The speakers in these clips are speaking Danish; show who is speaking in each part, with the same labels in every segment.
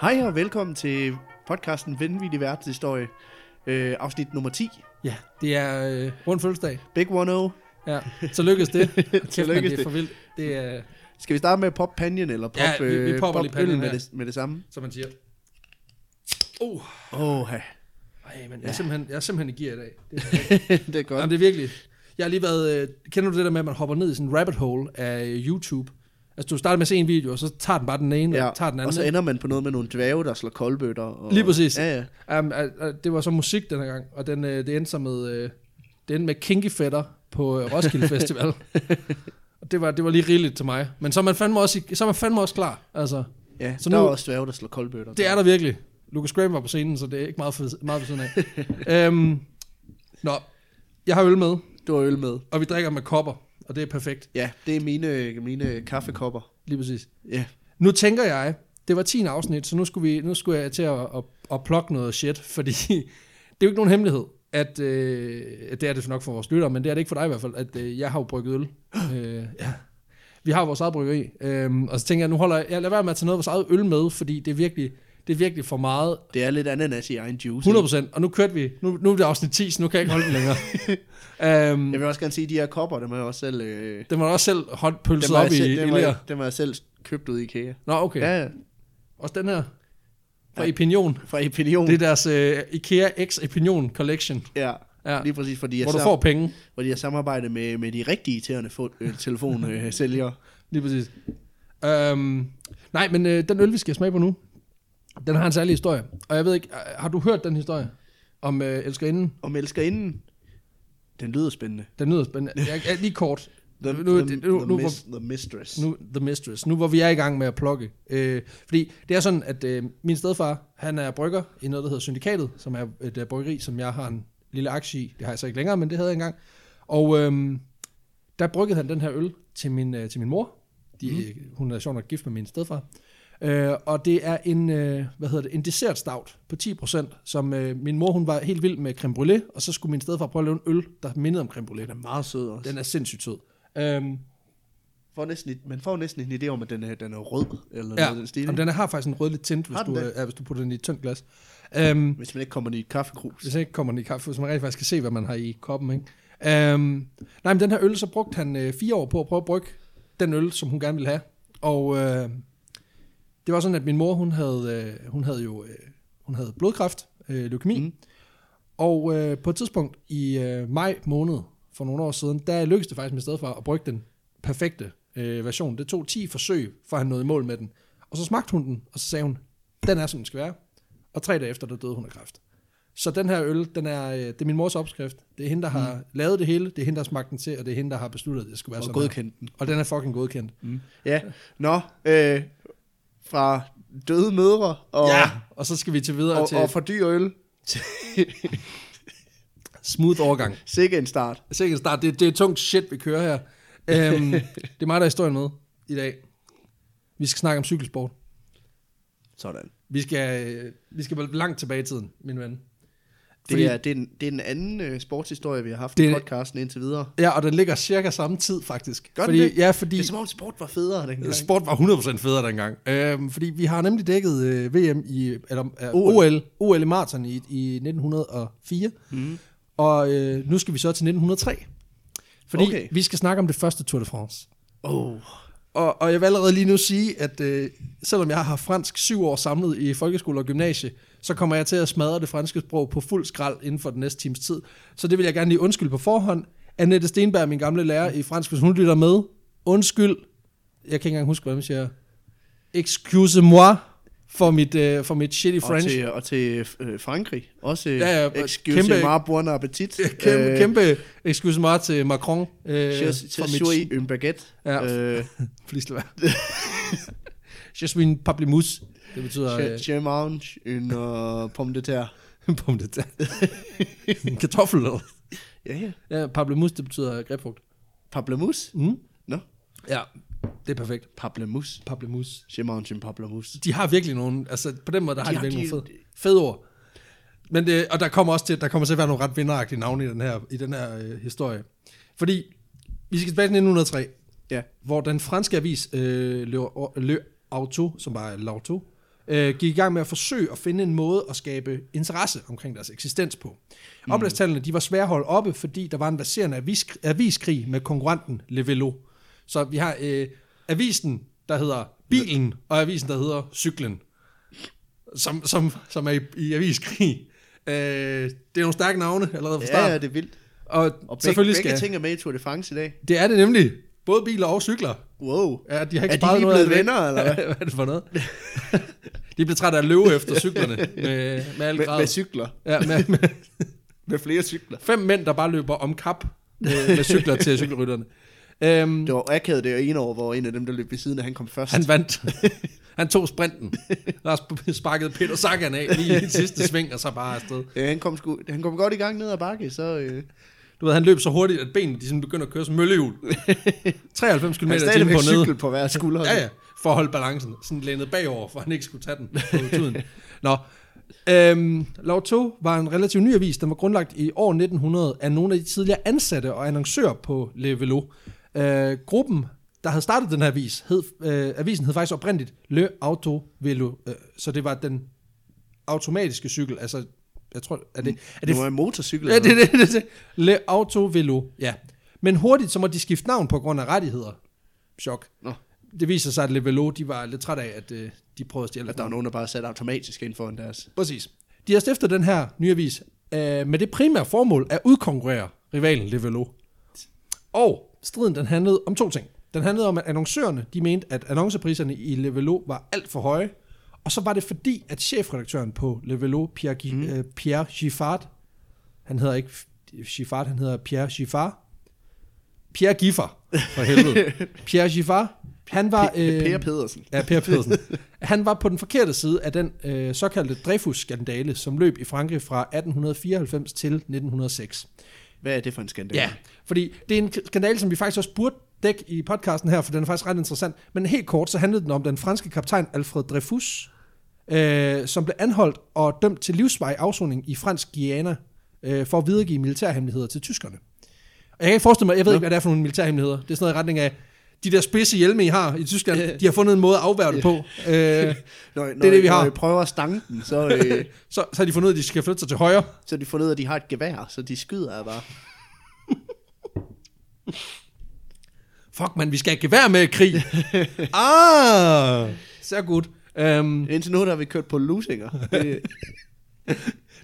Speaker 1: Hej og velkommen til podcasten Vanvittig Verdenshistorie, øh, afsnit nummer 10.
Speaker 2: Ja, det er øh, rundt fødselsdag.
Speaker 1: Big oh. 1-0.
Speaker 2: Ja, så lykkedes det. Kæft, men
Speaker 1: lykkedes
Speaker 2: det er
Speaker 1: det.
Speaker 2: for vildt. Det er,
Speaker 1: Skal vi starte med at poppe panjen, eller pop,
Speaker 2: Ja, vi- vi
Speaker 1: øh,
Speaker 2: popper
Speaker 1: pop
Speaker 2: lige panjen
Speaker 1: med,
Speaker 2: her.
Speaker 1: det, med det samme?
Speaker 2: som man siger. Oh,
Speaker 1: Åh, ja.
Speaker 2: ej, men jeg, er simpelthen, jeg er simpelthen i gear i dag. Det er,
Speaker 1: det er godt.
Speaker 2: jamen, det er virkelig... Jeg har lige været... Øh, kender du det der med, at man hopper ned i sådan en rabbit hole af YouTube? Altså, du starter med at se en video, og så tager den bare den ene, ja, og tager den anden.
Speaker 1: og så ender man på noget med nogle dvæve, der slår koldbøtter. Og,
Speaker 2: Lige præcis.
Speaker 1: Ja, ja.
Speaker 2: Um, uh, uh, det var så musik den her gang, og den, uh, det endte så med, uh, det endte med Kinky Fætter på uh, Roskilde Festival. og det var, det var lige rigeligt til mig. Men så er man fandme også, i- så er man fandme også klar. Altså,
Speaker 1: ja
Speaker 2: Så
Speaker 1: så der
Speaker 2: nu-
Speaker 1: er også dvæve, der slår koldbøtter.
Speaker 2: det er der virkelig. Lucas Graham var på scenen, så det er ikke meget, for, meget ved siden af. um, nå, jeg har øl med,
Speaker 1: Du har øl med.
Speaker 2: og vi drikker med kopper, og det er perfekt,
Speaker 1: Ja, det er mine, mine kaffekopper.
Speaker 2: lige præcis.
Speaker 1: Ja,
Speaker 2: Nu tænker jeg, det var 10 afsnit, så nu skulle, vi, nu skulle jeg til at, at, at plukke noget shit, fordi det er jo ikke nogen hemmelighed, at øh, det er det nok for vores lyttere, men det er det ikke for dig i hvert fald, at øh, jeg har jo brygget øl. Øh, ja. Vi har jo vores eget bryggeri, øh, og så tænker jeg, nu holder jeg, jeg lader være med at tage noget af vores eget øl med, fordi det er virkelig, det er virkelig for meget,
Speaker 1: det er lidt ananas i egen juice.
Speaker 2: 100%, og nu kørte vi, nu, nu er det afsnit 10, så nu kan jeg ikke holde den længere.
Speaker 1: ikke?
Speaker 2: øhm,
Speaker 1: Jeg vil også gerne sige, at de her kopper, dem har jeg også selv... Øh,
Speaker 2: den var da også selv håndpølset
Speaker 1: dem, har
Speaker 2: op
Speaker 1: jeg
Speaker 2: i,
Speaker 1: selv,
Speaker 2: i
Speaker 1: dem, har
Speaker 2: lær.
Speaker 1: jeg, dem har jeg selv købt ud i IKEA.
Speaker 2: Nå, okay.
Speaker 1: Ja, ja.
Speaker 2: Også den her, fra
Speaker 1: Ja.
Speaker 2: Opinion.
Speaker 1: Fra Epinion.
Speaker 2: Det er deres uh, IKEA X Opinion Collection,
Speaker 1: Ja,
Speaker 2: ja,
Speaker 1: lige præcis, fordi jeg,
Speaker 2: hvor du
Speaker 1: sam-
Speaker 2: får penge.
Speaker 1: fordi jeg samarbejder med, med de rigtig irriterende fo- øh, telefonsælgere.
Speaker 2: Lige præcis. Um, nej, men uh, den øl, vi skal smage på nu, den har en særlig historie. Og jeg ved ikke, øh, har du hørt den historie om uh, elskerinden?
Speaker 1: Om elskerinden, den lyder spændende.
Speaker 2: Den lyder spændende. Jeg, jeg, lige kort.
Speaker 1: The,
Speaker 2: Nu-
Speaker 1: the,
Speaker 2: nu-
Speaker 1: the,
Speaker 2: nu-
Speaker 1: mis- the mistress.
Speaker 2: Nu, The Mistress. Nu hvor vi er i gang med at plukke. Øh, fordi det er sådan, at øh, min stedfar, han er brygger i noget, der hedder Syndikatet, som er et øh, bryggeri, som jeg har en lille aktie i. Det har jeg så ikke længere, men det havde jeg engang. Og øh, der bryggede han den her øl til min, øh, til min mor. De, mm. Hun er sjovt nok gift med min stedfar. Øh, og det er en, øh, hvad hedder det, en dessertstavt på 10%, som øh, min mor hun var helt vild med creme brulee, og så skulle min stedfar prøve at lave en øl, der mindede om creme brulee.
Speaker 1: den er meget sød også. Den
Speaker 2: Den er sindssygt sød. Øhm,
Speaker 1: får næsten, et- man får næsten en idé om, at den er, den er rød, eller ja.
Speaker 2: Ja,
Speaker 1: noget i den stil.
Speaker 2: Jamen,
Speaker 1: ikke?
Speaker 2: den har faktisk en rødlig tint, hvis
Speaker 1: Har den
Speaker 2: du, øh,
Speaker 1: det?
Speaker 2: ja, hvis du putter den i et tyndt glas. Øhm,
Speaker 1: Hvis man ikke kommer i et kaffekrus.
Speaker 2: hvis ikke kommer den i kaffe, så man rent faktisk kan se, hvad man har i koppen. Ikke? Øhm, nej, men den her øl, så brugte han øh, fire år på at prøve at brygge den øl, som hun gerne ville have. Og øh, det var sådan, at min mor, hun havde, øh, hun havde jo øh, hun havde blodkræft, øh, leukemi.
Speaker 1: Mm.
Speaker 2: Mm. Og øh, på et tidspunkt i øh, maj måned for nogle år siden, der lykkedes det faktisk med stedet for at brygge den perfekte øh, version. Det tog 10 forsøg, for han nåede i mål med den. Og så smagte hun den, og så sagde hun, den er, som den skal være. Og tre dage efter, der døde hun af kræft. Så den her øl, den er, øh, det er min mors opskrift. Det er hende, der har mm. lavet det hele, det er hende, der har smagt den til, og det er hende, der har besluttet, at det skulle være
Speaker 1: Og
Speaker 2: sådan her.
Speaker 1: godkendt den.
Speaker 2: Og den er fucking godkendt. Mm.
Speaker 1: Ja, nå, øh, fra døde mødre og,
Speaker 2: Ja, og så skal vi til videre
Speaker 1: og,
Speaker 2: til
Speaker 1: og fra dyr øl.
Speaker 2: smooth overgang.
Speaker 1: Sikke en start.
Speaker 2: Sikkert start. Det, det er tungt shit, vi kører her. Øhm, det er mig, der er historien med i dag. Vi skal snakke om cykelsport.
Speaker 1: Sådan.
Speaker 2: Vi skal, øh, vi skal langt tilbage i tiden, min ven. Fordi-
Speaker 1: Det er, det, er den, det er den anden øh, sportshistorie, vi har haft
Speaker 2: Det
Speaker 1: i
Speaker 2: er-
Speaker 1: podcasten indtil videre.
Speaker 2: Ja, og den ligger cirka samme tid, faktisk.
Speaker 1: Gør den
Speaker 2: fordi,
Speaker 1: det?
Speaker 2: Ja, fordi...
Speaker 1: Det er som om sport var federe dengang.
Speaker 2: Sport var 100% federe dengang. Øhm, fordi vi har nemlig dækket øh, VM i, eller, øh,
Speaker 1: OL.
Speaker 2: OL. OL, OL i maraton i, i 1904.
Speaker 1: Mhm.
Speaker 2: Mm. Og øh, nu skal vi så til 1903. Fordi
Speaker 1: Okay.
Speaker 2: okay. vi skal snakke om det første Tour de France.
Speaker 1: Oh.
Speaker 2: Og, og jeg vil allerede lige nu sige, at øh, selvom jeg har fransk syv år samlet i folkeskole og gymnasie, så kommer jeg til at smadre det franske sprog på fuld skrald inden for den næste times tid. Så det vil jeg gerne lige undskylde på forhånd. Annette Stenberg, min gamle lærer i fransk, hvis hun lytter med, undskyld. Jeg kan ikke engang huske, hvad man siger. Excuse-moi for mit, øh, for mit shitty
Speaker 1: Og
Speaker 2: French.
Speaker 1: til, og til øh, Frankrig. Også
Speaker 2: Ja,
Speaker 1: ja,
Speaker 2: ja,
Speaker 1: ja, excuse
Speaker 2: kæmpe-
Speaker 1: kæmpe, moi, bon appetit.
Speaker 2: Kæmpe, øh, kæmpe excuse-moi til Macron. Øh,
Speaker 1: Je,
Speaker 2: for
Speaker 1: je suis en baguette.
Speaker 2: Ja.
Speaker 1: Øh,
Speaker 2: Please lad være. Je suis en pamplemousse. Det betyder...
Speaker 1: je,
Speaker 2: øh,
Speaker 1: je mange en uh, pomme de terre.
Speaker 2: Pomme de terre. en kartoffel eller hvad?
Speaker 1: Ja, ja.
Speaker 2: Ja, pamplemousse, det betyder grebfrugt.
Speaker 1: Pablemus.
Speaker 2: Mm.
Speaker 1: Nå,
Speaker 2: Ja, det er perfekt.
Speaker 1: pablemus.
Speaker 2: Pamplemousse.
Speaker 1: Je mange en pablemus.
Speaker 2: De har virkelig nogle, altså på den måde, der har de,
Speaker 1: har
Speaker 2: de virkelig
Speaker 1: de-
Speaker 2: nogle fede, fede ord. Men det, og der kommer også til, der kommer til at være nogle ret vinderagtige navne i den her, i den her øh, historie. Fordi, vi skal tilbage til 1903,
Speaker 1: Ja.
Speaker 2: hvor den franske avis øh, Le, Le Auto, som var L'Auto, øh, gik i gang med at forsøge at finde en måde at skabe interesse omkring deres eksistens på. Mm. Oplagstallene de var svære at holde oppe, fordi der var en baserende avis, aviskrig med konkurrenten Levelo. Så vi har øh, avisen, der hedder Bilen, og avisen, der hedder Cyklen, som, som, som er i, i aviskrig. Øh, det er nogle stærke navne allerede fra
Speaker 1: Ja,
Speaker 2: start.
Speaker 1: ja, det er vildt.
Speaker 2: Og,
Speaker 1: Og begge,
Speaker 2: selvfølgelig
Speaker 1: begge
Speaker 2: skal...
Speaker 1: ting er med i Tour de France i dag.
Speaker 2: Det er det nemlig. Både biler og cykler.
Speaker 1: Wow.
Speaker 2: Ja, de har
Speaker 1: Er
Speaker 2: ikke
Speaker 1: de
Speaker 2: sparet
Speaker 1: lige
Speaker 2: noget af
Speaker 1: blevet
Speaker 2: det.
Speaker 1: venner, eller hvad?
Speaker 2: hvad er det for noget? de blev trætte af at løbe efter cyklerne med, med alle
Speaker 1: Med,
Speaker 2: grader.
Speaker 1: med cykler.
Speaker 2: ja, med, med,
Speaker 1: Med flere cykler.
Speaker 2: fem mænd, der bare løber om kap øh, med, med cykler til cykelrytterne. Øhm,
Speaker 1: Det var akavet det ene år, hvor en af dem, der løb ved siden af, han kom først.
Speaker 2: han vandt. Han tog sprinten. Der sparkede Peter Sagan af lige i det sidste sving, og så bare afsted.
Speaker 1: Ja, Øh, han, kom sku, han kom godt i gang ned ad bakke, så... Øh,
Speaker 2: Du ved, han løb så hurtigt, at benene de sådan begynder at køre som møllehjul. 93 km i
Speaker 1: han
Speaker 2: timen
Speaker 1: er
Speaker 2: på
Speaker 1: stadigvæk
Speaker 2: nede.
Speaker 1: cykel på hver skulder.
Speaker 2: Ja, ja, for at holde balancen. Sådan lænet bagover, for han ikke skulle tage den på tuden. Nå, øhm, Lov 2 var en relativt ny avis, den var grundlagt i år 1900 af nogle af de tidligere ansatte og annoncører på Le Velo. Øh, gruppen, der havde startet den her avis, hed, øh, avisen hed faktisk oprindeligt Le Auto Velo, øh, så det var den automatiske cykel, altså, jeg tror, er det, er
Speaker 1: Er
Speaker 2: det
Speaker 1: det var en motorcykel.
Speaker 2: Ja, det, det, det, det. Le Auto Velo, ja. Men hurtigt, så måtte de skifte navn på grund af rettigheder. Chok.
Speaker 1: Nå.
Speaker 2: Det viser sig, at Le Velo, de var lidt træt af, at øh, de prøvede at stjæle.
Speaker 1: At der var nogen, der bare satte automatisk ind foran deres.
Speaker 2: Præcis. De har stiftet den her nye avis øh, med det primære formål at udkonkurrere rivalen Le Velo. Og striden den handlede om to ting. Den handlede om, at annoncørerne de mente, at annoncepriserne i Le Velo var alt for høje. Og så var det fordi, at chefredaktøren på Le Velo, Pierre, Gi- mm. øh, Pierre Giffard, han hedder ikke Giffard, han hedder Pierre Giffard. Pierre Giffer, for helvede. Pierre Giffard, han var...
Speaker 1: Øh, per Pedersen.
Speaker 2: Ja, Per Pedersen. Han var på den forkerte side af den øh, såkaldte Dreyfus-skandale, som løb i Frankrig fra 1894 til 1906.
Speaker 1: Hvad er det for en skandal?
Speaker 2: Ja, fordi det er en skandale, som vi faktisk også burde dække i podcasten her, for den er faktisk ret interessant. Men helt kort, så handlede den om den franske kaptajn Alfred Dreyfus, øh, som blev anholdt og dømt til livsvej afsoning i fransk Guyana øh, for at videregive militærhemmeligheder til tyskerne. Og jeg kan ikke forestille mig, jeg ved
Speaker 1: Nå.
Speaker 2: ikke, hvad det er for nogle militærhemmeligheder. Det er sådan noget i retning af, de der spidse hjelme, I har i Tyskland, de har fundet en måde at afværge det på. Øh,
Speaker 1: Når, når,
Speaker 2: det, vi har.
Speaker 1: Når I prøver at stange den, så, øh,
Speaker 2: så, så har de fundet ud af, at de skal flytte sig til højre.
Speaker 1: så de får ned, at de har et gevær, så de skyder jer bare.
Speaker 2: Fuck, man, vi skal have gevær med i krig. ah, så godt. Um,
Speaker 1: Indtil nu der har vi kørt på lusinger. Det,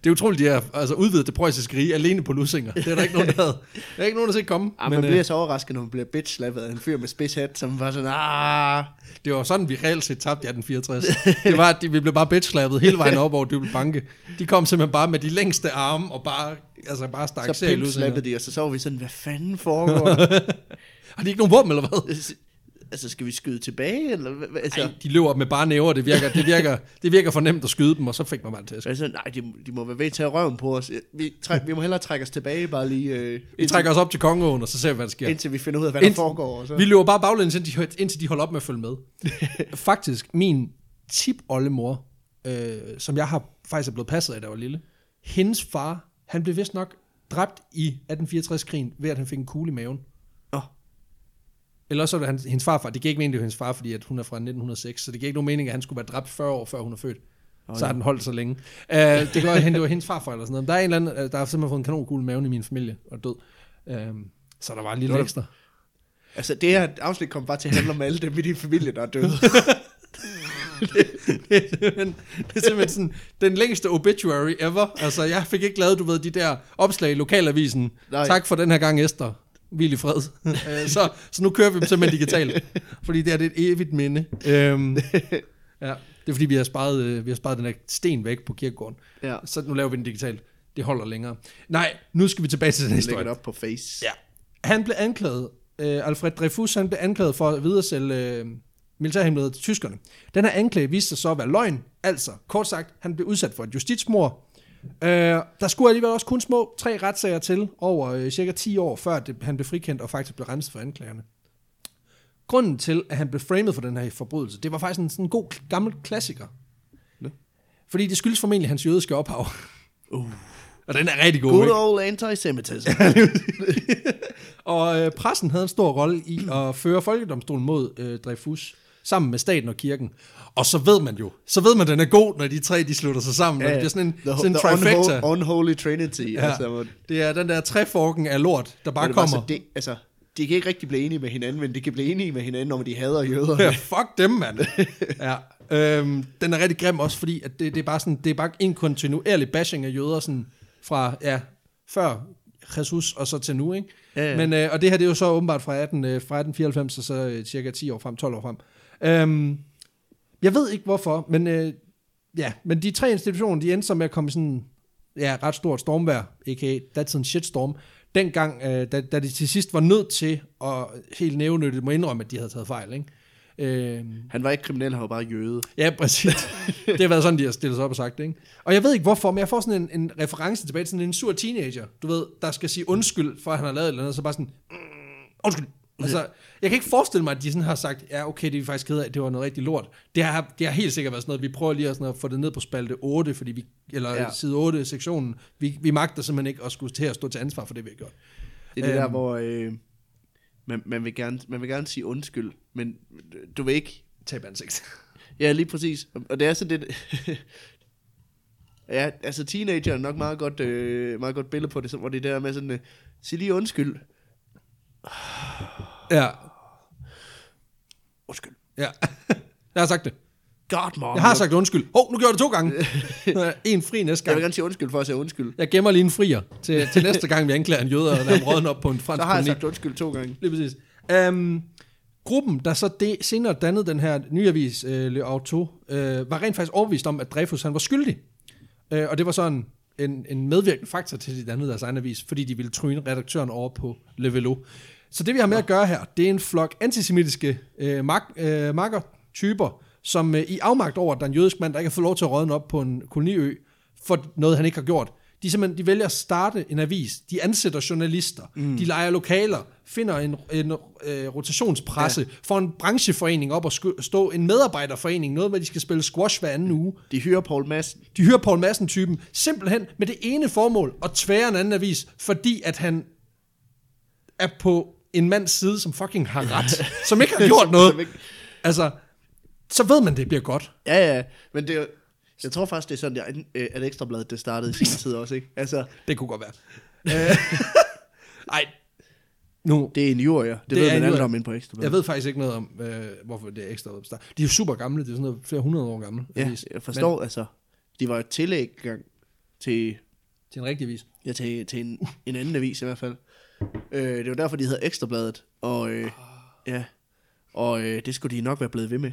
Speaker 2: Det er utroligt, de har altså, udvidet det preussiske rige alene på lussinger. Det er der ikke nogen, der havde. Der er ikke nogen, der har set komme.
Speaker 1: ah,
Speaker 2: men
Speaker 1: man
Speaker 2: øh,
Speaker 1: bliver så overrasket, når man bliver bitch-slappet af en fyr med spidshat, som var sådan, ah,
Speaker 2: det var sådan, vi reelt set tabte i 1864. Det var, at de, vi blev bare bitchlappet hele vejen op over Dybel Banke. De kom simpelthen bare med de længste arme og bare, altså bare stak
Speaker 1: så
Speaker 2: sig i lussinger.
Speaker 1: pimp-slappede de, og så så vi sådan, hvad fanden foregår der?
Speaker 2: Har de ikke nogen våben, eller hvad?
Speaker 1: altså, skal vi skyde tilbage, eller hvad? hvad- Altså,
Speaker 2: Ej, de løber med bare næver, det virker, det virker, det virker for nemt at skyde dem, og så fik man bare en tæsk.
Speaker 1: altså, nej, de, de må være ved til at røven på os. Vi, træk, vi må hellere trække os tilbage, bare lige øh,
Speaker 2: Vi trækker os op til Kongeåen, og så ser vi, hvad der sker.
Speaker 1: indtil vi finder ud af, hvad der
Speaker 2: Indtil-
Speaker 1: foregår. Og så.
Speaker 2: Vi løber bare baglæns, indtil de, indtil de holder op med at følge med. faktisk, min tip-oldemor, øh, som jeg har faktisk er blevet passet af, da jeg var lille, hendes far, han blev vist nok dræbt i 1864-krigen, ved at han fik en kugle i maven.
Speaker 1: Nå.
Speaker 2: Eller også var det hans, hendes farfar. Det giver ikke mening, det var hendes far, fordi at hun er fra 1906, så det giver ikke nogen mening, at han skulle være dræbt 40 år, før hun er født. Oh, så har den holdt så længe. Uh, det kan godt hende, det var hendes farfar eller sådan noget. Men der er en eller anden, øh, der har simpelthen fået en kanonkugle i maven i min familie og er død. Uh, så der var en lille
Speaker 1: Nå.
Speaker 2: ekstra.
Speaker 1: Altså, det her afsnit kom bare til at handle om alle dem i din familie, der er døde.
Speaker 2: Men det er simpelthen sådan, den længste obituary ever. Altså, jeg fik ikke lavet, du ved, de der opslag i lokalavisen. Nej.
Speaker 1: Nej.
Speaker 2: Tak for den her gang, Esther. Hvil i fred. Øh, så, så nu kører vi dem simpelthen digitalt. Fordi det er det er et evigt minde. Øhm, ja, det er fordi, vi har, sparet, øh, vi har sparet den her sten væk på kirkegården.
Speaker 1: ja.
Speaker 2: Så nu laver vi den digitalt. Det holder længere. Nej, nu skal vi tilbage til den
Speaker 1: Lægger
Speaker 2: historie.
Speaker 1: det op på face.
Speaker 2: Ja. Han blev anklaget, øh, Alfred Dreyfus, han blev anklaget for at videresælge øh, militærhemmeligheder til tyskerne. Den her anklage viste sig så at være løgn, altså kort sagt, han blev udsat for et justitsmord. Øh, der skulle alligevel også kun små tre retssager til over øh, cirka 10 år, før det, han blev frikendt og faktisk blev renset for anklagerne. Grunden til, at han blev framed for den her forbrydelse, det var faktisk en sådan god gammel klassiker.
Speaker 1: Nå.
Speaker 2: Fordi det skyldes formentlig hans jødiske ophav.
Speaker 1: Uh.
Speaker 2: Og den er rigtig god,
Speaker 1: Good
Speaker 2: ikke?
Speaker 1: old antisemitism.
Speaker 2: Og øh, pressen havde en stor rolle i at føre folkedomstolen mod øh, Dreyfus, sammen med staten og kirken. Og så ved man jo, så ved man, den er god, når de tre de slutter sig sammen. Ja,
Speaker 1: Ja,
Speaker 2: det er sådan en,
Speaker 1: the,
Speaker 2: sådan en
Speaker 1: the unho-
Speaker 2: trifecta.
Speaker 1: unholy trinity. Ja. Altså, hvor,
Speaker 2: Det er den der treforken af lort, der bare
Speaker 1: hvor det var
Speaker 2: kommer.
Speaker 1: så, det, altså, de kan ikke rigtig blive enige med hinanden, men de kan blive enige med hinanden, om at de hader jøder.
Speaker 2: Ja, fuck dem, mand. ja. Øhm, den er rigtig grim også, fordi at det, det, er bare sådan, det er bare en kontinuerlig bashing af jøder sådan fra, ja, før Jesus og så til nu, ikke?
Speaker 1: Ja, ja.
Speaker 2: Men, øh, og det her, det er jo så åbenbart fra, 18, øh, fra 1894, og så øh, cirka 10 år frem, 12 år frem. Øhm, jeg ved ikke hvorfor, men øh, ja, men de tre institutioner, de endte så med at komme i sådan, ja, ret stort stormvær, a.k.a. datidens shitstorm, dengang, øh, da, da de til sidst var nødt til at helt nævnyttigt må indrømme, at de havde taget fejl, ikke? Øhm,
Speaker 1: Han var ikke kriminel, han var bare jøde.
Speaker 2: Ja, præcis. det har været sådan, de har stillet sig op og sagt det, ikke? Og jeg ved ikke hvorfor, men jeg får sådan en, en reference tilbage til sådan en sur teenager, du ved, der skal sige undskyld, for at han har lavet et eller andet, så bare sådan, mm, undskyld. Altså, jeg kan ikke forestille mig, at de sådan har sagt, ja, okay, det er vi faktisk ked af, det var noget rigtig lort. Det har, det har helt sikkert været sådan noget, vi prøver lige at, sådan at få det ned på spalte 8, fordi vi, eller ja.
Speaker 1: Ja.
Speaker 2: side 8, sektionen. Vi, vi magter simpelthen ikke at skulle til at stå til ansvar for det, vi har gjort.
Speaker 1: Det er det
Speaker 2: Øhm.
Speaker 1: der, hvor øh, man, man, vil gerne, man vil gerne sige undskyld, men du vil ikke
Speaker 2: Tab ansigt.
Speaker 1: Ja, lige præcis. Og- Og det er sådan lidt... ja, altså teenager er nok meget godt, øh, meget godt billede på det, sådan, hvor det der med sådan... Øh, sig lige undskyld.
Speaker 2: Ja,
Speaker 1: Undskyld.
Speaker 2: ja. jeg har sagt det.
Speaker 1: God, mom.
Speaker 2: Jeg har sagt undskyld. Hov, nu gjorde jeg det to gange. en fri næste
Speaker 1: Jeg
Speaker 2: gang.
Speaker 1: vil gerne sige undskyld for at sige undskyld.
Speaker 2: Jeg gemmer lige en frier til, til næste gang, vi anklager en jøde og lader ham rådne op på en fransk
Speaker 1: Så har jeg
Speaker 2: koloni.
Speaker 1: sagt undskyld to gange.
Speaker 2: Lige præcis. Um, gruppen, der så det, senere dannede den her nye avis, øh, Le Auto, øh, var rent faktisk overbevist om, at Dreyfus han var skyldig. Øh, og det var sådan en, en medvirkende faktor til, at de dannede deres egen avis, fordi de ville tryne redaktøren over på Le Velo. Så det, vi har med at gøre her, det er en flok antisemitiske øh, mark, øh, markertyper, som øh, i afmagt over, at der er en jødisk mand, der ikke har fået lov til at rådne op på en koloniø, for noget, han ikke har gjort. De, simpelthen, de vælger at starte en avis, de ansætter journalister, mm. de leger lokaler, finder en, en øh, rotationspresse, ja. får en brancheforening op og sku- stå, en medarbejderforening, noget med, at de skal spille squash hver anden uge.
Speaker 1: De hyrer Paul Madsen.
Speaker 2: De hører Paul Madsen-typen simpelthen med det ene formål at tvære en anden avis, fordi at han er på en mands side, som fucking har ret, som ikke har gjort
Speaker 1: Som
Speaker 2: noget.
Speaker 1: ikke-
Speaker 2: Altså, så ved man, det bliver godt.
Speaker 1: Ja, ja. Men det er jo- jeg tror faktisk, det er sådan, jeg, øh, at Ekstrabladet det startede i sin tid også, ikke? Altså,
Speaker 2: Det kunne godt være. Nej, nu,
Speaker 1: det er en jurier. Det,
Speaker 2: Det
Speaker 1: det ved
Speaker 2: er
Speaker 1: man alt
Speaker 2: injurier.
Speaker 1: om inde på Ekstrabladet.
Speaker 2: jeg ved faktisk ikke noget om, øh, hvorfor det er ekstra opstart. De er jo super gamle, det er sådan noget flere hundrede år gamle. avis.
Speaker 1: Ja, jeg forstår, Men... altså. De var et tillæg engang til
Speaker 2: Men, til en rigtig vis.
Speaker 1: Ja, til, til en, en anden avis i hvert fald. Øh, det var derfor, de hed Ekstrabladet. Og, øh, ja. og øh, det skulle de nok være blevet ved med.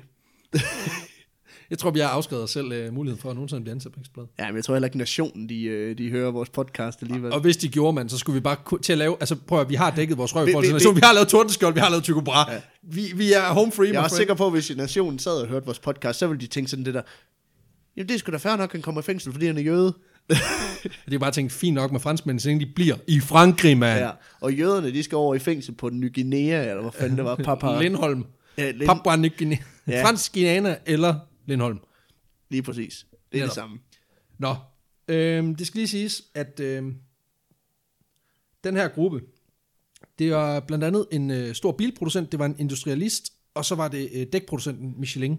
Speaker 2: Jeg tror, vi har afskrevet os selv øh, muligheden for at nogensinde blive ansat på Ekstrabladet.
Speaker 1: Ja, men jeg tror heller ikke, Nationen, de, øh, de hører vores podcast alligevel.
Speaker 2: Og hvis de gjorde, man, så skulle vi bare ku- til at lave... Altså prøv at, vi har dækket vores røv i
Speaker 1: Vi-
Speaker 2: forhold til
Speaker 1: vi-
Speaker 2: nationen.
Speaker 1: vi-
Speaker 2: Vi har lavet Tordenskjold, vi har lavet Tycho Brahe. Ja. Vi, vi er home free,
Speaker 1: jeg er
Speaker 2: my
Speaker 1: også
Speaker 2: friend.
Speaker 1: sikker på, at hvis Nationen sad og hørte vores podcast, så ville de tænke sådan det der, jamen det er sgu da fair nok, han kommer i fængsel, fordi han er jøde.
Speaker 2: Det er bare tænkt fint nok med franskmænd, så længe de bliver i Frankrig, mand.
Speaker 1: Ja. Og jøderne, de skal over i fængsel på Ny Guinea, eller hvad fanden det var, Papa.
Speaker 2: Lindholm.
Speaker 1: Ja, Lind-
Speaker 2: Papua Ny Guinea.
Speaker 1: Ja.
Speaker 2: Fransk Guiana eller Lindholm.
Speaker 1: Lige præcis. Det er
Speaker 2: Netop.
Speaker 1: det samme.
Speaker 2: Nå, øhm, det skal lige siges, at øhm, den her gruppe, det var blandt andet en øh, stor bilproducent, det var en industrialist, og så var det øh, dækproducenten Michelin.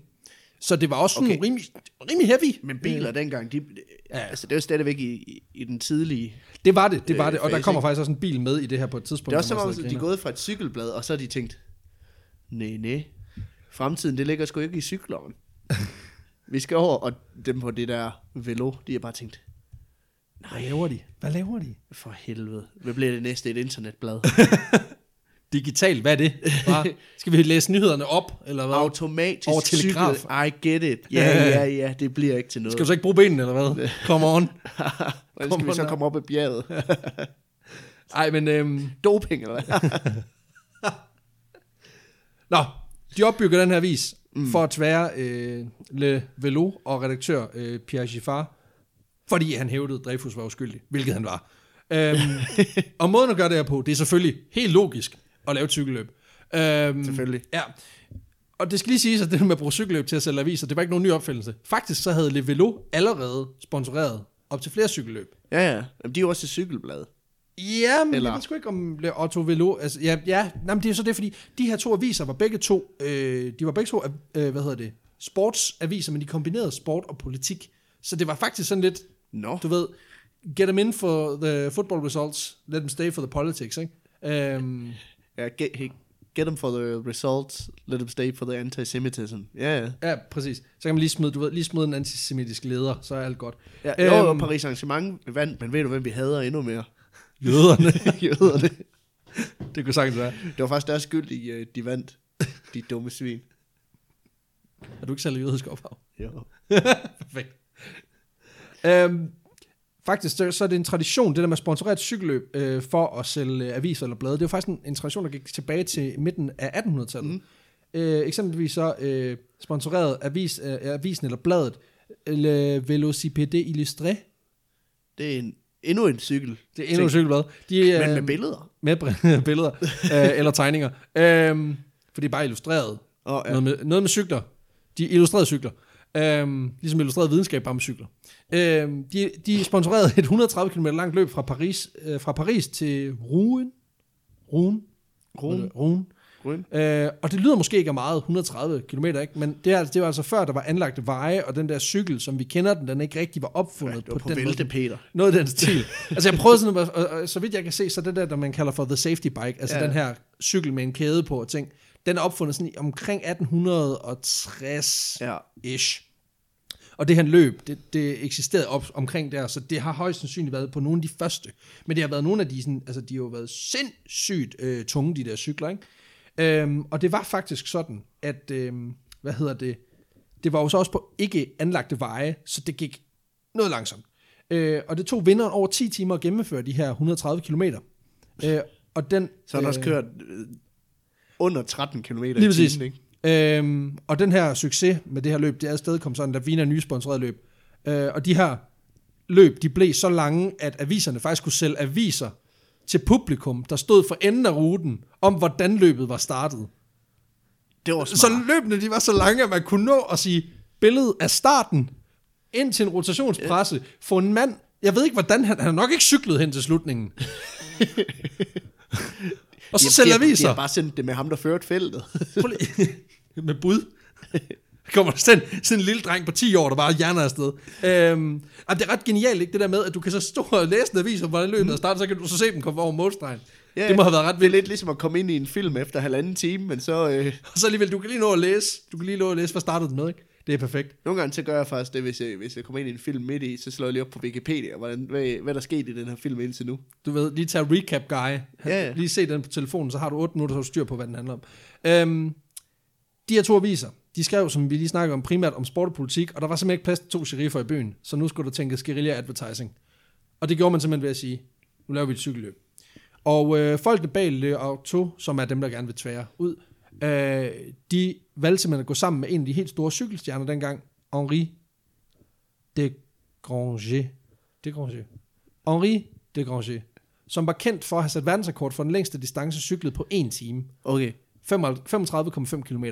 Speaker 2: Så det var også sådan
Speaker 1: Okay.
Speaker 2: rimelig, rimelig heavy.
Speaker 1: Men biler dengang, de,
Speaker 2: Ja.
Speaker 1: ja. altså, det er jo stadigvæk i, i, i den tidlige
Speaker 2: Det var det, det var
Speaker 1: Øh,
Speaker 2: det. Og der
Speaker 1: fase,
Speaker 2: kommer
Speaker 1: ikke?
Speaker 2: faktisk også en bil med i det her på et tidspunkt.
Speaker 1: Det er også som
Speaker 2: hvor man
Speaker 1: om,
Speaker 2: sidder og
Speaker 1: at de er
Speaker 2: griner.
Speaker 1: gået fra et cykelblad, og så har de tænkt, nej, nej, fremtiden, det ligger sgu ikke i cykloven. Vi skal over, og dem på det der velo, de har bare tænkt,
Speaker 2: Hvad laver de? Hvad laver de?
Speaker 1: for helvede, hvad bliver det næste, et internetblad?
Speaker 2: Digitalt, hvad er det? Hva? Skal vi læse nyhederne op, eller hvad?
Speaker 1: Automatisk
Speaker 2: Over telegraf.
Speaker 1: cykel, I get it. Ja, ja, ja, det bliver ikke til noget.
Speaker 2: Skal du så ikke bruge benene, eller hvad? Come on.
Speaker 1: Hvordan skal vi så komme op ad bjerget?
Speaker 2: Ej, men... Øhm,
Speaker 1: Doping, eller hvad?
Speaker 2: Nå, de opbygger den her vis mm. for at tvære øh, Le Velo og redaktør øh, Pierre Giffard, fordi han hævdede, at Dreyfus var uskyldig, hvilket han var. Øhm, og måden at gøre det her på, det er selvfølgelig helt logisk at lave et cykelløb. Øhm,
Speaker 1: Selvfølgelig.
Speaker 2: Ja. Og det skal lige siges, at det med at bruge cykelløb til at sælge aviser, det var ikke nogen ny opfindelse. Faktisk så havde Le Velo allerede sponsoreret op til flere cykelløb.
Speaker 1: ja, ja, Jamen, de er jo også et cykelblad.
Speaker 2: Ja, men Eller?
Speaker 1: Eller-
Speaker 2: jeg ved sgu ikke, om det er Otto Velo... Altså, ja, ja nej, men det er så det, fordi de her to aviser var begge to... Øh, de var begge to, øh, hvad hedder det, sportsaviser, men de kombinerede sport og politik. Så det var faktisk sådan lidt,
Speaker 1: Nå,
Speaker 2: du ved, get them in for the football results, let them stay for the politics, ikke? Øhm,
Speaker 1: ja, get, hey, get them for the results, let them stay for the antisemitism. Ja, yeah.
Speaker 2: ja, præcis. Så kan man lige smide, du ved, lige smide en antisemitisk leder, så er alt godt.
Speaker 1: ja. Jo,
Speaker 2: Øhm.
Speaker 1: øhm. Paris Saint-Germain vandt, men ved du, hvem vi hader endnu mere?
Speaker 2: Jøderne.
Speaker 1: Jøderne.
Speaker 2: det kunne sagtens være.
Speaker 1: Det var faktisk deres skyld, de, øh, de vandt. De dumme svin.
Speaker 2: Er du ikke selv af jødisk ophav?
Speaker 1: Jo.
Speaker 2: Perfekt. Øhm, faktisk, så, så er det en tradition, det der med at sponsorere et cykelløb øh, for at sælge øh, aviser eller blade. Det er jo faktisk en, en tradition, der gik tilbage til midten af 1800-tallet. Mm. Øh, eksempelvis så øh, sponsorerede avis, øh, avisen eller bladet Le Velocipede Illustré.
Speaker 1: Det er en, endnu en cykel.
Speaker 2: Det er endnu et cykelblad. De, øh,
Speaker 1: Men med billeder.
Speaker 2: med br- billeder øh, eller tegninger. Øhm, for det er bare illustreret.
Speaker 1: Og,
Speaker 2: Noget, med, noget med cykler. De illustrerede cykler. Øhm, ligesom illustreret videnskab bare med cykler. Øhm, de, de sponsorerede et 130 km langt løb fra Paris, øh, fra Paris til Rouen. Rouen.
Speaker 1: Rouen.
Speaker 2: Rouen.
Speaker 1: Grøn.
Speaker 2: Øh, og det lyder måske ikke af meget, 130 km, ikke? men det, er, altså- det var altså før, der var anlagt veje, og den der cykel, som vi kender den, den ikke rigtig var opfundet
Speaker 1: Ja, det var på, på
Speaker 2: den måde,
Speaker 1: vælte, Peter.
Speaker 2: noget af den stil. altså jeg prøvede sådan, at- og, og, så vidt jeg kan se, så det der, der man kalder for the safety bike, altså ja.
Speaker 1: Ja.
Speaker 2: den her cykel med en kæde på og ting, den er opfundet sådan i omkring 1860-ish.
Speaker 1: Ja.
Speaker 2: Og det her løb, det, det eksisterede op omkring der, så det har højst sandsynligt været på nogle af de første. Men det har været nogle af de, sådan, altså de har jo været sindssygt øh, tunge, de der cykler, ikke? Øhm, og det var faktisk sådan, at, øhm, hvad hedder det, det var jo så også på ikke anlagte veje, så det gik noget langsomt. Øh, og det tog vinderen over 10 timer at gennemføre de her 130 km. Øh, og den,
Speaker 1: Så har han
Speaker 2: øh,
Speaker 1: også kørt øh, under 13 km i
Speaker 2: Lige præcis.
Speaker 1: timen, ikke?
Speaker 2: Øhm, og den her succes med det her løb, det er stadig kommet sådan, der viner nye sponsorerede løb. Øh, og de her løb, de blev så lange, at aviserne faktisk kunne sælge aviser til publikum, der stod for enden af ruten, om hvordan løbet var startet.
Speaker 1: Det var
Speaker 2: Så
Speaker 1: smart.
Speaker 2: løbene, de var så lange, at man kunne nå at sige billedet af starten ind til en rotationspresse for en mand, jeg ved ikke hvordan, han, han har nok ikke cyklet hen til slutningen. og så sælger
Speaker 1: de, de
Speaker 2: aviser.
Speaker 1: har bare sendt det med ham, der førte feltet.
Speaker 2: Prøv lige. med bud. Der kommer der sådan, sådan en lille dreng på 10 år, der bare hjerner afsted. Øhm, ah, det er ret genialt, ikke, det der med, at du kan så stå og læse en avis om, hvordan løbet er startet, så kan du så se dem komme over målstregen.
Speaker 1: Ja,
Speaker 2: det må have været ret
Speaker 1: det er
Speaker 2: vildt.
Speaker 1: lidt ligesom at komme ind i en film efter halvanden time, men så... Øh,
Speaker 2: Og så alligevel, du kan lige nå at læse, du kan lige nå at læse, hvad startede den med, ikke? Det er perfekt.
Speaker 1: nogle gange så gør jeg faktisk det, hvis jeg, hvis jeg kommer ind i en film midt i, så slår jeg lige op på Wikipedia, hvordan, hvad, hvad der skete i den her film indtil nu.
Speaker 2: Du ved, lige tage recap guy.
Speaker 1: Ja, ja.
Speaker 2: Lige se den på telefonen, så har du 8 minutter, så har du styr på, hvad den handler om. Øhm, de her to aviser, de skrev, som vi lige snakkede om, primært om sport og politik, og der var simpelthen ikke plads til to sheriffer i byen, så nu skulle der tænkes guerilla advertising. Og det gjorde man simpelthen ved at sige, nu laver vi et cykelløb. Og øh, folkene bag Le Auto, som er dem, der gerne vil tvære ud, øh, de valgte simpelthen at gå sammen med en af de helt store cykelstjerner dengang, Henri de Granger. De Granger. Henri de Granger, som var kendt for at have sat verdensrekord for den længste distance cyklet på 1 time.
Speaker 1: Okay.
Speaker 2: 35,5 km.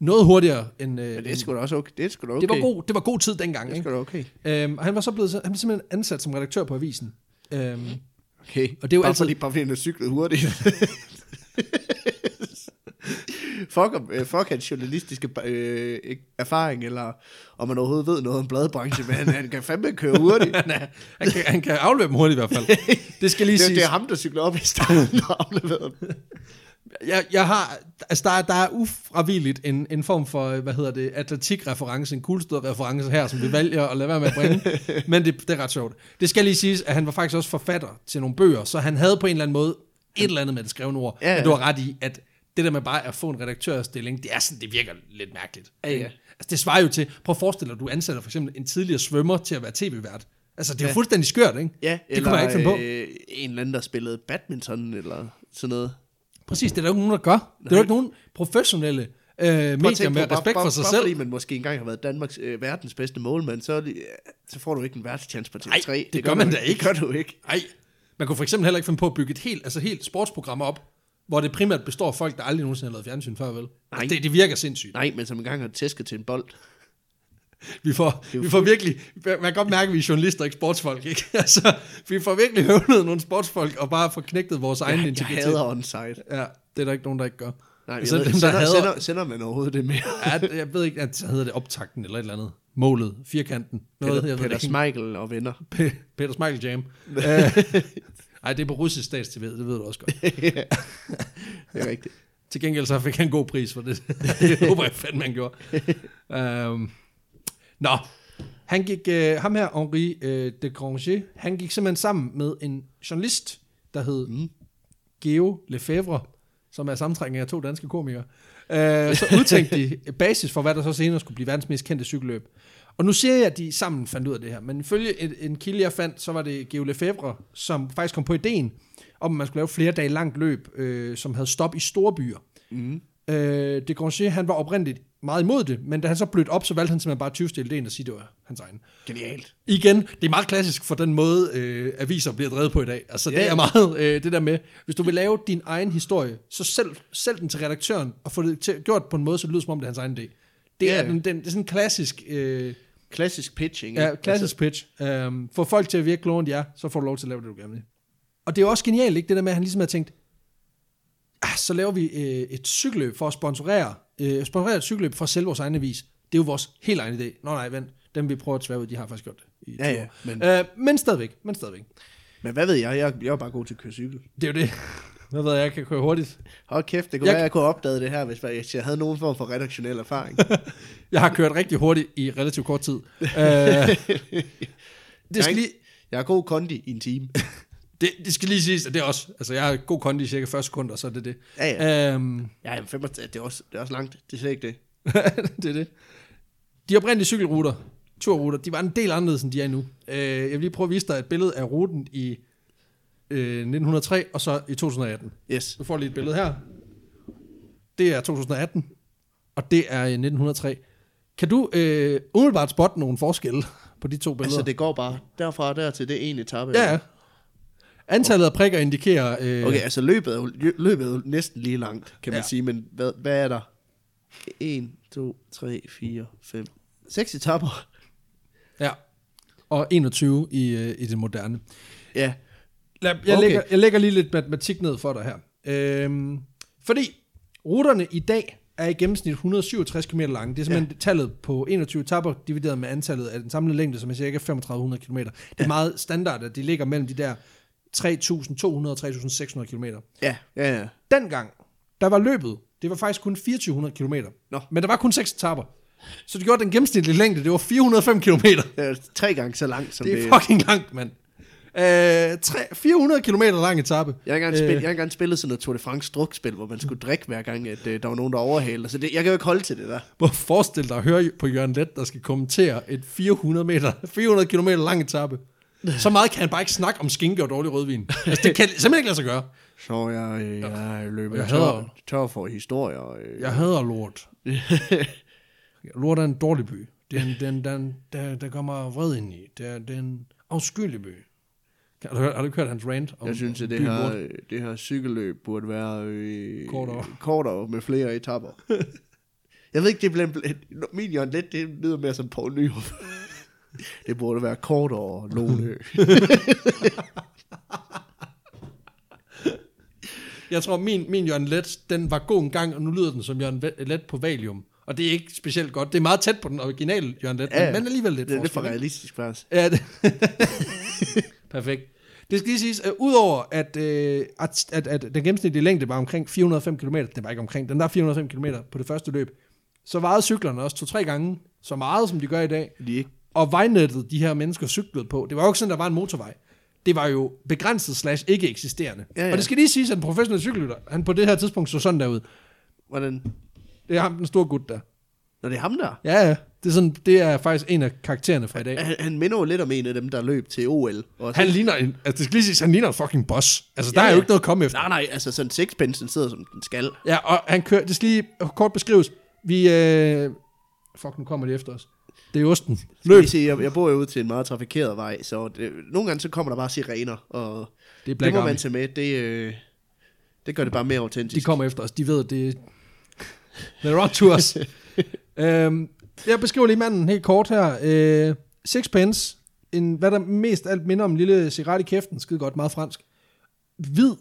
Speaker 2: Noget hurtigere end... Øh,
Speaker 1: Men det er sgu da også okay. Det er sgu da okay.
Speaker 2: det, var god, det var god tid dengang.
Speaker 1: Det er sgu
Speaker 2: Ikke?
Speaker 1: da okay.
Speaker 2: Øhm, og han var så blevet, han blev simpelthen ansat som redaktør på avisen. Øhm,
Speaker 1: Okay.
Speaker 2: Og det er jo
Speaker 1: bare
Speaker 2: altid-
Speaker 1: Fordi, bare fordi han har cyklet hurtigt. fuck, om, øh, fuck hans journalistiske øh, ikke- erfaring, eller om man overhovedet ved noget om bladbranchen, men han, han kan fandme køre hurtigt.
Speaker 2: han, er, han, kan, han kan afløbe dem hurtigt i hvert fald. Det skal lige
Speaker 1: Det, er-
Speaker 2: siges.
Speaker 1: det er ham, der cykler op i starten og afleverer dem.
Speaker 2: jeg, jeg har, altså der, er- der er ufravilligt en, en form for, øh, hvad hedder det, atletikreference, en kulstødreference her, som vi vælger at lade være med at bringe, men det, det er ret sjovt. Det skal lige siges, at han var faktisk også forfatter til nogle bøger, så han havde på en eller anden måde et eller andet med det skrevne ord,
Speaker 1: Ja, ja.
Speaker 2: men du har ret i, at det der med bare at få en redaktørstilling, det er sådan, det virker lidt mærkeligt.
Speaker 1: Ja, ja.
Speaker 2: Altså, det svarer jo til, prøv at forestille dig, at du ansætter for eksempel en tidligere svømmer til at være tv-vært. Altså, det er jo fuldstændig skørt, ikke?
Speaker 1: Ja,
Speaker 2: det kunne jeg ikke finde på.
Speaker 1: øh, en eller anden, der spillede badminton, eller sådan noget.
Speaker 2: Præcis, det er der jo ikke nogen, der gør. Det er jo ikke nogen professionelle øh,
Speaker 1: Prøv at
Speaker 2: medier
Speaker 1: tænke
Speaker 2: med
Speaker 1: på, bare-
Speaker 2: respekt
Speaker 1: bare,
Speaker 2: for sig
Speaker 1: bare
Speaker 2: selv.
Speaker 1: Fordi man måske engang har været Danmarks øh, verdens bedste målmand, så, er det- så får du ikke en verdenschance på TV3.
Speaker 2: Ej, det gør man
Speaker 1: du
Speaker 2: da ikke.
Speaker 1: Det gør du ikke.
Speaker 2: Nej, man kunne for eksempel heller ikke finde på at bygge et helt, altså helt sportsprogram op, hvor det primært består af folk, der aldrig nogensinde har lavet fjernsyn før, vel?
Speaker 1: Nej.
Speaker 2: Altså, det, det virker sindssygt.
Speaker 1: Nej, men som engang har tæsket til en bold.
Speaker 2: Vi får, vi får virkelig, man kan godt mærke, at vi er journalister, ikke sportsfolk, ikke? Altså, vi får virkelig høvlet nogle sportsfolk, og bare får knægtet vores egen
Speaker 1: Jeg, jeg
Speaker 2: integritet.
Speaker 1: hader onside.
Speaker 2: Ja, det er der ikke nogen, der ikke gør.
Speaker 1: Nej,
Speaker 2: Og
Speaker 1: jeg
Speaker 2: så
Speaker 1: ved,
Speaker 2: dem, der
Speaker 1: sender,
Speaker 2: hader-
Speaker 1: sender, sender man overhovedet det mere?
Speaker 2: Ja, jeg ved ikke, at så hedder det optakten eller et eller andet. Målet, firkanten. Noget,
Speaker 1: Peter,
Speaker 2: jeg ved
Speaker 1: Peter
Speaker 2: det ikke.
Speaker 1: Smeichel og venner.
Speaker 2: Pe- Peter Smeichel Jam. Øh, Ej, det er på russisk stats-tv, det ved du også godt.
Speaker 1: Det er rigtigt.
Speaker 2: Til gengæld så fik han en god pris for det. det håber jeg fandme, han gjorde. Øhm, nå, han gik, øh, ham her, Henri øh, de Granger, han gik simpelthen sammen med en journalist, der hed mm. Geo Lefebvre, som er sammentrækning af to danske komikere. Øh, så udtænkte de basis for, hvad der så senere skulle blive verdens mest kendte cykelløb. Og nu siger jeg, at de sammen fandt ud af det her, men ifølge en, en kilde, jeg fandt, så var det Geo Lefebvre, som faktisk kom på ideen, om at man skulle lave flere dage langt løb, øh, som havde stop i store byer.
Speaker 1: Mm.
Speaker 2: Øh, de Granger, han var oprindeligt meget imod det, men da han så blødte op, så valgte han simpelthen bare at tyvstille det ind og sige, det var hans egen.
Speaker 1: Genialt.
Speaker 2: Igen, det er meget klassisk for den måde, øh, aviser bliver drevet på i dag. Altså, det
Speaker 1: Ja.
Speaker 2: er meget øh, det der med, hvis du vil lave din egen historie, så selv, selv den til redaktøren, og få det til, gjort på en måde, så det lyder som om, det er hans egen idé. Det,
Speaker 1: Ja.
Speaker 2: er, den, den, det er sådan en klassisk, øh,
Speaker 1: Klassisk pitching.
Speaker 2: ja,
Speaker 1: ikke? Altså,
Speaker 2: klassisk pitch. Øhm, få folk til at virke klogere end de er, så får du lov til at lave det, du gerne vil. Og det er jo også genialt, ikke? Det der med, at han ligesom har tænkt, ah, så laver vi øh, et cykelløb for at sponsorere, øh, sponsorere et cykelløb for at sælge vores egen avis. Det er jo vores helt egen idé. Nå nej, vent, dem vi prøver at svære ud, de har faktisk gjort det. I
Speaker 1: Ja,
Speaker 2: to
Speaker 1: ja,
Speaker 2: år.
Speaker 1: men-
Speaker 2: Øh, men stadigvæk, men stadigvæk.
Speaker 1: Men hvad ved jeg? Jeg, jeg er bare god til at køre cykel.
Speaker 2: Det er jo det. Hvad ved jeg, jeg kan køre hurtigt.
Speaker 1: Hold kæft, det kunne
Speaker 2: Jeg-
Speaker 1: jeg... være, jeg kunne opdage det her, hvis jeg- hvis jeg havde nogen form for redaktionel erfaring.
Speaker 2: Jeg har kørt rigtig hurtigt i relativt kort tid. Øh, det, skal
Speaker 1: ikke-
Speaker 2: lige,
Speaker 1: Jeg er god kondi i en time.
Speaker 2: det, det skal lige siges, at det er også, altså jeg har god kondi i cirka 40 sekunder, så er det det.
Speaker 1: Ja, ja.
Speaker 2: Øhm,
Speaker 1: Ja, jamen, 35, det, er også, det er også langt. Det er slet ikke det.
Speaker 2: det er det. De oprindelige cykelruter, turruter, de var en del anderledes, end de er nu. Øh, jeg vil lige prøve at vise dig et billede af ruten i øh, 1903 og så i 2018.
Speaker 1: Yes.
Speaker 2: Du får lige et billede her. Det er 2018, og det er øh, 1903. Kan du øh, umiddelbart spotte nogle forskelle på de to billeder?
Speaker 1: Altså, det går bare derfra og der til det ene etape.
Speaker 2: Ja, ja. Antallet af prikker indikerer... Øh,
Speaker 1: Okay, altså løbet er, jo, løbet er jo næsten lige langt, kan man
Speaker 2: Ja.
Speaker 1: ja. sige, men hvad, hvad er der? 1, 2, 3, 4, 5, 6 etapper.
Speaker 2: Ja. Og 21 i, øh, i det moderne.
Speaker 1: Ja,
Speaker 2: Lad, jeg, okay.
Speaker 1: Okay.
Speaker 2: lægger, jeg lægger lige lidt matematik ned for dig her. Øhm, fordi ruterne i dag er i gennemsnit 167 km lange. Det er simpelthen ja. tallet på 21 etapper divideret med antallet af den samlede længde, som er cirka 3500 km. Det er ja. meget standard, at de ligger mellem de der 3.200 og 3.600 km.
Speaker 1: ja, ja, ja.
Speaker 2: Dengang, der var løbet, det var faktisk kun 2400 km.
Speaker 1: Nå.
Speaker 2: Men der var kun 6 etapper. Så det gjorde den gennemsnitlige længde, det var 405 km.
Speaker 1: Det er tre gange så langt, som det,
Speaker 2: Det er fucking langt, mand. Øh, tre- 400 km lang etape.
Speaker 1: Jeg har engang, spil, jeg har engang spillet sådan noget Tour de France drukspil, hvor man skulle drikke hver gang, at øh, der var nogen, der overhalede. Så det, jeg kan jo ikke holde til det der.
Speaker 2: Hvor forestil dig at høre på Jørgen Let, der skal kommentere et 400, meter, 400 km lang etape. Så meget kan han bare ikke snakke om skinke og dårlig rødvin. Altså, det kan simpelthen ikke lade sig gøre.
Speaker 1: Så jeg, øh, jeg løber
Speaker 2: Jeg
Speaker 1: jeg
Speaker 2: hader-
Speaker 1: tør, tør for historier. Øh.
Speaker 2: Jeg hader lort. Lort er en dårlig by. Den, den, den, der, der kommer vred ind i. Det er, det er en afskyelig by. Kan- Har du, hørt- har du ikke hørt hans rant? Om,
Speaker 1: Jeg synes,
Speaker 2: om
Speaker 1: at det
Speaker 2: byen
Speaker 1: her,
Speaker 2: Lort?
Speaker 1: øh, det her cykelløb burde være øh,
Speaker 2: Kortere.
Speaker 1: kortere med flere etapper. jeg ved ikke, det bliver... bl- Min Jørgen Let, det lyder mere som Poul Nyrup. det burde være kortere, Lone.
Speaker 2: Jeg tror, min, min Jørgen Let, den var god en gang, og nu lyder den som Jørgen Ve- Let på Valium. Og det er ikke specielt godt. Det er meget tæt på den originale Jørgen Let, ja,
Speaker 1: Ja,
Speaker 2: men, men alligevel lidt
Speaker 1: det er lidt for
Speaker 2: forskel, ikke?
Speaker 1: realistisk, faktisk.
Speaker 2: Ja, det. Perfekt. Det skal lige siges, at udover at, øh, at, at, at den gennemsnitlige længde var omkring 405 km, det var ikke omkring, den var 405 km på det første løb, så vejede cyklerne også to-tre gange så meget, som de gør i dag.
Speaker 1: De er ikke
Speaker 2: Og vejnettet, de her mennesker cyklede på, det var jo ikke sådan, der var en motorvej. Det var jo begrænset slash ikke eksisterende. Ja,
Speaker 1: Ja,
Speaker 2: ja.
Speaker 1: ja.
Speaker 2: Og det skal lige siges, at en professionel cykelrytter, han på det her tidspunkt så sådan der ud.
Speaker 1: Hvordan?
Speaker 2: Det er ham, den store gut der.
Speaker 1: Når det er ham der.
Speaker 2: Ja, ja. Det er, sådan, det er faktisk en af karaktererne fra i dag.
Speaker 1: Han, han minder jo lidt om en af dem, der løb til OL. Og
Speaker 2: Han ligner en, altså det skal lige siges, han ligner en fucking boss. Altså, der ja,
Speaker 1: Ja,
Speaker 2: er jo
Speaker 1: ja.
Speaker 2: ikke noget at komme efter.
Speaker 1: Nej, nej, altså sådan sixpence, den sidder som den skal.
Speaker 2: Ja, og han kører, det skal lige kort beskrives. Vi, øh, fuck, nu kommer de efter os. Det er osten. Løb.
Speaker 1: Løb. Sige, jeg, jeg bor jo ude til en meget trafikeret vej, så det, nogle gange så kommer der bare sirener, og
Speaker 2: Det er
Speaker 1: det
Speaker 2: Black
Speaker 1: må
Speaker 2: Army.
Speaker 1: man tage med. Det, øh, det gør det bare mere
Speaker 2: De
Speaker 1: autentisk.
Speaker 2: kommer efter os. De ved, det They're on to us. øhm, Jeg beskriver lige manden helt kort her. Øh, sixpence, en, hvad der mest alt minder om en lille cigaret i kæften, skide godt, meget fransk. Hvid,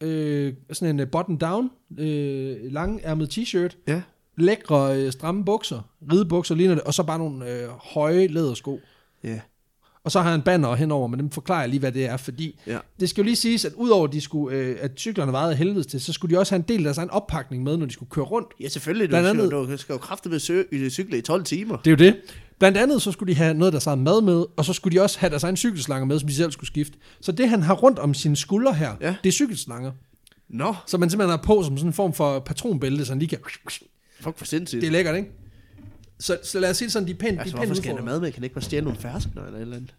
Speaker 2: øh, sådan en øh, button-down, øh, langærmet t-shirt,
Speaker 1: Ja.
Speaker 2: lækre, øh, stramme bukser, ridebukser ligner det, og så bare nogle øh, høje lædersko.
Speaker 1: Ja.
Speaker 2: Og så har han banner henover, men dem forklarer jeg lige, hvad det er, fordi
Speaker 1: Ja.
Speaker 2: det skal jo lige siges, at udover de skulle, øh, at cyklerne vejede af helvedes til, så skulle de også have en del af deres egen oppakning med, når de skulle køre rundt.
Speaker 1: Ja, selvfølgelig. Du,
Speaker 2: Blandt
Speaker 1: andet...
Speaker 2: andet-
Speaker 1: du skal jo kraftigt med cykle i 12 timer.
Speaker 2: Det er jo det. Blandt andet så skulle de have noget, der sagde mad med, og så skulle de også have deres egen cykelslanger med, som de selv skulle skifte. Så det, han har rundt om sine skuldre her,
Speaker 1: Ja.
Speaker 2: ja. det er cykelslanger.
Speaker 1: Nå,
Speaker 2: Så man simpelthen har på som sådan en form for patronbælte, så han lige kan...
Speaker 1: fuck for sindssygt.
Speaker 2: Det er
Speaker 1: Det...
Speaker 2: lækkert, ikke? Så, så lad os sige det sådan, de er pænt,
Speaker 1: Altså,
Speaker 2: de er pænt
Speaker 1: hvorfor skal han
Speaker 2: udfordret.
Speaker 1: have mad med? Kan han ikke bare stjæle nogle ferskner eller et eller andet?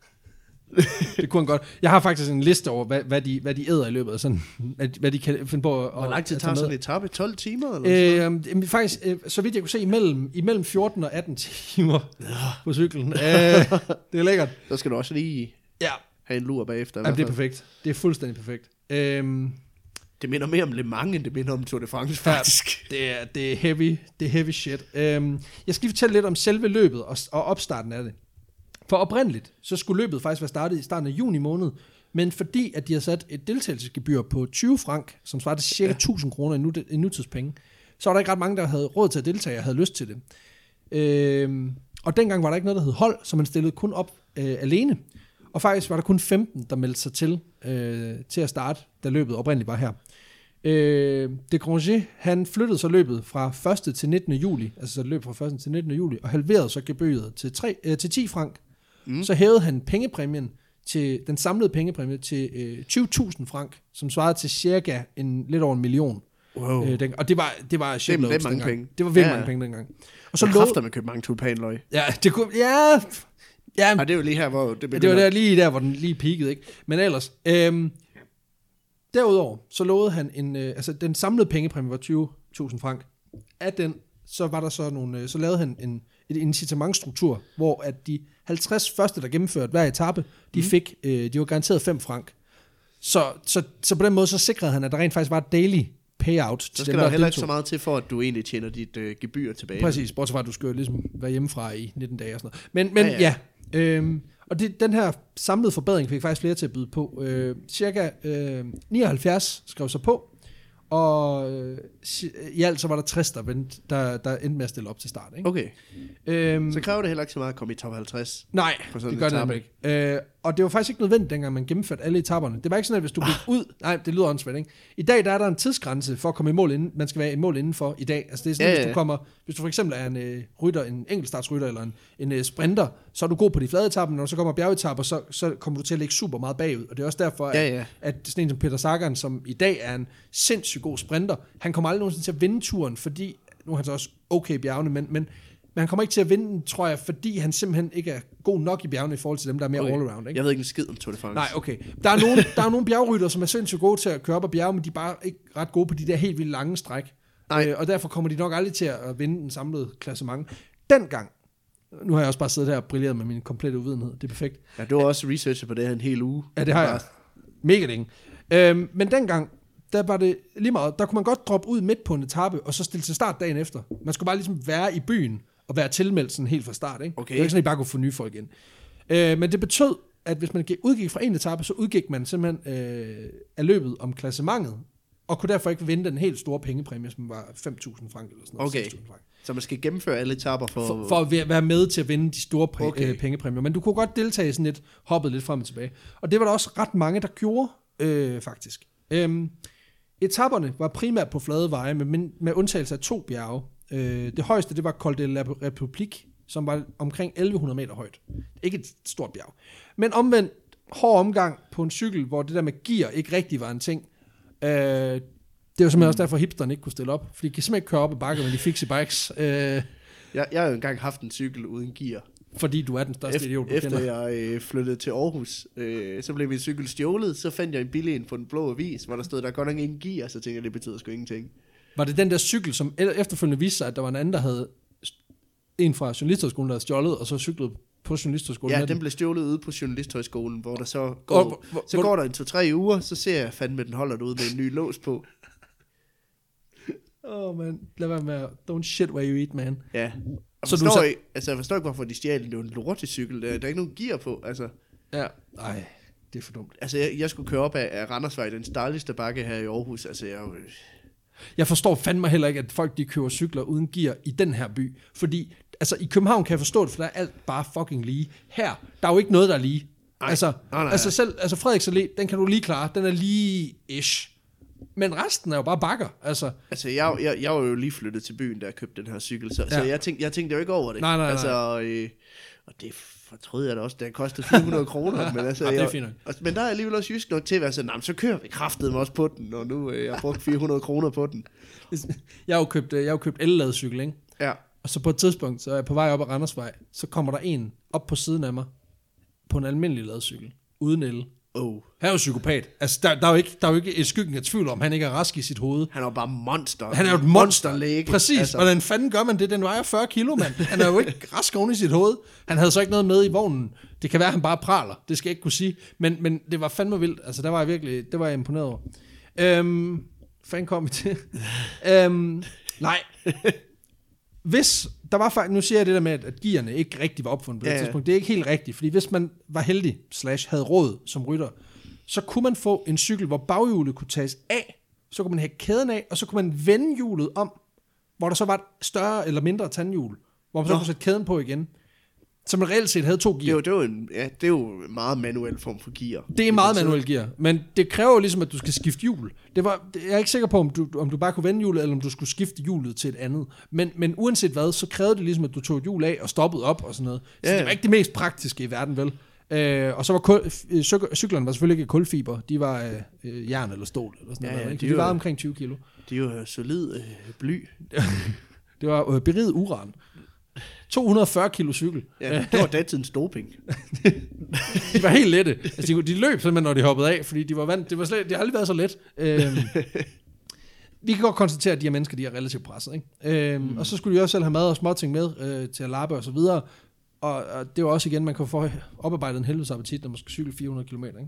Speaker 2: Det kunne han godt. Jeg har faktisk en liste over, hvad, hvad, de, hvad de æder i løbet af sådan, hvad, de- hvad de kan finde på at
Speaker 1: Hvor lang tid
Speaker 2: at
Speaker 1: tager
Speaker 2: tage med.
Speaker 1: sådan en etape? 12 timer eller øh...
Speaker 2: Øh, jamen, faktisk, øh, så vidt jeg kunne se, imellem, imellem 14 og 18 timer på cyklen. Øh, det er lækkert.
Speaker 1: Der skal du også lige
Speaker 2: Ja,
Speaker 1: have en lur bagefter. i
Speaker 2: Jamen,
Speaker 1: hvert
Speaker 2: det er
Speaker 1: fald.
Speaker 2: perfekt. Det er fuldstændig perfekt. Øhm,
Speaker 1: det minder mere om Le Mans, end det minder om Tour de France,
Speaker 2: Ja.
Speaker 1: faktisk.
Speaker 2: det, er, det er heavy, det er heavy shit. Øhm, jeg skal lige fortælle lidt om selve løbet og, og opstarten af det. For oprindeligt, så skulle løbet faktisk være startet i starten af juni måned, men fordi at de har sat et deltagelsesgebyr på 20 frank, som svarer til cirka 1000 kroner i, nu, i nutidspenge, så var der ikke ret mange, der havde råd til at deltage og havde lyst til det. Øhm, og dengang var der ikke noget, der hed hold, så man stillede kun op øh, alene. Og faktisk var der kun 15, der meldte sig til, øh, til at starte, da løbet oprindeligt var her. Øh, de Granger, han flyttede så løbet fra 1. til 19. juli, altså så løb fra 1. til 19. juli, og halverede så gebyret til, 3, øh, til 10 frank. Mm. Så hævede han pengepræmien til, den samlede pengepræmie til øh, 20.000 frank, som svarede til cirka en, lidt over en million.
Speaker 1: Wow.
Speaker 2: Øh, den, og det var, det var shit
Speaker 1: det er
Speaker 2: loads
Speaker 1: mange
Speaker 2: dengang.
Speaker 1: penge.
Speaker 2: Det var virkelig
Speaker 1: Ja,
Speaker 2: ja.
Speaker 1: ja.
Speaker 2: mange penge dengang. Og
Speaker 1: Så
Speaker 2: så lov,
Speaker 1: kræfter man købe mange tulpanløg.
Speaker 2: Ja, det kunne... Ja, ja,
Speaker 1: Og det er jo lige her, hvor det
Speaker 2: ja
Speaker 1: begynder.
Speaker 2: det var der, lige der, hvor den lige peakede, ikke? Men ellers... Øhm, derudover, så lovede han en... Øh, altså, den samlede pengepræmie var 20.000 frank. Af den, så var der så nogle... Øh, så lavede han en, et incitamentstruktur, hvor at de 50 første, der gennemførte hver etape, de mm. fik... Øh, de var garanteret 5 frank. Så, så, så på den måde, så sikrede han, at der rent faktisk var et daily payout til
Speaker 1: Så skal
Speaker 2: dem,
Speaker 1: der jo heller
Speaker 2: deltog.
Speaker 1: ikke så meget til, for at du egentlig tjener dit øh, gebyr tilbage.
Speaker 2: Præcis, bortset fra, at du skal jo ligesom være hjemmefra i 19 dage og sådan noget. Men, men
Speaker 1: Ja,
Speaker 2: ja,
Speaker 1: ja.
Speaker 2: ja. ja øhm, og det, den her samlede forbedring fik faktisk flere til at byde på. Øh, cirka øh, 79 skrev sig på, og øh, si- i alt så var der 60, der, vendte, der, der endte med at stille op til start. Ikke?
Speaker 1: Okay,
Speaker 2: Okay. Øhm,
Speaker 1: så kræver det heller ikke så meget at komme i top 50.
Speaker 2: nej,
Speaker 1: på sådan
Speaker 2: det
Speaker 1: en
Speaker 2: gør det
Speaker 1: etape.
Speaker 2: nemlig ikke. Øh, og det var faktisk ikke nødvendigt, dengang man gennemførte alle etaperne. Det var ikke sådan, at hvis du
Speaker 1: Ah.
Speaker 2: gik ud... Nej, det lyder åndssvagt, ikke? I dag der er der en tidsgrænse for at komme i mål inden. Man skal være i mål inden for i dag. Altså det er sådan,
Speaker 1: Ja,
Speaker 2: ja, ja.
Speaker 1: ja.
Speaker 2: hvis du kommer... Hvis du for eksempel er en øh, rytter, en enkeltstartsrytter eller en, en øh, sprinter, så er du god på de flade etaper, men når du så kommer bjergetapper, så, så kommer du til at ligge super meget bagud. Og det er også derfor, at,
Speaker 1: Ja, ja.
Speaker 2: at sådan en som Peter Sagan, som i dag er en sindssygt god sprinter, han kommer aldrig nogensinde til at vinde turen, fordi, nu er han så også okay i bjergene, men, men, men han kommer ikke til at vinde den, tror jeg, fordi han simpelthen ikke er god nok i bjergene i forhold til dem, der er mere
Speaker 1: Okay.
Speaker 2: okay. all-around. Ikke?
Speaker 1: Jeg ved ikke en skid om Tour de France.
Speaker 2: Nej, okay. Der er nogle, der er nogle bjergrytter, som er sindssygt gode til at køre op ad bjerge, men de er bare ikke ret gode på de der helt vildt lange stræk.
Speaker 1: Nej.
Speaker 2: Øh, og derfor kommer de nok aldrig til at vinde den samlede klassement. Dengang, nu har jeg også bare siddet her og brilleret med min komplette uvidenhed, det er perfekt.
Speaker 1: Ja, du har også researchet på det her en hel uge.
Speaker 2: Ja, det har jeg. Mega længe. Øhm, men dengang, der var det lige meget, der kunne man godt droppe ud midt på en etape, og så stille til start dagen efter. Man skulle bare ligesom være i byen, og være tilmeldt sådan helt fra start, ikke?
Speaker 1: Okay.
Speaker 2: Det er ikke sådan, at I bare kunne få nye folk ind. Øh, men det betød, at hvis man gik- udgik fra en etape, så udgik man simpelthen øh, af løbet om klassementet, og kunne derfor ikke vinde den helt store pengepræmie, som var 5.000 frank eller sådan noget.
Speaker 1: Okay.
Speaker 2: 6.000 frank
Speaker 1: Så man skal gennemføre alle etaper for...
Speaker 2: for, for at være- være med til at vinde de store præ-
Speaker 1: Okay.
Speaker 2: okay. øh, pengepræmier. Men du kunne godt deltage i sådan lidt, hoppet lidt frem og tilbage. Og det var der også ret mange, der gjorde, øh, faktisk. Øhm, etaperne var primært på flade veje, med, min- med undtagelse af to bjerge. Øh, det højeste, det var Col de la République, som var omkring 1100 meter højt. Ikke et stort bjerg. Men omvendt, hård omgang på en cykel, hvor det der med gear ikke rigtig var en ting. Øh, det var simpelthen også derfor, at hipsterne ikke kunne stille op. Fordi de kan simpelthen ikke køre op ad bakker med de fixe bikes. Øh,
Speaker 1: Jeg, jeg har jo engang haft en cykel uden gear.
Speaker 2: fordi du er den største F- idiot, du
Speaker 1: efter
Speaker 2: kender.
Speaker 1: jeg øh, flyttede til Aarhus, øh, så blev min cykel stjålet, så fandt jeg en billig en på den blå avis, hvor der stod, der er godt nok ingen gear, så tænkte jeg, det betyder sgu ingenting.
Speaker 2: Var det den der cykel, som el- efterfølgende viste sig, at der var en anden, der havde en fra journalisterskolen, der havde stjålet, og så cyklet på journalisterskolen?
Speaker 1: Ja,
Speaker 2: med
Speaker 1: den blev stjålet ude på Journalisthøjskolen, hvor der så går,
Speaker 2: Hvor-
Speaker 1: oh,
Speaker 2: hvor-
Speaker 1: så
Speaker 2: hvor-
Speaker 1: går der en to-tre uger, så ser jeg fandme, den holder ud med en ny lås på.
Speaker 2: Åh, oh, man. Lad være med at... Don't shit where you eat, man.
Speaker 1: Ja, Jeg
Speaker 2: Så du
Speaker 1: forstår, så
Speaker 2: så-
Speaker 1: du ikke, altså, jeg forstår ikke, hvorfor de stjal det er jo en lortecykel. Der, der er ikke nogen gear på. Altså,
Speaker 2: Ja. Nej, det er for dumt.
Speaker 1: altså jeg, jeg, skulle køre op af, af Randersvej, den stejligste bakke her i Aarhus. Altså, jeg, er jo-
Speaker 2: Jeg forstår fandme heller ikke, at folk de køber cykler uden gear i den her by. Fordi, altså i København kan jeg forstå det, for der er alt bare fucking lige. Her, der er jo ikke noget, der er lige.
Speaker 1: Ej.
Speaker 2: altså,
Speaker 1: Nej, nej,
Speaker 2: altså
Speaker 1: nej.
Speaker 2: selv, altså Frederiks Allé, den kan du lige klare. Den er lige ish. Men resten er jo bare bakker. Altså,
Speaker 1: altså jeg, jeg, jeg, var jo lige flyttet til byen, da jeg købte den her cykel. Så, ja. så
Speaker 2: Ja.
Speaker 1: jeg, tænkte, jeg tænkte jo ikke over det.
Speaker 2: Nej, nej, nej.
Speaker 1: Altså, øh, og det fortrød jeg da også. Det kostede 400 kroner. Men, altså,
Speaker 2: Ja, det er
Speaker 1: jeg-
Speaker 2: fint nok.
Speaker 1: og- men der er jeg alligevel også jysk nok til at være sådan, "Nå, men så kører vi kraftedeme også på den, og nu øh, jeg har brugt 400 kroner på den.
Speaker 2: jeg har jo købt, øh, jeg har jo købt el cykel, ikke?
Speaker 1: Ja.
Speaker 2: Og så på et tidspunkt, så er jeg på vej op ad Randersvej, så kommer der en op på siden af mig, på en almindelig ladcykel, uden el.
Speaker 1: Oh.
Speaker 2: Han er jo psykopat. Altså, der, der, er jo ikke, der er jo ikke et skyggen af tvivl om, han ikke er rask i sit hoved.
Speaker 1: Han er jo bare monster.
Speaker 2: Han er jo et monster.
Speaker 1: Monsterlæge.
Speaker 2: Præcis. Altså. Hvordan fanden gør man det? Den vejer 40 kilo, mand. Han er jo ikke rask oven i sit hoved. Han havde så ikke noget med i vognen. Det kan være, at han bare praler. Det skal jeg ikke kunne sige. Men, men det var fandme vildt. Altså, der var jeg virkelig det var jeg imponeret over. Øhm, fanden kom vi til? øhm, nej. Hvis der var faktisk, nu siger jeg det der med, at- at gearne ikke rigtig var opfundet på det
Speaker 1: Ja, ja.
Speaker 2: tidspunkt. Det er ikke helt rigtigt, fordi hvis man var heldig, slash havde råd som rytter, så kunne man få en cykel, hvor baghjulet kunne tages af, så kunne man have kæden af, og så kunne man vende hjulet om, hvor der så var et større eller mindre tandhjul, hvor man så
Speaker 1: Nå.
Speaker 2: kunne sætte kæden på igen. Så man reelt set havde to
Speaker 1: Det er,
Speaker 2: gear.
Speaker 1: jo, det, er jo en, ja, det er jo en meget manuel form for gear.
Speaker 2: Det er meget
Speaker 1: betyder-
Speaker 2: manuel gear, men det kræver jo ligesom, at du skal skifte hjul. Det var, det- jeg er ikke sikker på, om du, om du bare kunne vende hjulet, eller om du skulle skifte hjulet til et andet. Men, men uanset hvad, så krævede det ligesom, at du tog et hjul af og stoppede op og sådan noget. Så
Speaker 1: Ja,
Speaker 2: yeah.
Speaker 1: ja.
Speaker 2: det var ikke det mest praktiske i verden, vel? Øh, og så var kul, øh, cyk- cyklerne var selvfølgelig ikke kulfiber, de var øh, øh, jern eller stål eller sådan
Speaker 1: Ja,
Speaker 2: noget.
Speaker 1: ja,
Speaker 2: ikke?
Speaker 1: de
Speaker 2: Så de
Speaker 1: var-
Speaker 2: var omkring 20 kilo.
Speaker 1: Det er jo øh, solid øh, bly.
Speaker 2: Det var øh, beriget uran. 240 kilo cykel.
Speaker 1: Ja, det var datidens doping.
Speaker 2: De var helt lette. Altså, de, kunne- de løb simpelthen, når de hoppede af, fordi de var vant. Det, var slet, det har aldrig været så let. Øhm, vi kan godt konstatere, at de her mennesker, de er relativt presset. Ikke? Øhm, mm. Og så skulle de også selv have mad og småting med øh, til at lappe og så videre. Og, og det var også igen, man kunne få oparbejdet en helvedes appetit, når man skulle cykle 400 km. Ikke?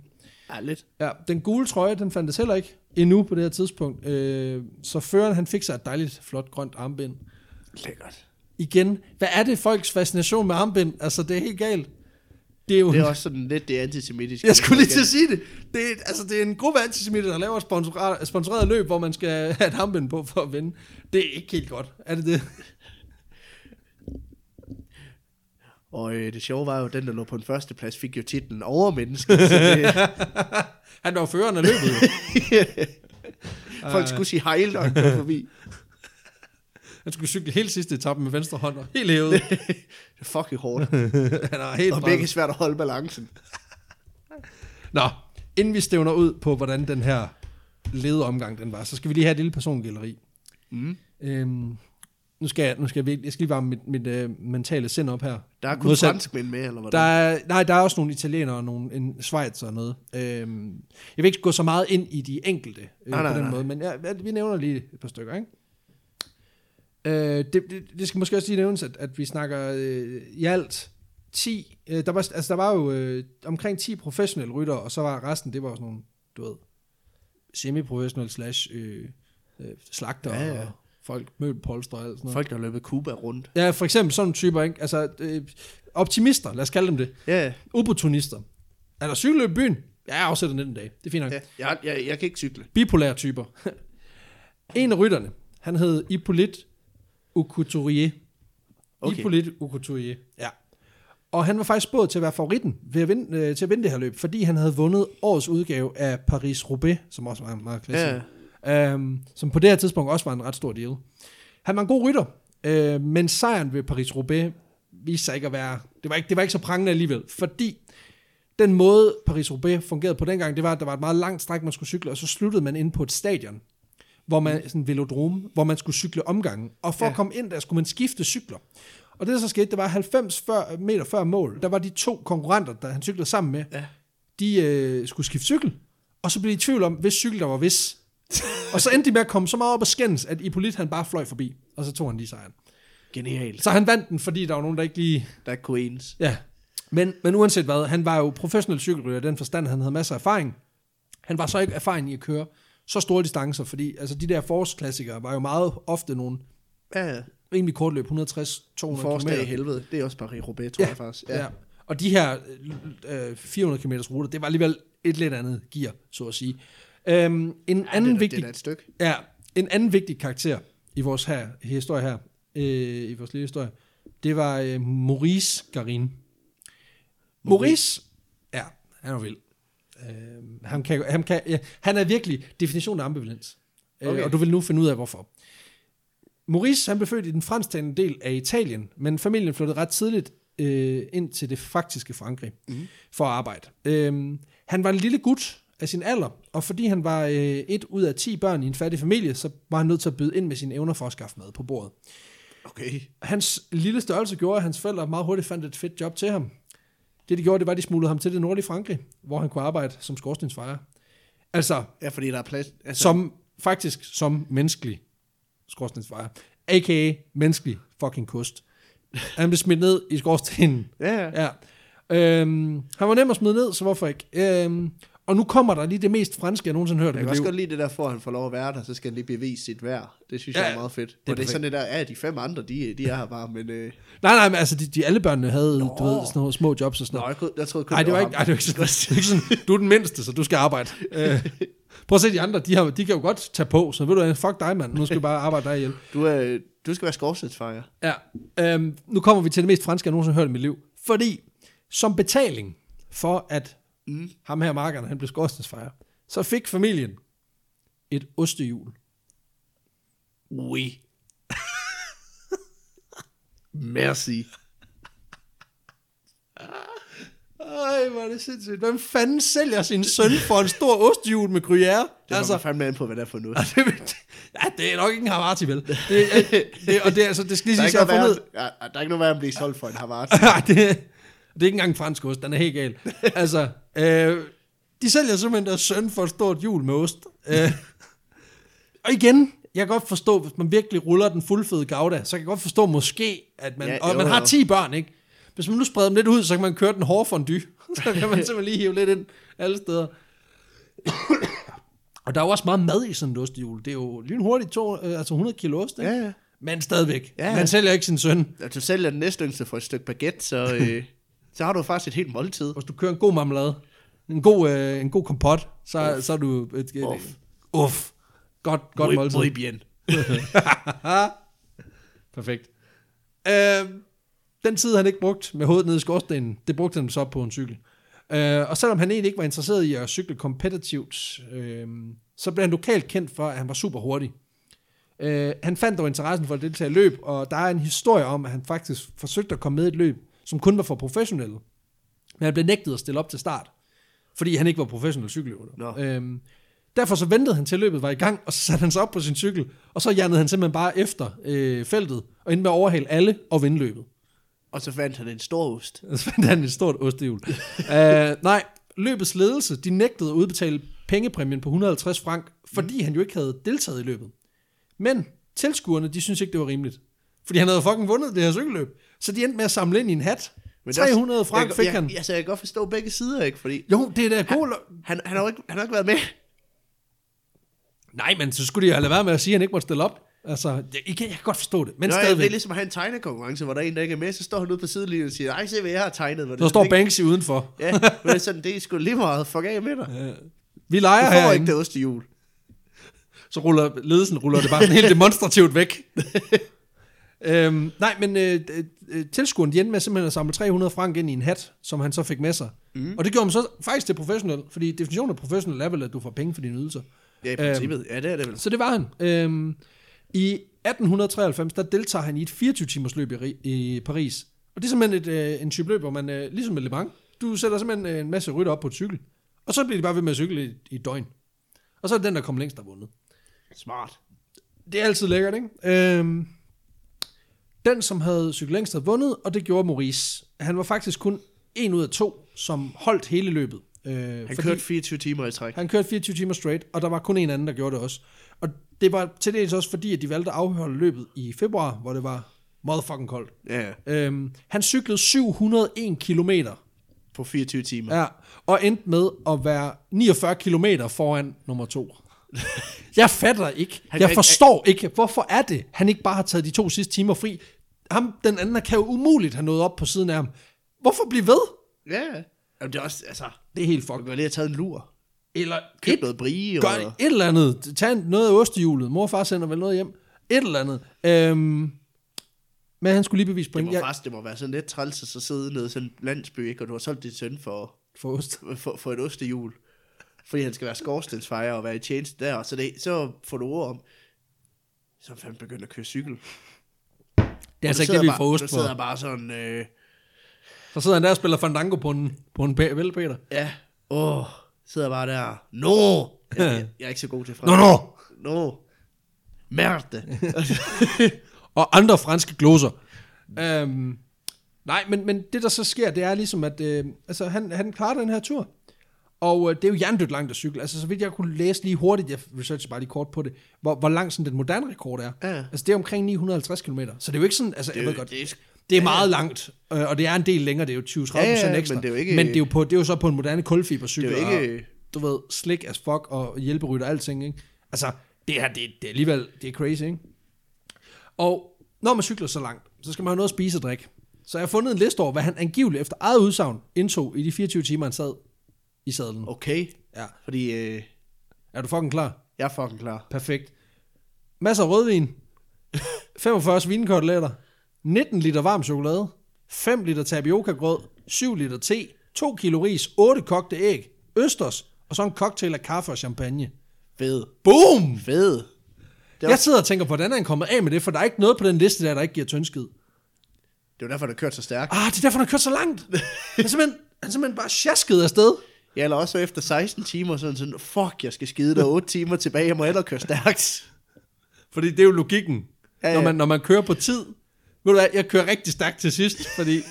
Speaker 1: Ja, lidt.
Speaker 2: Ja, den gule trøje, den fandtes heller ikke endnu på det her tidspunkt. Øh, så føreren, han fik sig et dejligt, flot, grønt armbind.
Speaker 1: Lækkert.
Speaker 2: Igen, hvad er det folks fascination med armbind? Altså, det er helt galt. Det er jo
Speaker 1: Det er også sådan lidt det antisemitiske.
Speaker 2: Jeg skulle lige til at sige det. Det er, altså, det er en gruppe antisemitter, der laver sponsoreret, sponsoreret løb, hvor man skal have et armbind på for at vinde. Det er ikke helt godt. Er det det?
Speaker 1: Og øh, det sjove var jo, at den, der lå på den første plads, fik jo titlen Overmenneske. så det,
Speaker 2: Han var føreren af løbet. jo.
Speaker 1: folk skulle sige hejl, når de kom forbi.
Speaker 2: Han skulle cykle hele sidste etape med venstre hånd og helt hævet.
Speaker 1: Det er fucking hårdt.
Speaker 2: Han er helt
Speaker 1: Og
Speaker 2: brækket.
Speaker 1: begge svært at holde balancen.
Speaker 2: Nå, inden vi stævner ud på, hvordan den her ledede omgang den var, så skal vi lige have et lille persongælleri.
Speaker 1: Mm.
Speaker 2: Øhm, nu skal jeg, nu skal jeg, virkelig- jeg skal lige varme mit, mit øh, mentale sind op her.
Speaker 1: Der er kun
Speaker 2: Modsat-
Speaker 1: franskmænd med, eller
Speaker 2: Der
Speaker 1: hvordan?
Speaker 2: er, nej, der er også nogle italienere og nogle, en Schweizer og noget. Øhm, jeg vil ikke gå så meget ind i de enkelte øh,
Speaker 1: Nej, nej,
Speaker 2: nej, på den
Speaker 1: nej.
Speaker 2: måde, men ja, vi nævner lige et par stykker, ikke? Øh, det, det, det skal måske også lige nævnes, at, at vi snakker øh, i alt 10, øh, der, var, altså, der var jo øh, omkring 10 professionelle ryttere, og så var resten, det var jo sådan nogle, du ved, semi-professionelle slash øh, øh, slagter
Speaker 1: Ja,
Speaker 2: ja,
Speaker 1: ja.
Speaker 2: ja. og folk, møbelpolster og alt sådan noget.
Speaker 1: Folk, der løber Cuba rundt.
Speaker 2: Ja, for eksempel sådan nogle typer, ikke? Altså, øh, optimister, lad os kalde dem det
Speaker 1: Ja,
Speaker 2: opportunister. Er der cykelløb i byen? Ja, jeg afsætter 19 dage. Det er fint nok.
Speaker 1: ja.
Speaker 2: Ja.
Speaker 1: Jeg, jeg, jeg kan ikke cykle.
Speaker 2: Bipolære typer. en af rytterne, han hed Hippolyte Couturier. Okay.
Speaker 1: Okay.
Speaker 2: Hippolyte Couturier. Ja. Og han var faktisk spået til at være favoritten ved at vinde, øh, til at vinde det her løb, fordi han havde vundet årets udgave af Paris-Roubaix, som også var en meget klassisk.
Speaker 1: Ja.
Speaker 2: Øhm, som på det her tidspunkt også var en ret stor deal. Han var en god rytter, øh, men sejren ved Paris-Roubaix viste sig ikke at være... Det var ikke, det var ikke så prangende alligevel, fordi den måde Paris-Roubaix fungerede på dengang, det var, at der var et meget langt stræk, man skulle cykle, og så sluttede man inde på et stadion, hvor man, sådan en velodrom, hvor man skulle cykle omgangen. Og for ja.
Speaker 1: Ja.
Speaker 2: at komme ind der, skulle man skifte cykler. Og det, der så skete, det var 90 før, meter før mål, der var de to konkurrenter, der han cyklede sammen med,
Speaker 1: Ja.
Speaker 2: de øh, skulle skifte cykel, og så blev de i tvivl om, hvis cykel der var hvis. og så endte de med at komme så meget op og skændes, at Hippolyt han bare fløj forbi, og så tog han lige sejren.
Speaker 1: Genialt.
Speaker 2: Så han vandt den, fordi der var nogen, der ikke lige
Speaker 1: Der er Queens.
Speaker 2: Ja, men, men uanset hvad, han var jo professionel cykelrytter i den forstand, han havde masser af erfaring. Han var så ikke erfaring i at køre så store distancer, fordi altså, de der forårsklassikere var jo meget ofte nogle
Speaker 1: Ja, ja.
Speaker 2: rimelig kort løb, 160-200 km.
Speaker 1: Forslag i helvede. Det er også Paris-Roubaix, tror
Speaker 2: Ja,
Speaker 1: jeg faktisk.
Speaker 2: Ja. ja. Og de her øh, øh, 400 km ruter, det var alligevel et lidt andet gear, så at sige. Øhm, en
Speaker 1: Ej, det,
Speaker 2: anden
Speaker 1: er da- Det
Speaker 2: vigtig
Speaker 1: er da et stykke.
Speaker 2: Ja, en anden vigtig karakter i vores her, historie her, øh, i vores lille historie, det var øh, Maurice Garin. Maurice, ja, han er vild. Øh, han, kan, han, kan, ja, han er virkelig definitionen af ambivalens. Okay.
Speaker 1: Okay.
Speaker 2: Øh, og du vil nu finde ud af, hvorfor. Maurice, han blev født i den fransktalende del af Italien, men familien flyttede ret tidligt øh, ind til det faktiske Frankrig mm. for at arbejde. Øhm, han var en lille gut af sin alder, og fordi han var øh, et ud af ti børn i en fattig familie, så var han nødt til at byde ind med sine evner for at skaffe mad på bordet.
Speaker 1: Okay.
Speaker 2: Hans lille størrelse gjorde, at hans forældre meget hurtigt fandt et fedt job til ham. Det de gjorde, det var, at de smuglede ham til det nordlige Frankrig, hvor han kunne arbejde som skorstensfejer. Altså,
Speaker 1: Ja, fordi der er plads. Altså,
Speaker 2: som faktisk som menneskelig skorstensfejer. A.k.a. menneskelig fucking kost. Han blev smidt ned i skorstenen.
Speaker 1: ja, ja.
Speaker 2: Ja. Øhm, han var nem at smide ned, så hvorfor ikke? Øhm, og nu kommer der lige det mest franske, jeg nogensinde har hørt i
Speaker 1: Jeg
Speaker 2: mit
Speaker 1: kan også
Speaker 2: liv.
Speaker 1: godt lide det der, for at han får lov at være der, så skal han lige bevise sit værd. Det synes ja,
Speaker 2: Ja,
Speaker 1: jeg er meget fedt.
Speaker 2: er
Speaker 1: Det er, det er
Speaker 2: perfekt.
Speaker 1: sådan det der, ja, de fem andre, de, de er her bare, men... Øh,
Speaker 2: Nej, nej, men altså, de, de alle børnene havde, du
Speaker 1: Nå.
Speaker 2: ved, sådan nogle små jobs og sådan
Speaker 1: nå,
Speaker 2: noget.
Speaker 1: jeg, kunne- jeg troede kun,
Speaker 2: Nej, det var
Speaker 1: ham.
Speaker 2: ikke, ej, det var ikke sådan, det var ikke sådan, du er den mindste, så du skal arbejde. Øh, prøv at se de andre, de, har, de kan jo godt tage på, så ved du hvad, fuck dig mand, nu skal du bare arbejde dig ihjel.
Speaker 1: Du, er, du skal være skorstensfejer.
Speaker 2: Ja, øhm, nu kommer vi til det mest franske, jeg nogensinde har hørt i mit liv. Fordi som betaling for, at mm. ham her markeren, han blev skorstensfejer, så fik familien et ostehjul.
Speaker 1: Oui. Merci.
Speaker 2: Ej, hvor er det sindssygt. Hvem fanden sælger sin søn for en stor ostehjul med gruyere?
Speaker 1: Det altså, fandme an på, hvad det er for noget.
Speaker 2: Altså, det, ja, det er nok ikke en Havarti, vel? Det, er- det, og det, er altså, det skal lige
Speaker 1: Der er,
Speaker 2: sige,
Speaker 1: ikke
Speaker 2: jeg har
Speaker 1: noget
Speaker 2: fundet...
Speaker 1: værre, ja, der er ikke noget værre at blive solgt for en Havard.
Speaker 2: Nej, det, det er ikke engang en fransk ost, den er helt gal. Altså, øh, de sælger simpelthen deres søn for et stort hjul med ost. Øh, og igen, jeg kan godt forstå, hvis man virkelig ruller den fuldfede gavda, så kan jeg godt forstå måske, at man, ja,
Speaker 1: Ja,
Speaker 2: og
Speaker 1: jo,
Speaker 2: man har
Speaker 1: jo.
Speaker 2: 10 børn, ikke? Hvis man nu spreder dem lidt ud, så kan man køre den hårde fondue. Så kan man simpelthen lige hive lidt ind alle steder. og der er jo også meget mad i sådan en ostehjul. Det er jo lynhurtigt to, øh, altså 100 kilo ost, ikke?
Speaker 1: Ja, ja.
Speaker 2: Men stadigvæk.
Speaker 1: Ja, ja.
Speaker 2: Man sælger ikke sin søn.
Speaker 1: Når du sælger den næste yngste for et stykke baguette, så, øh, så har du faktisk et helt måltid.
Speaker 2: Hvis du kører en god marmelade, en god, øh, en god kompot, så, så er du... Et, et,
Speaker 1: Uff.
Speaker 2: Uff. Godt, godt
Speaker 1: Muy-
Speaker 2: måltid.
Speaker 1: Muy bien.
Speaker 2: Perfekt. Øh, den tid, han ikke brugte med hovedet nede i skorstenen, det brugte han så på en cykel. Øh, og selvom han egentlig ikke var interesseret i at cykle kompetitivt, øh, så blev han lokalt kendt for, at han var super hurtig. Øh, han fandt dog interessen for at deltage i løb, og der er en historie om, at han faktisk forsøgte at komme med i et løb, som kun var for professionelle. Men han blev nægtet at stille op til start, fordi han ikke var professionel cykelløber.
Speaker 1: Nå.
Speaker 2: Øhm, derfor så ventede han til løbet var i gang, og så satte han sig op på sin cykel, og så jernede han simpelthen bare efter øh, feltet, og endte med at overhale alle og vinde løbet.
Speaker 1: Og så fandt han en stor ost.
Speaker 2: Og Så fandt han et stort ostehjul. uh, nej, løbets ledelse, de nægtede at udbetale pengepræmien på 150 frank, fordi mm. han jo ikke havde deltaget i løbet. Men tilskuerne, de synes ikke, det var rimeligt. Fordi han havde fucking vundet det her cykelløb. Så de endte med at samle ind i en hat. Men
Speaker 1: der er-
Speaker 2: 300 frank
Speaker 1: jeg,
Speaker 2: fik
Speaker 1: jeg,
Speaker 2: han.
Speaker 1: Jeg, altså, jeg kan godt forstå begge sider, ikke? Fordi
Speaker 2: Jo, det er da god lo-
Speaker 1: han, han, har jo ikke, han har ikke været med.
Speaker 2: Nej, men så skulle de have lade være med at sige, at han ikke måtte stille op. Altså, jeg, jeg kan jeg kan godt forstå det, men
Speaker 1: Nå,
Speaker 2: Nå,
Speaker 1: ja,
Speaker 2: stadigvæk.
Speaker 1: det er ligesom at have en tegnekonkurrence, hvor der er en, der ikke er med, så står han ude på sidelinjen og siger, ej, se hvad jeg har tegnet. Hvor det
Speaker 2: Der
Speaker 1: er
Speaker 2: står
Speaker 1: sådan,
Speaker 2: Banksy udenfor.
Speaker 1: ikke- Ja, men det er sådan, det er sgu lige meget. Fuck af med dig. Du
Speaker 2: Vi leger
Speaker 1: får ikke
Speaker 2: herinde,
Speaker 1: det ost i jul.
Speaker 2: så ruller ledelsen ruller det bare sådan helt demonstrativt væk. øhm, nej, men øh, øh, tilskueren, de endte med simpelthen at samle 300 frank ind i en hat, som han så fik med sig. Mm. Og det gjorde ham så faktisk til professionel, fordi definitionen af professionel er vel, at du får penge for dine ydelser.
Speaker 1: Ja,
Speaker 2: Øhm.
Speaker 1: i princippet. ja, det er det vel.
Speaker 2: Så det var han. Øhm, I 1893, der deltager han i et 24-timers løb i, Ri- i Paris. Og det er simpelthen et, øh, en type løb, hvor man, øh, ligesom med Le Mans, du sætter simpelthen øh, en masse rytter op på et cykel, og så bliver de bare ved med at cykle i, i et døgn. Og så er det den, der kommer længst, der har vundet.
Speaker 1: Smart.
Speaker 2: Det er altid lækkert, ikke? Øhm, den, som havde cyklet længst, havde vundet, og det gjorde Maurice. Han var faktisk kun en ud af to, som holdt hele løbet. Øh,
Speaker 1: Han kørte 24 timer i træk.
Speaker 2: han kørte 24 timer straight, og der var kun en anden, der gjorde det også. Og det var til dels også fordi, at de valgte at afholde løbet i februar, hvor det var motherfucking koldt.
Speaker 1: Ja, ja.
Speaker 2: Øhm, han cyklede 701 km,
Speaker 1: på 24 timer.
Speaker 2: ja, og endte med at være 49 km foran nummer to. Jeg fatter ikke.
Speaker 1: Han kan
Speaker 2: Jeg
Speaker 1: ikke-
Speaker 2: forstår ikke. Hvorfor er det, han ikke bare har taget de to sidste timer fri? Ham, den anden, kan jo umuligt have nået op på siden af ham. Hvorfor blive ved?
Speaker 1: Ja, Jamen, det er også, altså,
Speaker 2: Det er helt
Speaker 1: man
Speaker 2: fucked.
Speaker 1: kunne lige have taget en lur.
Speaker 2: Eller
Speaker 1: Køb noget brie.
Speaker 2: Gør
Speaker 1: og,
Speaker 2: et eller andet. Tag noget af ostehjulet. Mor og far sender vel noget hjem. Et eller andet. Øhm, men han skulle lige bevise
Speaker 1: det,
Speaker 2: point.
Speaker 1: må
Speaker 2: Jeg,
Speaker 1: faktisk, det må være sådan lidt træls at så sidde nede i sådan en landsby, ikke? og du har solgt din søn for,
Speaker 2: for ost.
Speaker 1: for, for et ostehjul. Fordi han skal være skorstensfejer og være i tjeneste der. Så, det, så får du ord om, så fanden begynder at køre cykel.
Speaker 2: Det er altså ikke det, vi får ost
Speaker 1: for.
Speaker 2: for.
Speaker 1: Du sidder bare sådan, øh,
Speaker 2: Så sidder han der og spiller fandango på en, på en pæ- vel, Peter.
Speaker 1: ja, åh, sidder bare der, no, jeg, jeg, jeg er ikke så god til
Speaker 2: Nå,
Speaker 1: fransk.
Speaker 2: nå!
Speaker 1: no. Merde.
Speaker 2: Og andre franske gloser. Øhm, nej, men, men det, der så sker, det er ligesom, at øh, altså, han, han klarer den her tur. Og øh, det er jo hjernedødt langt at cykle. Altså, så vidt jeg kunne læse lige hurtigt, jeg researchede bare lige kort på det, hvor, hvor lang sådan den moderne rekord er.
Speaker 1: Ja.
Speaker 2: Altså, det er omkring 950 km. Så det er jo ikke sådan, altså, det, jeg ved godt,
Speaker 1: det er-
Speaker 2: det er meget langt, øh, og det er en del længere, det er jo 20-30%
Speaker 1: Ja, ja, men
Speaker 2: ekstra.
Speaker 1: det er jo ikke-
Speaker 2: men det er jo, på, det er jo så på en moderne kulfibercykel.
Speaker 1: Det er jo ikke-
Speaker 2: og, du ved, slik as fuck og hjælperyt og alting, ikke? Altså, det her, det, det er alligevel, det er crazy, ikke? Og når man cykler så langt, så skal man have noget at spise og drikke. Så jeg har fundet en liste over, hvad han angiveligt efter eget udsagn indtog i de 24 timer, han sad i sadlen.
Speaker 1: Okay,
Speaker 2: Ja.
Speaker 1: fordi øh,
Speaker 2: Er du fucking klar?
Speaker 1: jeg er fucking klar.
Speaker 2: Perfekt. Masser af rødvin, 45 svinekoteletter, 19 liter varm chokolade, 5 liter tapiocagrød, 7 liter te, 2 kilo ris, 8 kogte æg, østers, og så en cocktail af kaffe og champagne.
Speaker 1: Fed.
Speaker 2: Boom!
Speaker 1: Fed. Det var-
Speaker 2: Jeg sidder og tænker, hvordan er han kommet af med det, for der er ikke noget på den liste der, der ikke giver tyndskid.
Speaker 1: Det var derfor, der kørte så stærkt.
Speaker 2: Ah, det er derfor, han har kørt så langt. Han er simpelthen, han er simpelthen bare sjasket afsted.
Speaker 1: Ja, eller også efter 16 timer, sådan sådan, fuck, jeg skal skide der 8 timer tilbage, jeg må hellere køre stærkt.
Speaker 2: Fordi det er jo logikken.
Speaker 1: Ja,
Speaker 2: Ja,
Speaker 1: ja.
Speaker 2: ja. Når, man, når man kører på tid, ved du hvad, jeg kører rigtig stærkt til sidst, fordi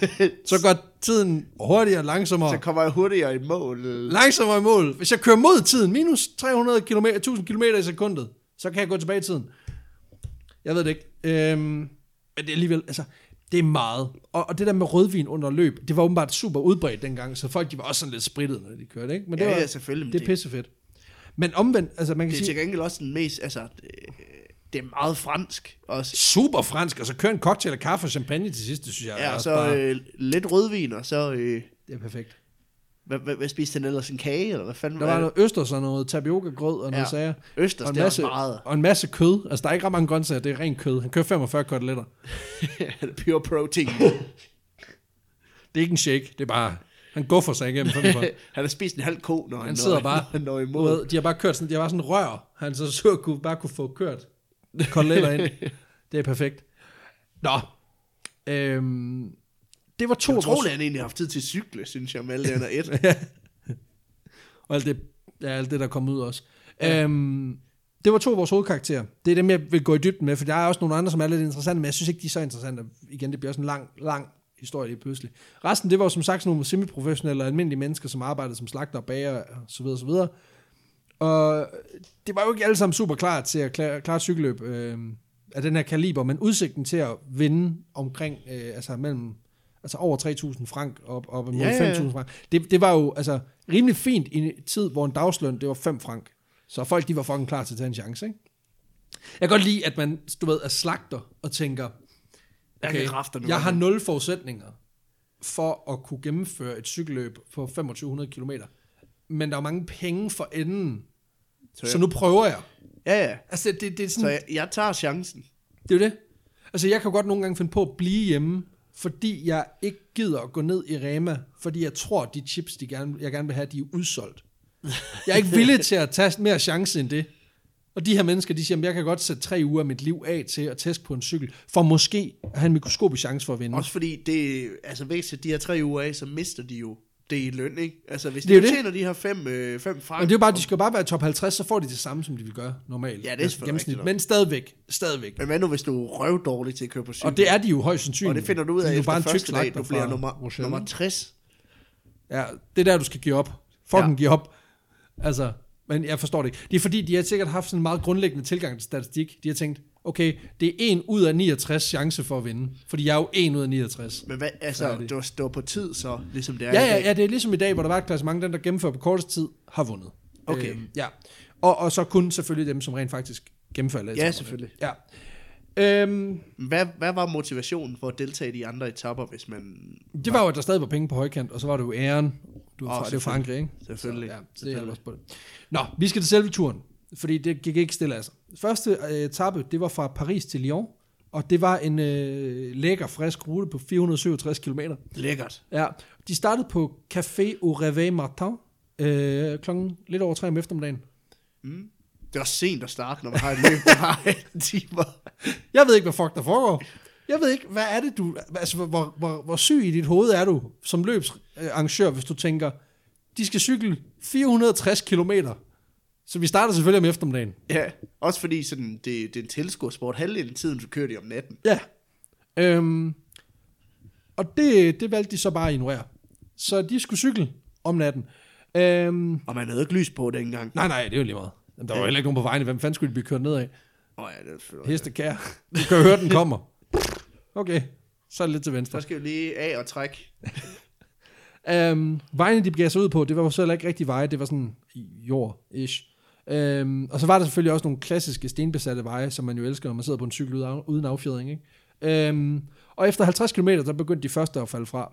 Speaker 2: så går tiden hurtigere, langsommere,
Speaker 1: Så kommer jeg hurtigere i mål.
Speaker 2: langsommere i mål. Hvis jeg kører mod tiden, minus 300 km, 1000 km i sekundet, så kan jeg gå tilbage i tiden. Jeg ved det ikke. Øhm, men det er alligevel, altså, det er meget. Og, og det der med rødvin under løb, det var åbenbart super udbredt dengang, så folk de var også sådan lidt sprittede, når de kørte, ikke? Men det
Speaker 1: Ja,
Speaker 2: var,
Speaker 1: ja, selvfølgelig, men
Speaker 2: Det er
Speaker 1: det-
Speaker 2: pissefedt. Men omvendt, altså man kan
Speaker 1: Det er
Speaker 2: sige...
Speaker 1: til gengæld også den mest, altså, det, det er meget fransk også.
Speaker 2: super fransk, og så kører en cocktail af kaffe og champagne til sidst, det synes jeg
Speaker 1: Ja,
Speaker 2: er
Speaker 1: og så
Speaker 2: bare,
Speaker 1: øh, lidt rødvin, og så, øh,
Speaker 2: det er perfekt.
Speaker 1: hvad, hvad, hvad spiste han ellers, en kage, eller hvad fanden
Speaker 2: Der var noget østers og noget tapioca-grød og noget
Speaker 1: Ja.
Speaker 2: ja. sager.
Speaker 1: Østers,
Speaker 2: og en
Speaker 1: det er
Speaker 2: masse,
Speaker 1: også meget.
Speaker 2: Og en masse kød. Altså, der er ikke ret mange grøntsager, det er rent kød. Han kører 45 koteletter.
Speaker 1: noget? Pure protein.
Speaker 2: Det er ikke en shake, det er bare... Han guffer sig igennem 45.
Speaker 1: han har spist en halv ko, når han,
Speaker 2: Han sidder bare...
Speaker 1: når han når
Speaker 2: du
Speaker 1: imod.
Speaker 2: ved, de har bare kørt sådan, de har bare sådan rør, han så, så kunne, bare kunne få kørt koteletter ind. Det er perfekt. Nå. Øhm, det var to
Speaker 1: Jeg
Speaker 2: af vores-
Speaker 1: tror, han egentlig har haft tid til at cykle, synes jeg, med alle det, han har et.
Speaker 2: Og alt det, ja, alt det der kom ud også. Ja. Øhm, det var to af vores hovedkarakterer. Det er dem, jeg vil gå i dybden med, for der er også nogle andre, som er lidt interessante, men jeg synes ikke, de er så interessante. Igen, det bliver også en lang, lang historie lige pludselig. Resten, det var jo som sagt sådan nogle semiprofessionelle og almindelige mennesker, som arbejdede som slagter og bager og så videre, så videre. Og det var jo ikke alle sammen super klar til at klare, klare et cykelløb øh, af den her kaliber, men udsigten til at vinde omkring, øh, altså mellem, altså over 3.000 frank op, op imod
Speaker 1: Ja, ja, ja.
Speaker 2: 5.000 frank. Det, det var jo altså rimelig fint i en tid, hvor en dagsløn, det var 5 frank. Så folk, de var fucking klar til at tage en chance, ikke? Jeg kan godt lide, at man, du ved, er slagter og tænker,
Speaker 1: Jeg kan kraftedeme
Speaker 2: jeg
Speaker 1: godt
Speaker 2: har
Speaker 1: lide.
Speaker 2: nul forudsætninger for at kunne gennemføre et cykelløb på 2500 km. Men der er mange penge for enden,
Speaker 1: Så
Speaker 2: så,
Speaker 1: jeg-
Speaker 2: så nu prøver jeg.
Speaker 1: Ja, ja.
Speaker 2: Altså, det, det, det er sådan,
Speaker 1: Så jeg, jeg tager chancen.
Speaker 2: det er jo det. Altså, jeg kan godt nogle gange finde på at blive hjemme, fordi jeg ikke gider at gå ned i Rema, fordi jeg tror, at de chips, de gerne, jeg gerne vil have, de er udsolgt. Jeg er ikke villig til at tage mere chance end det. Og de her mennesker, de siger, at jeg kan godt sætte tre uger af mit liv af til at teste på en cykel, for måske at have en mikroskopisk chance for at vinde.
Speaker 1: Også fordi det, altså væk de her tre uger af, så mister de jo det i løn, ikke? Altså hvis
Speaker 2: Det er
Speaker 1: de
Speaker 2: jo det.
Speaker 1: tjener de her fem, øh, fem frank,
Speaker 2: Og det er jo bare, de skal jo bare være i top 50, så får de det samme, som de vil gøre normalt. Altså,
Speaker 1: Ja, det er selvfølgelig rigtigt nok.
Speaker 2: Men stadigvæk, stadigvæk.
Speaker 1: Men hvad nu, hvis du er røvdårlig til at køre på cykel?
Speaker 2: Og det er de jo højst sandsynligt.
Speaker 1: og det finder du ud af
Speaker 2: fordi
Speaker 1: efter
Speaker 2: er en tyk
Speaker 1: første dag,
Speaker 2: slagter
Speaker 1: du bliver
Speaker 2: fra
Speaker 1: nummer,
Speaker 2: Rochelle.
Speaker 1: nummer 60.
Speaker 2: Ja, det er der, du skal give op. Fucking
Speaker 1: Ja.
Speaker 2: ja. give op. Altså, men jeg forstår det ikke. Det er fordi, de har sikkert haft sådan en meget grundlæggende tilgang til statistik. De har tænkt, okay, det er 1 ud af 69 chance for at vinde. Fordi jeg er jo 1 ud af 69.
Speaker 1: Men hvad, altså,
Speaker 2: Ja, det-
Speaker 1: du, du er på tid, så ligesom det er
Speaker 2: Ja,
Speaker 1: i dag.
Speaker 2: ja, ja, det er ligesom i dag, hvor der var et klassement, den der gennemfører på kortest tid, har vundet.
Speaker 1: Okay.
Speaker 2: Øhm, ja. Og, og så kun selvfølgelig dem, som rent faktisk gennemfører
Speaker 1: Ja,
Speaker 2: læserne.
Speaker 1: selvfølgelig.
Speaker 2: Ja. Øhm,
Speaker 1: Hvad, hvad var motivationen for at deltage i de andre etapper, hvis man...
Speaker 2: det var jo, at der stadig var penge på højkant, og så var det jo æren. Du
Speaker 1: Åh,
Speaker 2: var fra, det er jo Frankrig, ikke?
Speaker 1: Selvfølgelig.
Speaker 2: Så, ja, så det er
Speaker 1: Selvfølgelig.
Speaker 2: også på det. Nå, vi skal til selve turen, fordi det gik ikke stille af sig. Første øh, etape, det var fra Paris til Lyon, og det var en øh, lækker, frisk rute på 467 km.
Speaker 1: Lækkert.
Speaker 2: Ja, de startede på Café au Réveil Martin øh, klokken lidt over 3 om eftermiddagen.
Speaker 1: Mm. Det er også sent at starte, når man har et løb, der har 18 timer.
Speaker 2: Jeg ved ikke, hvad fuck der foregår. Jeg ved ikke, hvad er det du... Altså, hvor- hvor, hvor, hvor syg i dit hoved er du som løbsarrangør, hvis du tænker, de skal cykle 460 km. Så vi starter selvfølgelig om eftermiddagen.
Speaker 1: Ja, også fordi sådan, det, det er en tilskuersport. Halvdelen af tiden, så kører de om natten.
Speaker 2: Ja. Øhm, og det, det valgte de så bare at ignorere. Så de skulle cykle om natten. Øhm, Øh.
Speaker 1: Og man havde ikke lys på dengang.
Speaker 2: nej, nej, det er jo lige meget. Jamen, Der var jo heller ikke nogen på vejen. Hvem fanden skulle de blive kørt nedad?
Speaker 1: Åh ja, det er selvfølgelig.
Speaker 2: øh, Hestekær. Du kan høre, den kommer. Okay, så er det lidt til venstre.
Speaker 1: Så skal vi lige af og trække.
Speaker 2: Um, vejene, de begav sig ud på, det var jo så heller ikke rigtig veje, det var sådan jord-ish. Um, og så var der selvfølgelig også nogle klassiske stenbesatte veje, som man jo elsker, når man sidder på en cykel uden, af, uden affjedring. Ikke? Um, og efter 50 km, der begyndte de første at falde fra.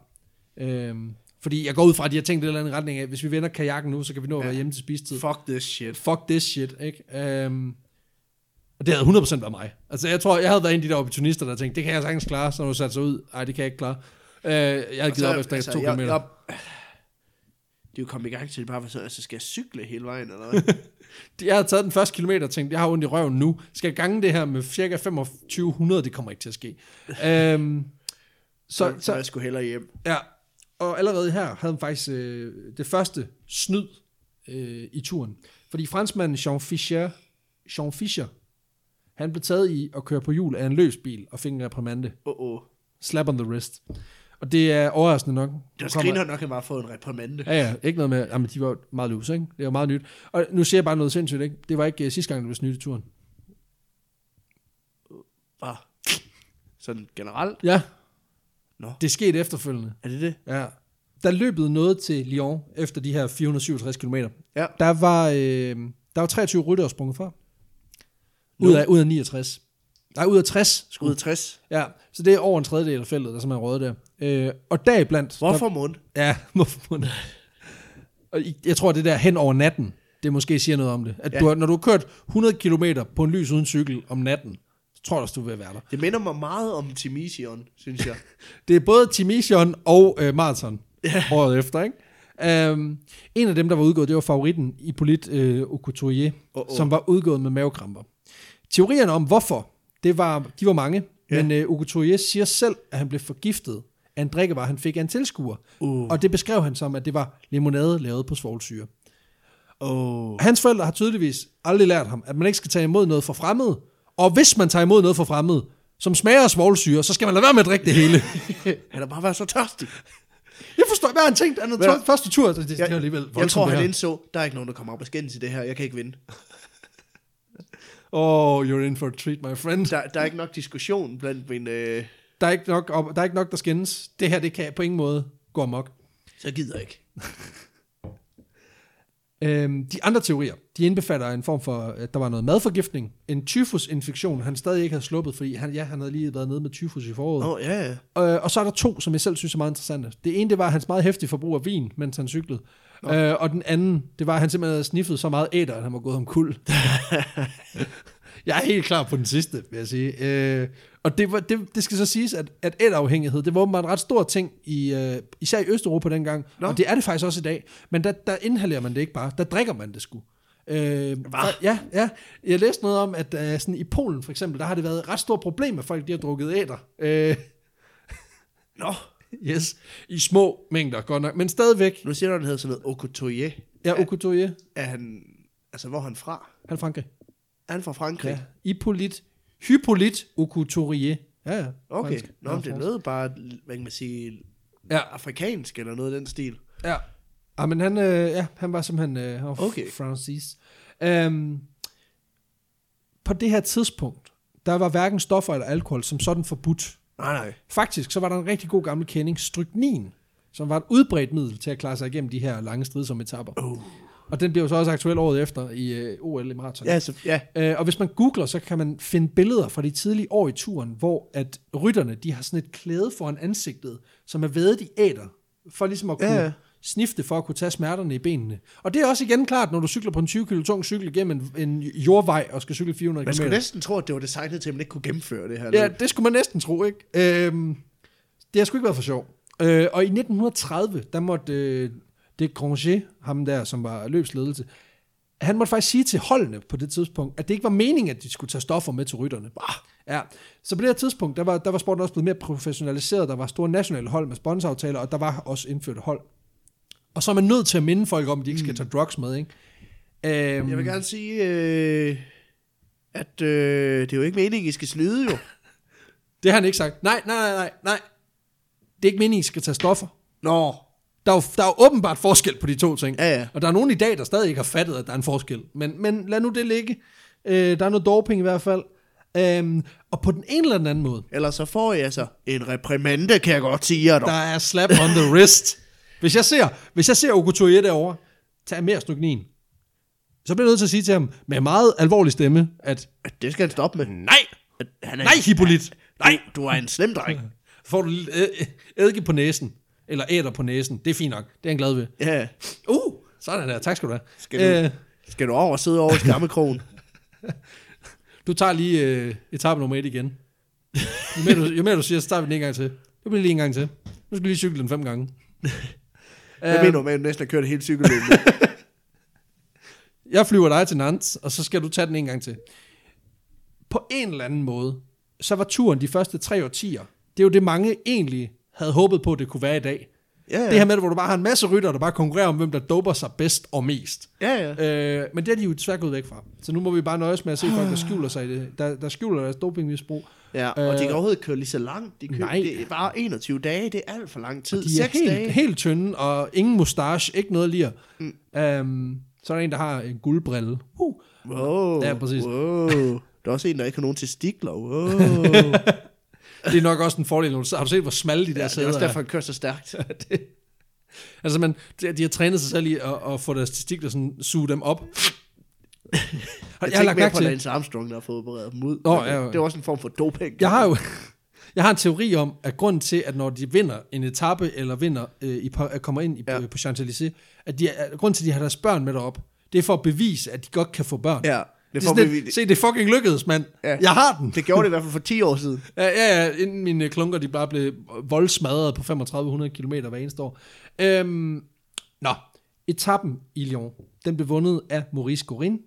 Speaker 2: Um, fordi jeg går ud fra, at de har tænkt i en eller anden retning af, hvis vi vender kajakken nu, så kan vi nå at være
Speaker 1: Ja.
Speaker 2: hjemme til spistid.
Speaker 1: Fuck this shit.
Speaker 2: Fuck this shit, ikke? Um, og det havde 100% været mig. Altså, jeg tror, jeg havde været en af de der opportunister, der tænkte, det kan jeg sagtens klare, så når du satte sig ud. Nej, det kan jeg ikke klare. Uh, jeg havde givet op efter to
Speaker 1: altså, jeg,
Speaker 2: kilometer.
Speaker 1: jeg, det er jo kommet i gang til, det bare var sådan, altså skal jeg cykle hele vejen, eller hvad?
Speaker 2: Jeg havde taget den første kilometer og tænkt, jeg har ondt i røven nu. Skal jeg gange det her med cirka 2500? Det kommer ikke til at ske. øhm, så,
Speaker 1: så,
Speaker 2: så,
Speaker 1: jeg skulle hellere hjem.
Speaker 2: ja. Og allerede her havde han faktisk øh, det første snyd øh, i turen. Fordi franskmanden Jean Fischer, Jean Fischer, han blev taget i at køre på hjul af en løsbil og fik en reprimande.
Speaker 1: Åh, oh, oh.
Speaker 2: Slap on the wrist. Og det er overraskende nok.
Speaker 1: Det var
Speaker 2: Du kommer-
Speaker 1: skriner nok, at han bare fået en reprimande.
Speaker 2: Ja, ja, ikke noget med, jamen de var meget løse, ikke? Det var meget nyt. Og nu siger jeg bare noget sindssygt, ikke? Det var ikke uh, sidste gang, det blev snydt i turen.
Speaker 1: Bare sådan generelt.
Speaker 2: Ja.
Speaker 1: Nå.
Speaker 2: Det skete efterfølgende.
Speaker 1: Er det det?
Speaker 2: Ja. Der løbet noget til Lyon efter de her 467 km.
Speaker 1: Ja.
Speaker 2: Der var, øh, der var 23 ryttere sprunget fra.
Speaker 1: Nu.
Speaker 2: Ud af, ud af 69. Nej, ud af 60. Sku.
Speaker 1: Skud 60.
Speaker 2: Ja, så det er over en tredjedel af feltet, der simpelthen er røget der. Øh, og deriblandt...
Speaker 1: Hvorfor mund?
Speaker 2: Der, ja, hvorfor? må den- og i- jeg tror, det der hen over natten, det måske siger noget om det. At
Speaker 1: Ja.
Speaker 2: ja. du, har- når du har kørt 100 km på en lys uden cykel om natten, så tror jeg også, du vil være der.
Speaker 1: Det minder mig meget om Timision, synes jeg.
Speaker 2: Det er både Timision og øh, Marathon året efter, ikke? Um, en af dem, der var udgået, det var favoritten Hippolyte øh, Okotoye,
Speaker 1: Åh, åh.
Speaker 2: som var udgået med mavekramper. Teorierne om hvorfor, det var, de var mange,
Speaker 1: Ja.
Speaker 2: ja. men øh, Okotoye siger selv, at han blev forgiftet af en drikkevarer, han fik af en tilskuer.
Speaker 1: Uh.
Speaker 2: Og det beskrev han som, at det var limonade lavet på svovlsyre.
Speaker 1: Åh. Oh.
Speaker 2: Hans forældre har tydeligvis aldrig lært ham, at man ikke skal tage imod noget fra fremmede. Og hvis man tager imod noget fra fremmede, som smager af svovlsyre, så skal man lade være med at drikke det hele.
Speaker 1: Han har bare været så tørstig.
Speaker 2: Jeg forstår, hvad han tænkte, han havde
Speaker 1: Hvad?
Speaker 2: taget første tur, og det, Altså, det,
Speaker 1: Jeg,
Speaker 2: er alligevel
Speaker 1: jeg tror,
Speaker 2: det
Speaker 1: han
Speaker 2: her.
Speaker 1: indså, der er ikke nogen, der kommer op og skændes i det her. Jeg kan ikke vinde.
Speaker 2: Oh, you're in for a treat, my friend.
Speaker 1: Der, der er ikke nok diskussion blandt min... Øh,
Speaker 2: Der er ikke nok, op, der, er ikke nok der skændes. Det her, det kan på ingen måde gå amok.
Speaker 1: så gider jeg ikke.
Speaker 2: Øhm, de andre teorier, de indbefatter en form for, at der var noget madforgiftning, en tyfusinfektion, han stadig ikke havde sluppet, fordi han, ja, han havde lige været nede med tyfus i foråret.
Speaker 1: Åh, oh, ja, ja.
Speaker 2: Øh, og så er der to, som jeg selv synes er meget interessante. Det ene, det var hans meget hæftige forbrug af vin, mens han cyklede. Øh, og den anden, det var, at han simpelthen havde sniffet så meget æder, at han var gået om kul. jeg er helt klar på den sidste, vil jeg sige. Øh, og det, var, det, det skal så siges, at, at æderafhængighed, det var åbenbart en ret stor ting, i, øh, især i Østeuropa dengang.
Speaker 1: Nå.
Speaker 2: Og det er det faktisk også i dag. Men der, der inhalerer man det ikke bare, der drikker man det sgu. Øh, ja, ja. Jeg læste noget om, at øh, sådan i Polen for eksempel, der har det været et ret stort problem, at folk de har drukket æder. Øh,
Speaker 1: Nå,
Speaker 2: Yes, i små mængder, godt nok. Men stadigvæk,
Speaker 1: nu siger du, at han hedder sådan noget Okotoye.
Speaker 2: ja, Okotoye,
Speaker 1: Er han... Altså, hvor er han fra?
Speaker 2: han er Frankrig.
Speaker 1: Er han fra Frankrig?
Speaker 2: Ja.
Speaker 1: Ja.
Speaker 2: Hippolyt, Hippolyt Okotoye. Ja, ja.
Speaker 1: Okay.
Speaker 2: fransk.
Speaker 1: Nå,
Speaker 2: Ja,
Speaker 1: men det
Speaker 2: fransk.
Speaker 1: lød bare, hvad kan man sige,
Speaker 2: Ja,
Speaker 1: afrikansk eller noget af den stil.
Speaker 2: ja. Ja, men han, øh, ja, han var simpelthen øh, han var
Speaker 1: Okay.
Speaker 2: okay. francis. Øhm, på det her tidspunkt, der var hverken stoffer eller alkohol som sådan forbudt.
Speaker 1: Nej, nej.
Speaker 2: Faktisk, så var der en rigtig god gammel kending, stryknin, som var et udbredt middel til at klare sig igennem de her lange stridsomme etapper.
Speaker 1: Oh.
Speaker 2: Og den bliver jo så også aktuel året efter i øh, OL i maraton.
Speaker 1: Ja, så, ja.
Speaker 2: Øh, og hvis man googler, så kan man finde billeder fra de tidlige år i turen, hvor at rytterne, de har sådan et klæde foran ansigtet, som er vævet i æder, for ligesom at kunne
Speaker 1: Ja,
Speaker 2: ja.
Speaker 1: ja.
Speaker 2: snifte for at kunne tage smerterne i benene. Og det er også igen klart, når du cykler på en 20 kilo tung cykel gennem en, en jordvej og skal cykle 400 km.
Speaker 1: Man skulle næsten tro, at det var designet til, at man ikke kunne gennemføre det her.
Speaker 2: Ja,
Speaker 1: løb.
Speaker 2: det skulle man næsten tro, ikke? Øhm, det har sgu ikke været for sjov. Øh, og i 1930, der måtte øh, det Granger, ham der, som var løbsledelse, han måtte faktisk sige til holdene på det tidspunkt, at det ikke var meningen, at de skulle tage stoffer med til rytterne. Bah. Ja. Så på det her tidspunkt, der var, der var sporten også blevet mere professionaliseret, der var store nationale hold med sponsoraftaler, og der var også indført hold. Og så er man nødt til at minde folk om, at de ikke skal tage drugs med, ikke? Øhm,
Speaker 1: Jeg vil gerne sige, øh, at øh, det er jo ikke meningen, I skal snyde jo.
Speaker 2: Det har han ikke sagt. Nej, nej, nej, nej, nej. Det er ikke meningen, at I skal tage stoffer.
Speaker 1: Nå,
Speaker 2: Der er, jo, der er jo åbenbart forskel på de to ting.
Speaker 1: Ja, ja.
Speaker 2: Og der er nogen i dag, der stadig ikke har fattet, at der er en forskel. Men, men lad nu det ligge. Øh, der er noget doping i hvert fald. Øhm, og på den ene eller den anden måde,
Speaker 1: ellers så får I altså en reprimande, kan jeg godt sige jer dog.
Speaker 2: der er slap on the wrist. Hvis jeg ser, hvis jeg ser Okutoye derovre, tag mere styknin. Så bliver jeg nødt til at sige til ham med en meget alvorlig stemme, at
Speaker 1: Det skal han stoppe med.
Speaker 2: nej,
Speaker 1: At Han er
Speaker 2: nej Hippolyt, nej,
Speaker 1: Du, du er en slem dreng.
Speaker 2: Så får du lidt æ- æ- eddike på næsen, eller æder på næsen, det er fint nok, det er han glad ved.
Speaker 1: Ja.
Speaker 2: Uh, sådan der, tak skal du have. Øh,
Speaker 1: Skal du- Skal du over og sidde over i skammekrogen?
Speaker 2: Du tager lige øh, etape nummer et igen. Jo mere, du, jo mere du siger, så tager vi den en gang til. Det bliver lige en gang til. Nu skal vi lige cykle den fem gange.
Speaker 1: Hvad
Speaker 2: Øhm,
Speaker 1: mener du med, at du næsten har kørt hele cykelløbet?
Speaker 2: jeg flyver dig til Nantes, og så skal du tage den en gang til. På en eller anden måde, så var turen de første tre årtier. Det er jo det, mange egentlig havde håbet på, det kunne være i dag.
Speaker 1: Ja,
Speaker 2: Det her
Speaker 1: ja.
Speaker 2: med, hvor du bare har en masse rytter, der bare konkurrerer om, hvem der doper sig bedst og mest.
Speaker 1: ja, ja.
Speaker 2: Øh, men det er de jo desværre gået væk fra. Så nu må vi bare nøjes med at se folk, der skjuler sig i det. Der, der skjuler deres dopingmisbrug.
Speaker 1: ja og de
Speaker 2: øh,
Speaker 1: kan overhovedet ikke køre lige så langt. De kører,
Speaker 2: nej.
Speaker 1: Det er bare 21 dage, det er alt for lang tid.
Speaker 2: De er
Speaker 1: 6 dage.
Speaker 2: helt, helt tynde, og ingen mustache, ikke noget lir. Mm. Øhm, så er der en, der har en guldbrille. Uh.
Speaker 1: Wow,
Speaker 2: Ja, præcis.
Speaker 1: Wow. Der er også en, der ikke har nogen testikler. Wow.
Speaker 2: Det er nok også en fordel. når du- Har du set, hvor smalle de der
Speaker 1: ja,
Speaker 2: ja,
Speaker 1: det er
Speaker 2: sæder
Speaker 1: også
Speaker 2: er?
Speaker 1: derfor, han kører så stærkt.
Speaker 2: Altså, man, de, de har trænet sig selv i at, at få deres testikler sådan, suge dem op.
Speaker 1: Jeg,
Speaker 2: jeg, har
Speaker 1: tænker mere
Speaker 2: lagt mærke
Speaker 1: på
Speaker 2: til,
Speaker 1: Lance Armstrong, der har fået opereret dem ud.
Speaker 2: Nå,
Speaker 1: Men
Speaker 2: ja, ja.
Speaker 1: Det er også en form for doping.
Speaker 2: jeg har jo jeg har en teori om, at grunden til, at når de vinder en etape, eller vinder øh, i, Par- kommer ind i, ja.
Speaker 1: Ja.
Speaker 2: på Champs-Élysées, at, de, at grunden til, at de har deres børn med derop, det er for at bevise, at de godt kan få børn.
Speaker 1: Ja,
Speaker 2: Det
Speaker 1: det,
Speaker 2: er
Speaker 1: får
Speaker 2: sådan,
Speaker 1: vi,
Speaker 2: lidt, se, det er fucking lykkedes, mand. Ja.
Speaker 1: Ja.
Speaker 2: Jeg har den.
Speaker 1: det gjorde det i hvert fald for 10 år siden.
Speaker 2: Ja, ja, ja, inden mine klunker, de bare blev voldsmadret på 3500 km hver eneste år. Øhm, nå, etappen i Lyon, den blev vundet af Maurice Gorin,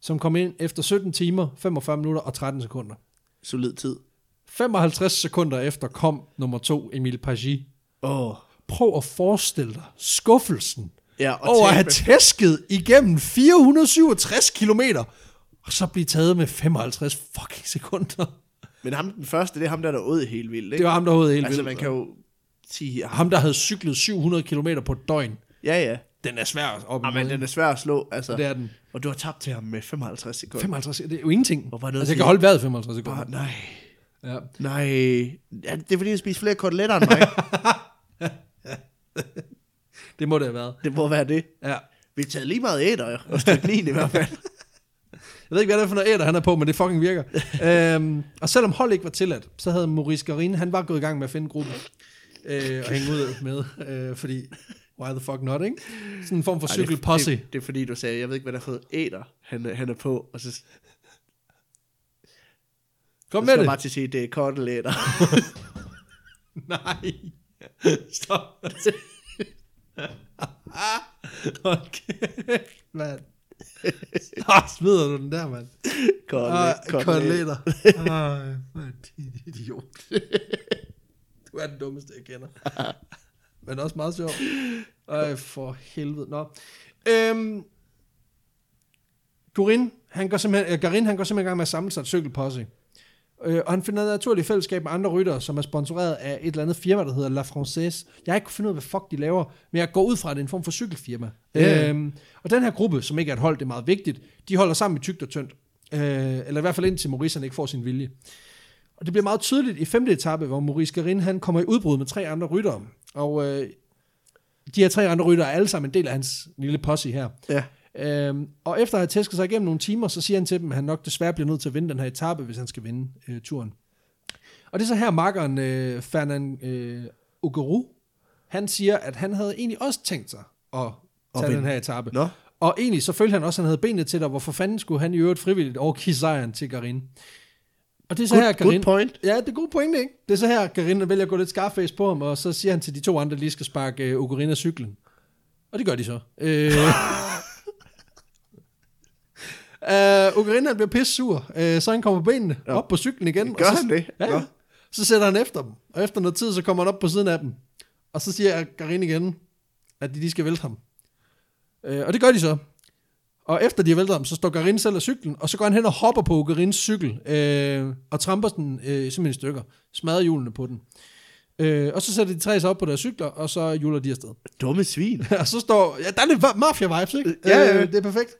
Speaker 2: som kom ind efter 17 timer, 45 minutter og 13 sekunder.
Speaker 1: Solid tid.
Speaker 2: 55 sekunder efter kom nummer to, Emil Pagis.
Speaker 1: Åh. Oh.
Speaker 2: Prøv at forestille dig skuffelsen
Speaker 1: Ja,
Speaker 2: og over at have
Speaker 1: tabe.
Speaker 2: tæsket igennem 467 km, og så blive taget med 55 fucking sekunder.
Speaker 1: Men ham den første, det er ham, der er der ud helt vildt. Ikke?
Speaker 2: Det var ham, der hovedet helt
Speaker 1: altså,
Speaker 2: vildt.
Speaker 1: man kan jo sige...
Speaker 2: Ham, der havde cyklet 700 km på et døgn.
Speaker 1: Ja, ja.
Speaker 2: Den er svær at op
Speaker 1: Jamen, den er svær at slå. Altså.
Speaker 2: Det er den.
Speaker 1: Og du har tabt til ham med 55 sekunder.
Speaker 2: 55, det er jo ingenting.
Speaker 1: Hvor var det noget
Speaker 2: Altså, jeg
Speaker 1: til-
Speaker 2: kan holde vejret 55 sekunder.
Speaker 1: Bare, nej,
Speaker 2: Ja.
Speaker 1: nej. Ja, det er fordi, jeg spiser flere koteletter end mig.
Speaker 2: Det må det have været.
Speaker 1: det må være det.
Speaker 2: Ja.
Speaker 1: Vi tager lige meget æder, jo, og styknin i hvert fald.
Speaker 2: Jeg ved ikke, hvad det er for noget æder, han er på, men det fucking virker. øhm, og selvom hold ikke var tilladt, så havde Maurice Garin, han var gået i gang med at finde gruppen øh, og hænge ud med, øh, fordi why the fuck not, ikke? Sådan en form for
Speaker 1: Ej, det-
Speaker 2: cykelposse.
Speaker 1: Det, det, er fordi, du sagde, jeg ved ikke, hvad der er for noget æder, han, er- han er på. Og så så skal
Speaker 2: Kom med
Speaker 1: jeg
Speaker 2: det.
Speaker 1: bare til at sige, det er koteletter.
Speaker 2: Nej. Stop. Hold kæft, mand. Ah, smider du den der, mand? Ah,
Speaker 1: Koteletter.
Speaker 2: Koteletter. Ej, mand, din idiot. Du er den dummeste, jeg kender. Men også meget sjov. Ej, for helvede. Nå. Øhm, Gorin, han går simpelthen, äh, Garin, han går simpelthen i gang med at samle sig et cykelposse. Øh, og han finder naturligt fællesskab med andre ryttere, som er sponsoreret af et eller andet firma, der hedder La Française. Jeg har ikke kunnet finde ud af, hvad fuck de laver, men jeg går ud fra, at det er en form for cykelfirma.
Speaker 1: Ja.
Speaker 2: Øhm, og den her gruppe, som ikke er et hold, det er meget vigtigt, de holder sammen i tygt og tyndt. Øh, eller i hvert fald indtil Maurice han ikke får sin vilje. Og det bliver meget tydeligt i femte etape, hvor Maurice Garin han kommer i udbrud med tre andre ryttere. Og øh, de her tre andre rytter er alle sammen en del af hans lille posse her.
Speaker 1: Ja.
Speaker 2: Øhm, og efter at have tæsket sig igennem nogle timer, så siger han til dem, at han nok desværre bliver nødt til at vinde den her etape, hvis han skal vinde øh, turen. Og det er så her makkeren øh, Fernand øh, Ogeru, han siger, at han havde egentlig også tænkt sig at tage
Speaker 1: vinde.
Speaker 2: den her etape.
Speaker 1: Nå,
Speaker 2: Og egentlig så følte han også, at han havde benene til det, og hvorfor fanden skulle han i øvrigt frivilligt overgive sejren til Garin? Og det er så her,
Speaker 1: good,
Speaker 2: Garin...
Speaker 1: good point.
Speaker 2: Ja, det er gode pointe, ikke? Det er så her, Garin vælger at gå lidt skarface på ham, og så siger han til de to andre, at lige skal sparke øh, Ogorin af cyklen. Og det gør de så. Øh... Uh, Ogorin han bliver pisse sur, uh, så han kommer på benene ja.
Speaker 1: Ja.
Speaker 2: op på cyklen igen.
Speaker 1: Gør
Speaker 2: og så,
Speaker 1: han det?
Speaker 2: Ja, ja.
Speaker 1: Nå.
Speaker 2: Så sætter han efter dem, og efter noget tid, så kommer han op på siden af dem. Og så siger Garin igen, at de lige skal vælte ham. Uh, og det gør de så. Og efter de har væltet ham, så står Garin selv af cyklen, og så går han hen og hopper på Garins cykel, øh, og tramper den øh, simpelthen i stykker. Smadrer hjulene på den. Øh, og så sætter de tre sig op på deres cykler, og så juler de afsted.
Speaker 1: Dumme svin.
Speaker 2: og så står... Ja, der er lidt mafia-vibes, ikke?
Speaker 1: Ja, ja, ja.
Speaker 2: Øh, det er perfekt.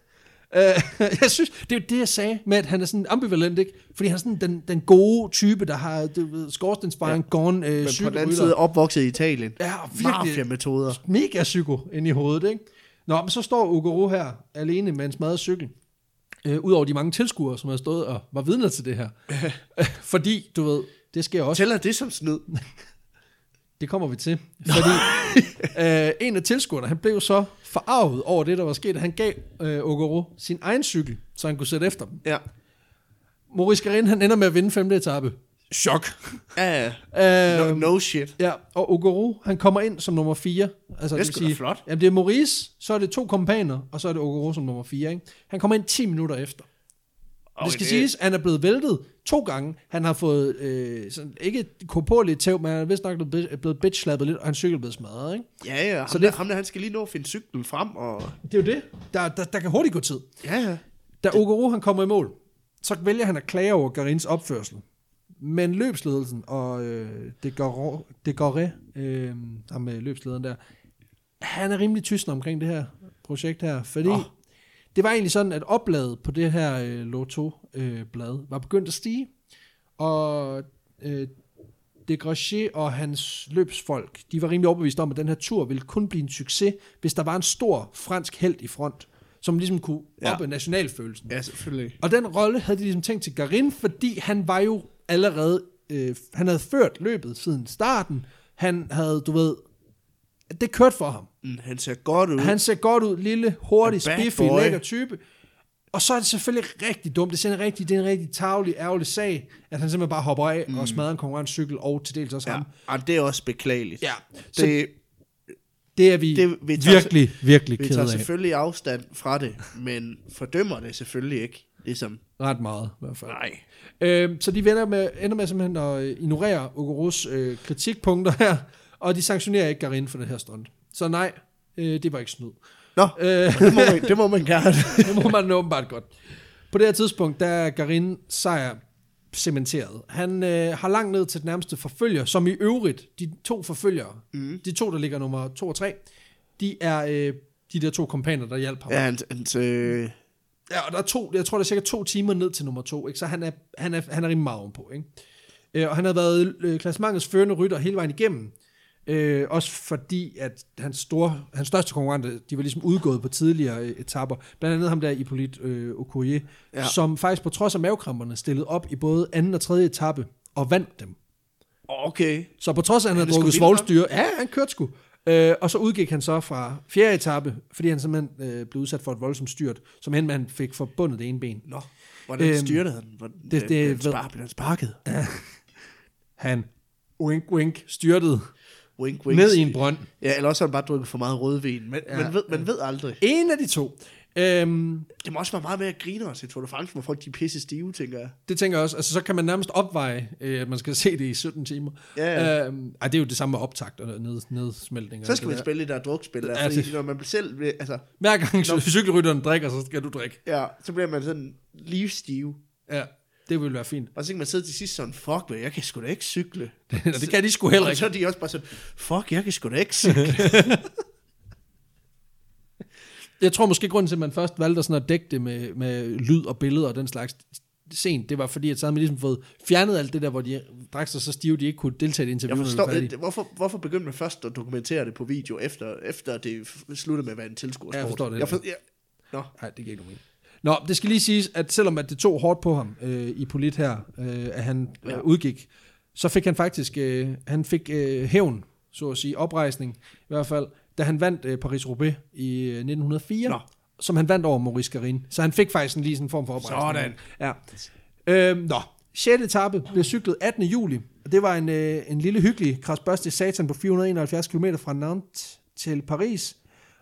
Speaker 2: Øh, jeg synes, det er jo det, jeg sagde med, at han er sådan ambivalent, ikke? Fordi han er sådan den, den gode type, der har du ved, skorstensfaren, ja. gone, øh,
Speaker 1: Men på den anden
Speaker 2: cykelrytter.
Speaker 1: side opvokset i Italien.
Speaker 2: Ja, og virkelig,
Speaker 1: Mafia-metoder.
Speaker 2: mega psyko ind i hovedet, ikke? Nå, men så står Ogoro her alene med en smadret cykel. Øh, Udover de mange tilskuere, som har stået og var vidner til det her. Fordi, du ved, det sker også.
Speaker 1: Tæller det som snyd?
Speaker 2: Det kommer vi til. Fordi øh, en af tilskuerne, han blev så forarvet over det, der var sket, at han gav øh, Ogoro sin egen cykel, så han kunne sætte efter dem.
Speaker 1: Ja.
Speaker 2: Maurice Garin, han ender med at vinde femte etape. Chok.
Speaker 1: Ja, ja. No,
Speaker 2: Øh,
Speaker 1: no shit.
Speaker 2: Ja, og Ogoro, han kommer ind som nummer 4. Altså,
Speaker 1: Det er
Speaker 2: vil
Speaker 1: sgu da
Speaker 2: sige,
Speaker 1: flot.
Speaker 2: Jamen, det er Maurice, så er det to kompaner, og så er det Ogoro som nummer 4. Ikke? Han kommer ind 10 minutter efter. Okay, det skal det... siges, at han er blevet væltet to gange. Han har fået, øh, sådan, ikke korporligt tæv, men han er vist nok blevet, blevet bitch-slappet lidt, og hans cykel er blevet smadret. Ikke?
Speaker 1: Ja, ja. Ham,
Speaker 2: Så
Speaker 1: så
Speaker 2: det-
Speaker 1: det... der, ham der, han skal lige nå at finde cyklen frem. Og...
Speaker 2: Det er jo det. Der, der, der kan hurtigt gå tid.
Speaker 1: Ja, ja.
Speaker 2: Da Ogoro han kommer i mål, så vælger han at klage over Garins opførsel. Men løbsledelsen og øh, det går det Goré, øh, ham med løbslederen der, han er rimelig tysende omkring det her projekt her, fordi oh.
Speaker 1: Nå.
Speaker 2: det var egentlig sådan, at oplaget på det her øh, Lotto-blad var begyndt at stige, og øh, de Grachet og hans løbsfolk, de var rimelig overbevist om, at den her tur ville kun blive en succes, hvis der var en stor fransk held i front, som ligesom kunne
Speaker 1: Ja.
Speaker 2: oppe nationalfølelsen.
Speaker 1: Ja, selvfølgelig.
Speaker 2: Og den rolle havde de ligesom tænkt til Garin, fordi han var jo allerede, øh, han havde ført løbet siden starten. Han havde, du ved, det kørte for ham.
Speaker 1: Mm, han ser godt ud.
Speaker 2: Han ser godt ud, lille, hurtig,
Speaker 1: A bad
Speaker 2: spiffig,
Speaker 1: boy.
Speaker 2: lækker type. Og så er det selvfølgelig rigtig dumt. Det er sådan en rigtig, det er en rigtig tavlig, ærgerlig sag, at han simpelthen bare hopper af mm. og smadrer en konkurrencecykel og til dels også
Speaker 1: Ja.
Speaker 2: ham.
Speaker 1: Og det er også beklageligt.
Speaker 2: Ja, så det,
Speaker 1: Det,
Speaker 2: det er vi,
Speaker 1: det-
Speaker 2: vi
Speaker 1: vi
Speaker 2: tager,
Speaker 1: tager-
Speaker 2: virkelig, virkelig
Speaker 1: vi
Speaker 2: ked
Speaker 1: tager
Speaker 2: af.
Speaker 1: selvfølgelig afstand fra det, men fordømmer det selvfølgelig ikke. Ligesom,
Speaker 2: Ret meget, i hvert fald.
Speaker 1: nej.
Speaker 2: Øh, så de vender med, ender med simpelthen at øh, ignorere Ogoros øh, kritikpunkter her, og de sanktionerer ikke Garin for det her stunt. Så nej, øh, det var ikke snyd.
Speaker 1: Nå,
Speaker 2: Øh,
Speaker 1: det, må man, det må man gerne.
Speaker 2: det må man åbenbart godt. På det her tidspunkt, der er Garin sejr cementeret. Han øh, har langt ned til den nærmeste forfølger, som i øvrigt, de to forfølgere, mm. de to, der ligger nummer 2 og 3, de er øh, de der to kompaner, der hjalp ham.
Speaker 1: Ja, hans, hans, øh,
Speaker 2: Ja, og der er to, jeg tror, der er cirka to timer ned til nummer to, ikke? så han er, han er, han er rimelig meget på. Ikke? Øh, og han har været øh, klassementets førende rytter hele vejen igennem, øh, også fordi, at hans, store, hans største konkurrenter, de var ligesom udgået på tidligere øh, etapper, blandt andet ham der, Hippolyte øh, Okoye, ja.
Speaker 1: Ja.
Speaker 2: som faktisk på trods af mavekramperne stillede op i både anden og tredje etape og vandt dem.
Speaker 1: okay.
Speaker 2: Så på trods af, at han
Speaker 1: Ja,
Speaker 2: havde
Speaker 1: det er sgu
Speaker 2: drukket
Speaker 1: vildt nok.
Speaker 2: svovlstyre, ja, han kørte sgu. Øh, og så udgik han så fra fjerde etape, fordi han simpelthen øh, blev udsat for et voldsomt styrt, som hen med, han fik forbundet det ene ben.
Speaker 1: Nå, hvordan
Speaker 2: Øhm,
Speaker 1: øhm, styrte han? Hvordan,
Speaker 2: det-
Speaker 1: øh,
Speaker 2: det
Speaker 1: blev han
Speaker 2: ved-
Speaker 1: spar, blev han sparket?
Speaker 2: han, wink, wink, styrtede
Speaker 1: Wink, wink.
Speaker 2: ned i en brønd.
Speaker 1: Ja, eller også har han bare drukket for meget rødvin. Men
Speaker 2: Ja,
Speaker 1: ja, man, ved, man ved aldrig.
Speaker 2: En af de to. Øhm,
Speaker 1: Det må også være meget mere griner til Tour de France, hvor folk de er pisse stive, tænker jeg.
Speaker 2: det tænker jeg også. Altså, så kan man nærmest opveje, øh, at man skal se det i 17 timer.
Speaker 1: Ja, ja.
Speaker 2: Øhm, ej, det er jo det samme med optakt og ned, nedsmeltning. og
Speaker 1: Så
Speaker 2: alt
Speaker 1: skal
Speaker 2: det
Speaker 1: man
Speaker 2: der.
Speaker 1: spille det der drukspil, der,
Speaker 2: Ja,
Speaker 1: fordi
Speaker 2: det-
Speaker 1: når man selv, vil- altså,
Speaker 2: Hver gang cykelrytteren drikker, så skal du drikke.
Speaker 1: ja, så bliver man sådan livsstive.
Speaker 2: Ja, det ville være fint.
Speaker 1: Og så kan man sidde til sidst sådan, fuck, man, jeg kan sgu da ikke cykle.
Speaker 2: Og det kan de sgu heller
Speaker 1: Og så
Speaker 2: ikke.
Speaker 1: er de også bare sådan, fuck, jeg kan sgu da ikke cykle.
Speaker 2: Jeg tror måske, grunden til, at man først valgte sådan at dække det med, med lyd og billeder og den slags, sent, det var fordi, at så havde man ligesom fået fjernet alt det der, hvor de drak sig så stive, de ikke kunne deltage i et interview.
Speaker 1: Jeg
Speaker 2: når det var
Speaker 1: forstår,
Speaker 2: færdigt.
Speaker 1: det, hvorfor, hvorfor begyndte man først at dokumentere det på video, efter, efter det f- sluttede med at være en tilskuersport?
Speaker 2: Ja, jeg forstår det.
Speaker 1: Jeg for, ja. Nå,
Speaker 2: Nej, det giver ikke nogen mening. Nå, det skal lige siges, at selvom at det tog hårdt på ham øh, i polit her, øh, at han øh, udgik, så fik han faktisk øh, han fik øh, hævn, så at sige, oprejsning i hvert fald, da han vandt øh, Paris-Roubaix i øh, 1904, Nå.
Speaker 1: Nå.
Speaker 2: som han vandt over Maurice Garin. Så han fik faktisk en, lige sådan en form for oprejsning. Sådan. Ja. Øhm, nå, 6. etape blev cyklet 18. juli, og det var en, øh, en lille hyggelig krasbørste satan på 471 km fra Nantes til Paris.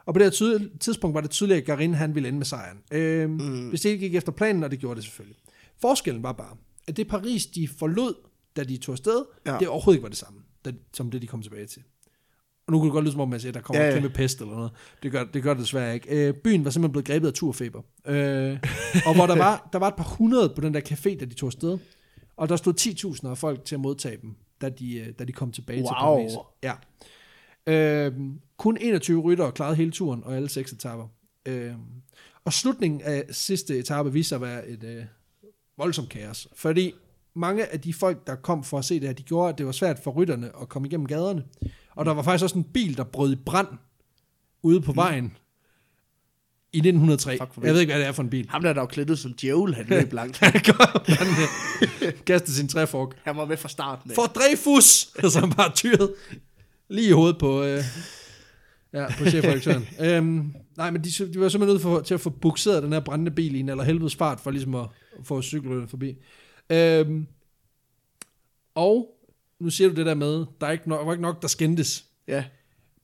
Speaker 2: Og på det her tyde- tidspunkt var det tydeligt, at Garin han ville ende med sejren. Øhm, mm. Hvis det ikke gik efter planen, og det gjorde det selvfølgelig. Forskellen var bare, at det Paris, de forlod, da de tog afsted, ja.
Speaker 1: Ja.
Speaker 2: det overhovedet ikke var det samme, da, som det, de kom tilbage til. Og nu kunne det godt lyde som om, man siger, at der kommer ja,
Speaker 1: Ja,
Speaker 2: ja.
Speaker 1: ja.
Speaker 2: en kæmpe pest eller noget. Det gør det, gør det desværre ikke. Øh, byen var simpelthen blevet grebet af turfeber. Øh, og hvor der var, der var et par hundrede på den der café, da de tog afsted. Og der stod 10.000 af folk til at modtage dem, da de, øh, da de kom tilbage til
Speaker 1: Wow.
Speaker 2: Paris. Ja. Øhm, kun 21 ryttere klarede hele turen og alle seks etaper. Øhm, og slutningen af sidste etape viste sig at være et øh, voldsomt kaos, fordi mange af de folk, der kom for at se det her, de gjorde, at det var svært for rytterne at komme igennem gaderne. Og der var faktisk også en bil, der brød i brand ude på vejen i 1903.
Speaker 1: Mm. Fuck for
Speaker 2: Jeg ved ikke, hvad det er for en bil.
Speaker 1: ham der, der var klædt ud som djævel, han løb langt.
Speaker 2: Han øh, kastede sin træfork.
Speaker 1: Han var med fra starten. af.
Speaker 2: For Dreyfus, som var tyret lige i hovedet på, øh, ja, på chefredaktøren. øhm, nej, men de, de var simpelthen nødt for, til at få bukseret den her brændende bil i en eller helvedes fart, for ligesom at, at få cyklen forbi. Øhm, og nu siger du det der med, der er ikke nok, var ikke nok, der skændtes.
Speaker 1: Ja.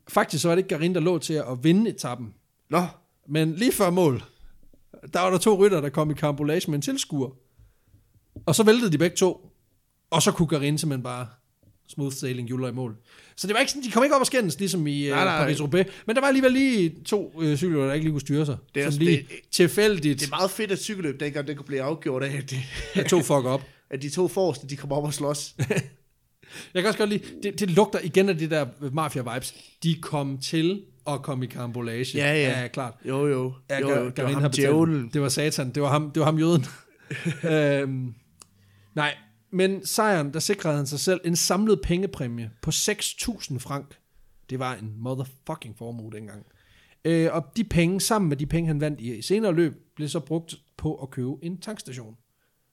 Speaker 2: Faktisk så var det ikke Garin, der lå til at vinde etappen.
Speaker 1: Nå,
Speaker 2: Men lige før mål, der var der to rytter, der kom i kambolage med en tilskuer. Og så væltede de begge to. Og så kunne Garin simpelthen bare smooth sailing juller i mål. Så det var ikke sådan, de kom ikke op og skændes, ligesom i
Speaker 1: Nej, nej.
Speaker 2: Paris-Roubaix. Men der var alligevel lige to øh, cykler, der ikke lige kunne styre sig.
Speaker 1: Det er
Speaker 2: Sådan
Speaker 1: også-
Speaker 2: lige
Speaker 1: det-
Speaker 2: tilfældigt
Speaker 1: det er meget fedt, at cykelløb dengang, det kunne blive afgjort af, at de,
Speaker 2: at to fuck op.
Speaker 1: at de to forreste, de kom op og slås.
Speaker 2: Jeg kan også godt lide, det, det lugter igen af de der mafia-vibes. De kom til at komme i kambolage.
Speaker 1: Ja, ja.
Speaker 2: ja klart.
Speaker 1: Jo, jo.
Speaker 2: Ja,
Speaker 1: jo,
Speaker 2: Gar-
Speaker 1: jo. Det var
Speaker 2: Garin har
Speaker 1: ham
Speaker 2: betalt.
Speaker 1: djævlen.
Speaker 2: Det var satan, det var ham, det var ham jøden. øhm, nej, men sejren, der sikrede han sig selv en samlet pengepræmie på 6.000 frank. Det var en motherfucking formue dengang. Øh, og de penge, sammen med de penge, han vandt i senere løb, blev så brugt på at købe en tankstation,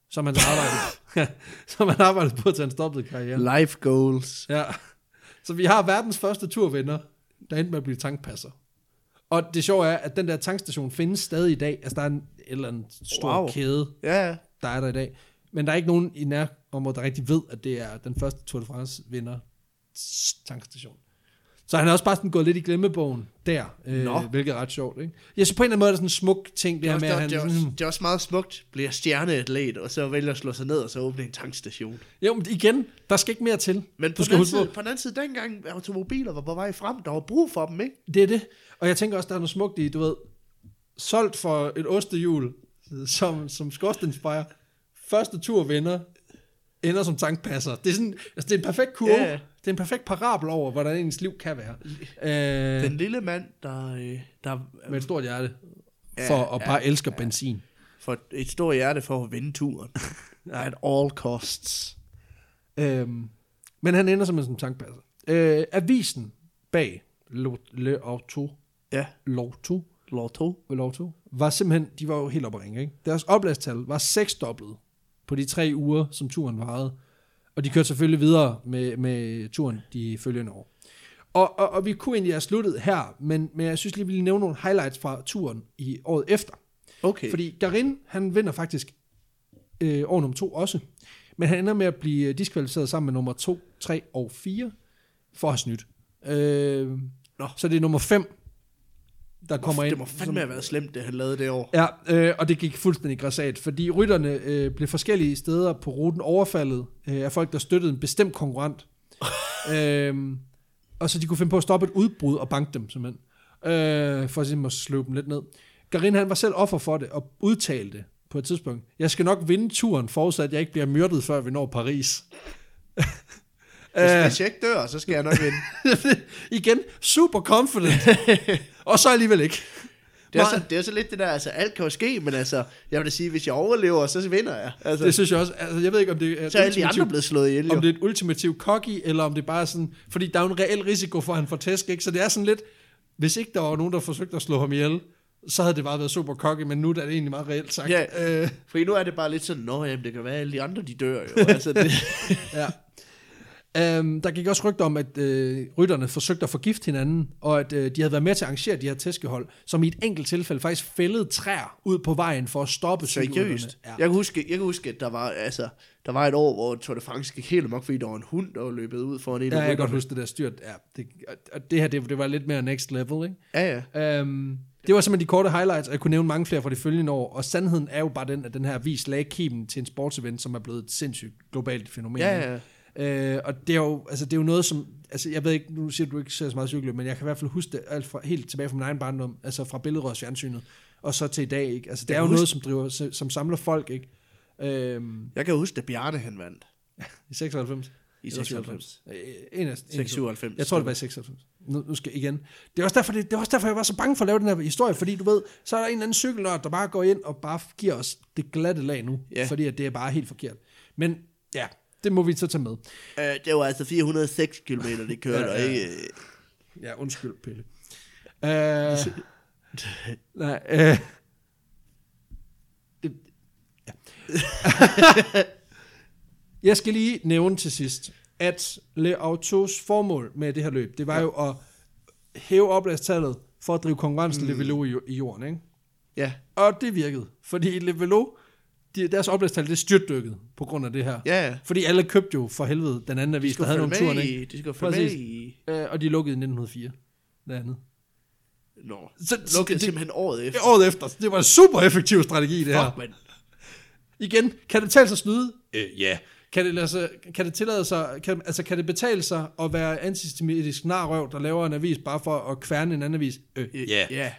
Speaker 2: som han arbejdede, som han arbejdede på, til han stoppede karrieren.
Speaker 1: Life goals.
Speaker 2: Ja. Så vi har verdens første turvinder, der endte med at blive tankpasser. Og det sjove er, at den der tankstation findes stadig i dag. Altså, der er en et eller anden stor wow.
Speaker 1: Wow.
Speaker 2: kæde,
Speaker 1: Ja, ja.
Speaker 2: der er der i dag. Men der er ikke nogen i nærområdet, der rigtig ved, at det er den første Tour de France-vinder tankstation. Så han er også bare sådan gået lidt i glemmebogen der,
Speaker 1: Nå.
Speaker 2: øh, hvilket er ret sjovt. Ikke? Ja, så på en eller anden måde er det sådan en smuk ting, det,
Speaker 1: Det er,
Speaker 2: her
Speaker 1: også,
Speaker 2: med,
Speaker 1: der,
Speaker 2: at han...
Speaker 1: det, er
Speaker 2: sådan,
Speaker 1: også, det er også meget smukt. Bliver stjerneatlet, og så vælger at slå sig ned, og så åbne en tankstation.
Speaker 2: "Hmm, Jo, men igen, der skal ikke mere til.
Speaker 1: Men på,
Speaker 2: du
Speaker 1: den
Speaker 2: skal
Speaker 1: anden
Speaker 2: huske på,
Speaker 1: side, på den anden side, dengang automobiler var på vej frem, der var brug for dem, ikke?
Speaker 2: Det er det. Og jeg tænker også, der er noget smukt i, du ved, solgt for et ostehjul, som, som skorstensfejer, første tur vinder, ender som tankpasser. Det er, sådan, altså, det er en perfekt kurve.
Speaker 1: Ja.
Speaker 2: Yeah. Det er en perfekt parabel over, hvordan ens liv kan være. Øh,
Speaker 1: Den lille mand, der, øh, der
Speaker 2: med et stort hjerte. For at bare elsker benzin.
Speaker 1: får et stort hjerte for at vinde turen. At all costs.
Speaker 2: Øhm, men han ender simpelthen som tankpasser. Øh, avisen bag Le, Le Auto,
Speaker 1: Ja,
Speaker 2: Lotto,
Speaker 1: Lotto.
Speaker 2: ved Lotto, var simpelthen, de var jo helt oppe at ringe, ikke? Deres opladstal var seksdoblet på de tre uger, som turen varede. Og de kørte selvfølgelig videre med, med turen de følgende år. Og, og, og vi kunne egentlig have sluttet her, men, men jeg synes lige, vi ville nævne nogle highlights fra turen i året efter.
Speaker 1: Okay. Fordi,
Speaker 2: Fordi Garin, han vinder faktisk øh, år nummer to også. Men han ender med at blive øh, diskvalificeret sammen med nummer 2, 3 og 4 for at have snydt. Øh,
Speaker 1: Nå.
Speaker 2: så det er nummer 5, der
Speaker 1: Kommer
Speaker 2: kommer ind.
Speaker 1: det må fandme have været slemt, det han lavede det år.
Speaker 2: Ja, øh, og det gik fuldstændig græsat, fordi rytterne øh, blev forskellige steder på ruten overfaldet øh, af folk, der støttede en bestemt konkurrent. øhm, og så de kunne finde på at stoppe et udbrud og banke dem, simpelthen. Øh, for simpelthen at sløve dem lidt ned. Garin han var selv offer for det, og udtalte på et tidspunkt, jeg skal nok vinde turen, forudsat jeg ikke bliver myrdet, før vi når Paris.
Speaker 1: Hvis, hvis jeg ikke dør, så skal jeg nok vinde.
Speaker 2: Igen, super confident. og så alligevel ikke.
Speaker 1: Det er,
Speaker 2: Nej.
Speaker 1: så, det er så lidt det der, altså alt kan jo ske, men altså, jeg vil da sige, hvis jeg overlever, så vinder jeg. Altså,
Speaker 2: Det synes jeg også. Altså, jeg ved ikke, om det er,
Speaker 1: så er alle de
Speaker 2: ultimativt-
Speaker 1: andre blevet slået ihjel, jo.
Speaker 2: om det er et ultimativt cocky, eller om det bare er sådan, fordi der er jo en reel risiko for, at han får tæsk, ikke? Så det er sådan lidt, hvis ikke der var nogen, der forsøgte at slå ham ihjel, så havde det bare været super cocky, men nu er det egentlig meget reelt sagt.
Speaker 1: Ja.
Speaker 2: Øh,
Speaker 1: Fordi nu er det bare lidt sådan, nå jamen, det kan være, at alle de andre, de dør jo. Altså, det,
Speaker 2: ja. Øhm, der gik også rygter om, at øh, rytterne forsøgte at forgifte hinanden, og at øh, de havde været med til at arrangere de her tæskehold, som i et enkelt tilfælde faktisk fældede træer ud på vejen for at stoppe cykelrytterne.
Speaker 1: Seriøst. Ja.
Speaker 2: Ja.
Speaker 1: Jeg, kan huske, jeg kan huske, at der var, altså, der var et år, hvor Tour de France gik helt amok, fordi der var en hund, der var løbet ud foran en
Speaker 2: Ja, jeg
Speaker 1: af
Speaker 2: kan godt
Speaker 1: rytterne.
Speaker 2: huske det der styrt. Ja, det, og- og det her, det, det var lidt mere next level, ikke?
Speaker 1: Ja, ja.
Speaker 2: Øhm, det var simpelthen de korte highlights, og jeg kunne nævne mange flere fra det følgende år, og sandheden er jo bare den, at den her avis lagde kimen til en sportsevent, som er blevet et sindssygt globalt fænomen.
Speaker 1: Ja, ja.
Speaker 2: Øh, og det er, jo, altså, det er jo noget, som... Altså, jeg ved ikke, nu siger du ikke ser så meget cykelløb, men jeg kan i hvert fald huske det alt fra, helt tilbage fra min egen barndom, altså fra billedrørs fjernsynet, og så til i dag, ikke? Altså, det
Speaker 1: Jeg
Speaker 2: er jo
Speaker 1: kan
Speaker 2: noget, som, driver, som samler folk, ikke? Øhm,
Speaker 1: Jeg kan huske, at Bjarne han vandt
Speaker 2: I 96?
Speaker 1: i
Speaker 2: Eller
Speaker 1: 96.
Speaker 2: Øh, En af, en af to.
Speaker 1: 96.
Speaker 2: Jeg tror, det var i 96. Nu, nu skal jeg igen. Det er, også derfor, det, det er også derfor, jeg var så bange for at lave den her historie, fordi du ved, så er der en eller anden cykelnørd, der bare går ind og bare giver os det glatte lag nu,
Speaker 1: Ja.
Speaker 2: fordi at det er bare helt forkert. Men ja, det må vi så tage med.
Speaker 1: Øh, det var altså 406 km, det kørte,
Speaker 2: Ja,
Speaker 1: og
Speaker 2: ja.
Speaker 1: ikke... øh,
Speaker 2: Ja, undskyld, Pelle. Øh, nej, øh, det, ja. jeg skal lige nævne til sidst, at Le Autos formål med det her løb, det var ja. jo at hæve opladstallet for at drive konkurrencen mm. Levelo i, jo- i jorden, ikke?
Speaker 1: Ja,
Speaker 2: Og det virkede, fordi Levelo, de, deres opladstal, det styrtdykkede på grund af det her.
Speaker 1: ja, ja.
Speaker 2: Fordi alle købte jo for helvede den anden
Speaker 1: De
Speaker 2: avis, der
Speaker 1: skulle
Speaker 2: havde nogle
Speaker 1: følge
Speaker 2: turen,
Speaker 1: med
Speaker 2: ikke?
Speaker 1: i... De skulle følge med
Speaker 2: Præcis.
Speaker 1: i...
Speaker 2: Øh, og de lukkede i 1904, det andet.
Speaker 1: Nå,
Speaker 2: Så-
Speaker 1: så, lukkede
Speaker 2: det-
Speaker 1: simpelthen året efter.
Speaker 2: året efter. Det var en super effektiv strategi, det her.
Speaker 1: Fuck, mand.
Speaker 2: Igen, kan det betale sig at snyde? Øh, ja. Kan det, lade sig, kan det tillade sig, kan, altså kan det betale sig at være antisemitisk narrøv, der laver en avis bare for at kværne en anden avis? Øh, ja.
Speaker 1: Ja, ja,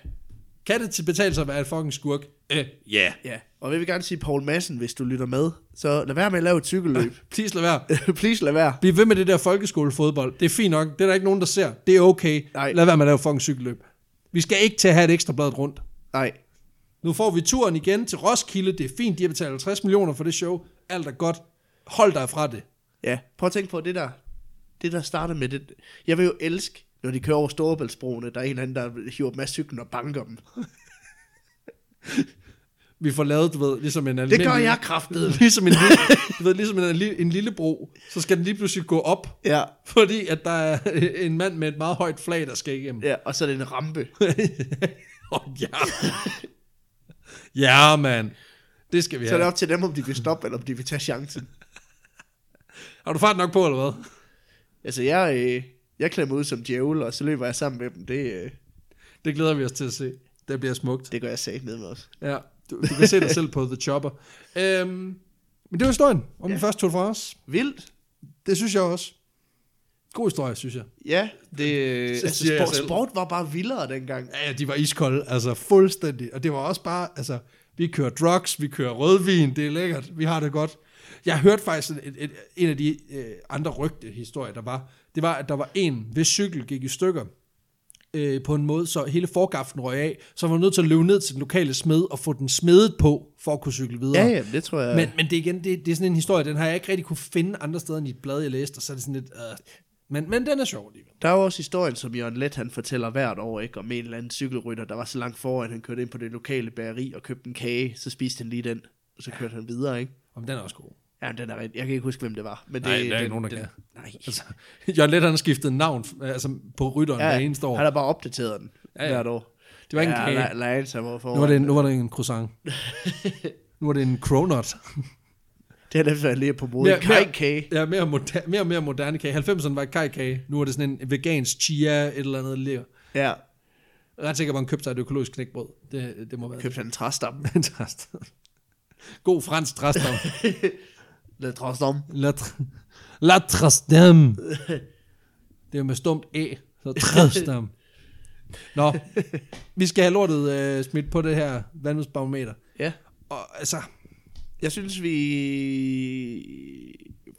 Speaker 2: Kan det til- betale sig at være et fucking skurk? Øh,
Speaker 1: ja. Og jeg vil gerne sige, Paul Madsen, hvis du lytter med, så lad være med at lave et cykelløb.
Speaker 2: please lad være.
Speaker 1: Please lad være.
Speaker 2: Bliv ved med det der folkeskolefodbold. Det er fint nok. Det er der ikke nogen, der ser. Det er okay.
Speaker 1: Nej.
Speaker 2: Lad være med at lave fucking cykelløb. Vi skal ikke til at have et ekstra blad rundt.
Speaker 1: Nej,
Speaker 2: Nu får vi turen igen til Roskilde. Det er fint, de har betalt 50 millioner for det show. Alt er godt. Hold dig fra det.
Speaker 1: Ja, prøv at tænke på det der, det der starter med det. Jeg vil jo elske, når de kører over Storebæltsbroen, at der er en eller anden, der hiver dem af cyklen og banker dem.
Speaker 2: vi får lavet, du ved, ligesom en
Speaker 1: Det
Speaker 2: almindelig...
Speaker 1: gør jeg kraftede.
Speaker 2: Ligesom en, lille, du ved, ligesom en, lille- en lille bro, så skal den lige pludselig gå op,
Speaker 1: Ja,
Speaker 2: fordi at der er en mand med et meget højt flag, der skal igennem.
Speaker 1: ja, og så er det en rampe.
Speaker 2: Åh, ja. ja, mand. Det skal vi
Speaker 1: Så er det
Speaker 2: have.
Speaker 1: op til dem, om de vil stoppe, eller om de vil tage chancen.
Speaker 2: Har du fart nok på, eller hvad?
Speaker 1: Altså, jeg, øh, jeg klæder mig ud som djævel, og så løber jeg sammen med dem. Det, øh,
Speaker 2: Det glæder vi os til at se. Det bliver smukt.
Speaker 1: det gør jeg sat med mig også.
Speaker 2: Ja, du, du kan se dig selv på The Chopper. Øhm, men det var historien om den første Tour de France.
Speaker 1: Vildt.
Speaker 2: Det synes jeg også. God historie, synes jeg.
Speaker 1: Ja, det, øh,
Speaker 2: Så
Speaker 1: altså,
Speaker 2: siger jeg
Speaker 1: sport,
Speaker 2: selv.
Speaker 1: sport var bare vildere dengang.
Speaker 2: Ja, ja, de var iskolde, altså fuldstændig. Og det var også bare, altså, vi kører drugs, vi kører rødvin, det er lækkert, vi har det godt. Jeg hørte faktisk et, et, en af de øh, andre rygte historier, der var, det var, at der var en, hvis cykel gik i stykker, øh, på en måde, så hele forgaften røg af, så var man nødt til at løbe ned til den lokale smed og få den smedet på, for at kunne cykle videre.
Speaker 1: Ja, ja, det tror jeg.
Speaker 2: Men, men det er igen, det, det er sådan en historie, den har jeg ikke rigtig kunne finde andre steder end i et blad, jeg læste, og så er det sådan lidt, øh, men, men den er sjov alligevel.
Speaker 1: Der er jo også historien, som Jørgen Let han fortæller hvert år, ikke? om en eller anden cykelrytter, der var så langt foran, han kørte ind på det lokale bageri og købte en kage, så spiste han lige den, og så kørte han videre, ikke?
Speaker 2: Om den er også god.
Speaker 1: Ja, den er rigtig. Jeg kan ikke huske, hvem det var. Men det,
Speaker 2: Nej, der er ikke
Speaker 1: den,
Speaker 2: nogen, der
Speaker 1: den,
Speaker 2: kan.
Speaker 1: Nej.
Speaker 2: Altså, Jørgen Let, han har skiftet navn altså, på rytteren ja, hver eneste år.
Speaker 1: han har bare opdateret den
Speaker 2: Ja,
Speaker 1: ja,
Speaker 2: ja.
Speaker 1: ja. hvert år.
Speaker 2: Det var ikke en
Speaker 1: ja,
Speaker 2: kage.
Speaker 1: La- Lions, han var foran.
Speaker 2: Nu var, det en, nu var det en croissant. nu var det en cronut.
Speaker 1: Det har derfor, han lige er på mode. Ja, Kaj kage.
Speaker 2: Ja, mere, moder, mere og mere moderne kage. 90'erne var et kajkage. Nu er det sådan en vegansk chia, et eller andet lir.
Speaker 1: Ja,
Speaker 2: Jeg er ret sikker på, at han købte sig et økologisk knækbrød. Det, det må være
Speaker 1: købte han en træstamme.
Speaker 2: en træst. God fransk træstam.
Speaker 1: Lad træstamme.
Speaker 2: La, tr- la træstam. Det er med stumt æ, så træstam. Nå, vi skal have lortet øh, smidt på det her vandmiddelsbarometer.
Speaker 1: Ja.
Speaker 2: Og altså,
Speaker 1: Jeg synes, vi...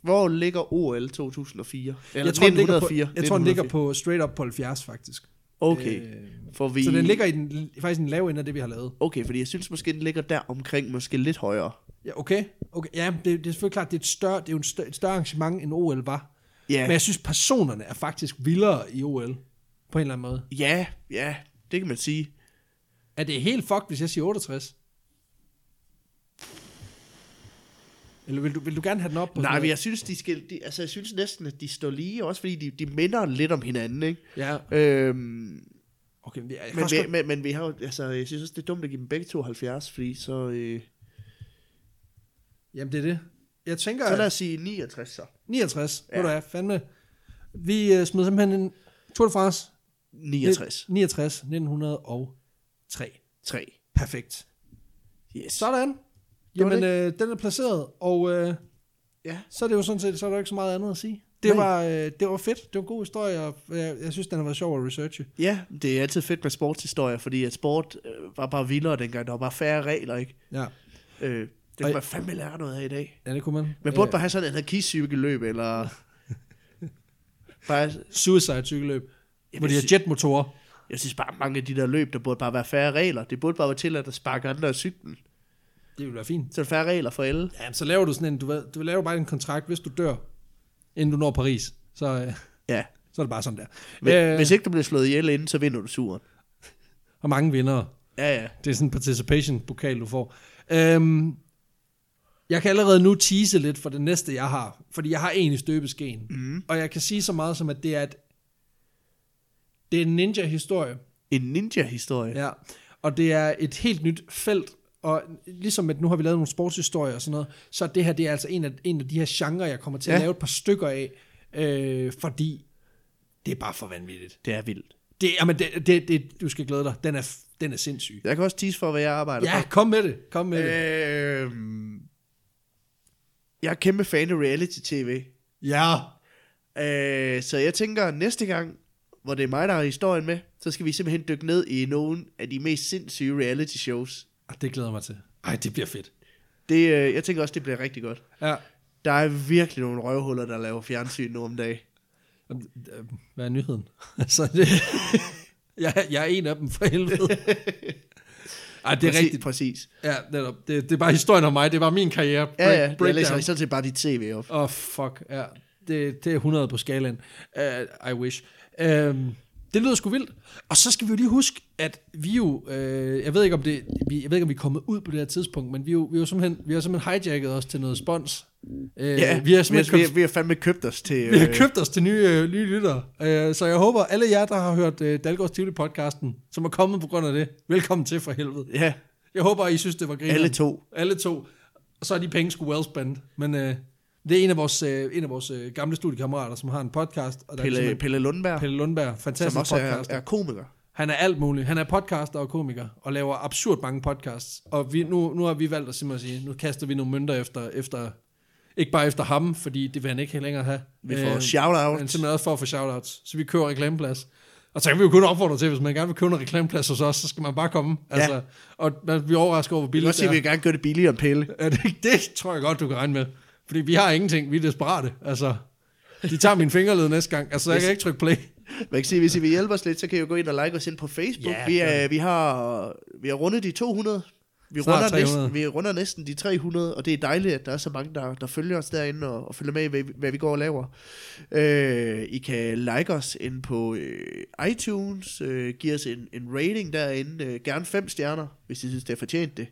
Speaker 1: Hvor ligger OL 2004? Eller
Speaker 2: jeg tror, den ligger på,
Speaker 1: 1904.
Speaker 2: jeg tror, den ligger på straight up på 70, faktisk.
Speaker 1: på... Okay,
Speaker 2: Øh,
Speaker 1: for vi...
Speaker 2: så den ligger i den, faktisk i den lave ende af det, vi har lavet.
Speaker 1: Okay, fordi jeg synes måske, den ligger der omkring, måske lidt højere.
Speaker 2: Ja, okay. okay. Ja, det, det er selvfølgelig klart, det er, et større, det er jo et større, et større arrangement, end OL var.
Speaker 1: Ja,
Speaker 2: Men jeg synes, personerne er faktisk vildere i OL, på en eller anden måde.
Speaker 1: ja, ja, det kan man sige.
Speaker 2: Er det helt fucked, hvis jeg siger 68? Eller vil du, vil du gerne have den op? På
Speaker 1: Nej,
Speaker 2: sådan
Speaker 1: men jeg synes, de skal, de, altså, jeg synes næsten, at de står lige, også fordi de, de minder lidt om hinanden, ikke?
Speaker 2: noget? Ja,
Speaker 1: Øhm,
Speaker 2: okay. Men, jeg, jeg kan
Speaker 1: men,
Speaker 2: også
Speaker 1: vi,
Speaker 2: godt-
Speaker 1: men, men vi har jo, altså, jeg synes også, det er dumt at give dem begge 72, fordi så, øh,
Speaker 2: Jamen, det er det. Jeg tænker,
Speaker 1: så lad
Speaker 2: at
Speaker 1: os sige 69 så.
Speaker 2: 69, ja.
Speaker 1: Ja.
Speaker 2: ved du hvad, fandme. Vi uh, smed simpelthen en Tour de France.
Speaker 1: 69.
Speaker 2: 69, 1903.
Speaker 1: 3.
Speaker 2: Perfekt.
Speaker 1: Yes.
Speaker 2: Sådan.
Speaker 1: var
Speaker 2: Jamen, øh, den er placeret, og øh,
Speaker 1: Ja.
Speaker 2: så er det jo sådan set, så er der jo ikke så meget andet at sige. Det
Speaker 1: Nej.
Speaker 2: var, øh, det var fedt, det var en god historie, og øh, jeg synes, den har været sjov at researche.
Speaker 1: Ja, det er altid fedt med sportshistorier, fordi at sport øh, var bare vildere dengang. Der var bare færre regler, ikke?
Speaker 2: Ja,
Speaker 1: Øh, det
Speaker 2: Og-
Speaker 1: kan man fandme lære noget af i dag.
Speaker 2: ja det kunne man. Øh,
Speaker 1: Man burde bare have sådan et anarkicykeløb, eller... bare,
Speaker 2: Suicide cykelløb, hvor
Speaker 1: Jamen,
Speaker 2: de
Speaker 1: jeg
Speaker 2: har
Speaker 1: sy-
Speaker 2: jetmotorer.
Speaker 1: jeg synes bare, mange af de der løb, der burde bare være færre regler. Det burde bare være tilladt at sparke andre af cyklen.
Speaker 2: Det ville være fint.
Speaker 1: Så er der færre regler for alle.
Speaker 2: Jamen, så laver du sådan en, du, ved, du laver bare en kontrakt, hvis du dør, inden du når Paris, så, øh,
Speaker 1: Ja.
Speaker 2: så er det bare sådan der.
Speaker 1: Men,
Speaker 2: Øh.
Speaker 1: øh... Hvis ikke du bliver slået ihjel inden, så vinder du turen.
Speaker 2: Og mange vindere.
Speaker 1: Ja, ja.
Speaker 2: Det er sådan en participation-pokal, du får. Øhm, jeg kan allerede nu tease lidt for det næste, jeg har. Fordi jeg har en i støbeskeen. Mm. Og jeg kan sige så meget som, at det er, et, det er en ninja-historie.
Speaker 1: En ninja-historie. Ja.
Speaker 2: Ja. Og det er et helt nyt felt. Og ligesom at nu har vi lavet nogle sportshistorier og sådan noget, så det her det er altså en af, en af de her genrer, jeg kommer til ja. at
Speaker 1: Ja.
Speaker 2: lave et par stykker af. Øh, fordi det er bare for vanvittigt.
Speaker 1: Det er vildt.
Speaker 2: Det, jamen, det, det, det, du skal glæde dig. Den er, f- den er sindssyg.
Speaker 1: Jeg kan også tease for, hvad jeg arbejder
Speaker 2: Ja,
Speaker 1: på.
Speaker 2: kom med det. Kom med det.
Speaker 1: Øh, jeg er kæmpe fan af reality-tv.
Speaker 2: Ja.
Speaker 1: Øh, så jeg tænker, næste gang, hvor det er mig, der har historien med, så skal vi simpelthen dykke ned i nogle af de mest sindssyge reality shows.
Speaker 2: Ah, det glæder jeg mig til. Ej, det bliver fedt.
Speaker 1: Det, øh, jeg tænker også, det bliver rigtig godt.
Speaker 2: Ja.
Speaker 1: Der er virkelig nogle røvhuller, der laver fjernsyn nu om dagen.
Speaker 2: Hvad er nyheden? altså, det... jeg, jeg er en af dem for helvede. Ej, det er
Speaker 1: Præcis-
Speaker 2: rigtigt.
Speaker 1: Præcis.
Speaker 2: Ja, netop. Det, det er bare historien om mig. Det er bare min karriere. Break,
Speaker 1: Ja, ja, jeg læser
Speaker 2: breakdown.
Speaker 1: sådan set bare dit tv op.
Speaker 2: Åh, oh, fuck. Ja. Det, det er 100 på skalaen. Uh, I wish. Uh, det lyder sgu vildt. Og så skal vi jo lige huske, at vi jo, øh, jeg ved ikke om det, vi, jeg ved ikke om vi er kommet ud på det her tidspunkt, men vi er jo, vi er jo simpelthen, vi har simpelthen hijacket os til noget spons. Øh,
Speaker 1: Ja,
Speaker 2: vi har simpelthen
Speaker 1: vi, vi, vi har fandme købt os til...
Speaker 2: Vi har købt os til nye, øh, nye lyttere, øh, så jeg håber, alle jer, der har hørt øh, Dalgårds Tivoli-podcasten, som er kommet på grund af det, velkommen til for helvede.
Speaker 1: Øh, ja,
Speaker 2: Jeg håber, I synes, det var grineren.
Speaker 1: alle to.
Speaker 2: Alle to. Og så er de penge sgu well spent. Men øh, det er en af vores, øh, en af vores øh, gamle studiekammerater, som har en podcast. Og der er
Speaker 1: Pelle,
Speaker 2: simpelthen-
Speaker 1: Pelle Lundberg,
Speaker 2: Pelle Lundberg,
Speaker 1: som
Speaker 2: fantastisk
Speaker 1: også
Speaker 2: podcast.
Speaker 1: er, er komiker.
Speaker 2: Han er alt muligt. Han er podcaster og komiker, og laver absurd mange podcasts. Og vi, nu, nu har vi valgt at simpelthen sige, nu kaster vi nogle mønter efter, efter ikke bare efter ham, fordi det vil han ikke længere have.
Speaker 1: Vi får
Speaker 2: Øh,
Speaker 1: shout-out.
Speaker 2: men simpelthen også for at få shoutouts. Så vi køber reklameplads. Og så kan vi jo kun opfordre til, hvis man gerne vil købe en reklameplads hos os, så skal man bare komme. Altså, ja. Og man bliver overrasket over,
Speaker 1: Vi
Speaker 2: hvor
Speaker 1: kan
Speaker 2: billigt
Speaker 1: også sige,
Speaker 2: det
Speaker 1: at vi
Speaker 2: er.
Speaker 1: vil gerne gøre det billigere end Pelle.
Speaker 2: Ja, det, det tror jeg godt, du kan regne med. Fordi vi har ingenting, vi er desperate. Altså, de tager min fingerled næste gang, altså jeg kan ikke trykke play.
Speaker 1: Man kan sige, hvis I vil hjælpe os lidt, så kan I jo gå ind og like os ind på Facebook.
Speaker 2: Ja,
Speaker 1: vi,
Speaker 2: gør
Speaker 1: er, vi, har, vi har rundet de 200. Vi
Speaker 2: Snart
Speaker 1: runder,
Speaker 2: 300.
Speaker 1: næsten, vi runder næsten de 300, og det er dejligt, at der er så mange, der, der følger os derinde og, og følger med i, hvad, vi- hvad vi går og laver. Øh, I kan like os ind på øh, iTunes, øh, give os en, en rating derinde, øh, gerne fem stjerner, hvis I synes, det er fortjent det.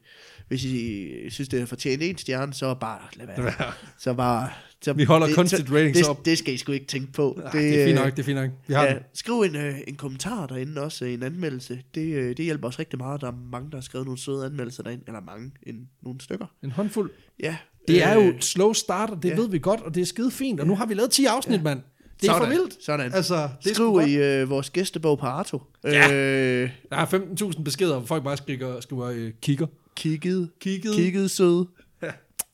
Speaker 1: Hvis I synes, det er fortjent en stjerne, så bare lad være. Så bare, så,
Speaker 2: Vi holder
Speaker 1: det-
Speaker 2: kunstigt
Speaker 1: så-
Speaker 2: ratings
Speaker 1: det,
Speaker 2: op.
Speaker 1: Det skal I sgu ikke tænke på.
Speaker 2: Det, Ah, det er fint nok, det er fint nok. Vi har
Speaker 1: Ja,
Speaker 2: ja.
Speaker 1: skriv en, øh, en kommentar derinde også, øh, en anmeldelse. Det, øh, det hjælper os rigtig meget. Der er mange, der har skrevet nogle søde anmeldelser derinde, eller mange, en, nogle stykker.
Speaker 2: en håndfuld.
Speaker 1: Ja.
Speaker 2: Det er jo
Speaker 1: øh,
Speaker 2: et slow starter, det ja.
Speaker 1: ja.
Speaker 2: ved vi godt, og det er skide fint. Og nu har vi lavet 10 afsnit, ja. mand. Det er
Speaker 1: sådan,
Speaker 2: for vildt.
Speaker 1: Sådan. Altså,
Speaker 2: Altså, det
Speaker 1: skriv
Speaker 2: er sgu godt.
Speaker 1: i øh, vores gæstebog på Arto.
Speaker 2: Ja.
Speaker 1: Øh,
Speaker 2: Der er 15.000 beskeder, hvor folk bare skriver, skriver øh, kigger.
Speaker 1: kigget.
Speaker 2: Kigget.
Speaker 1: Kigget søde.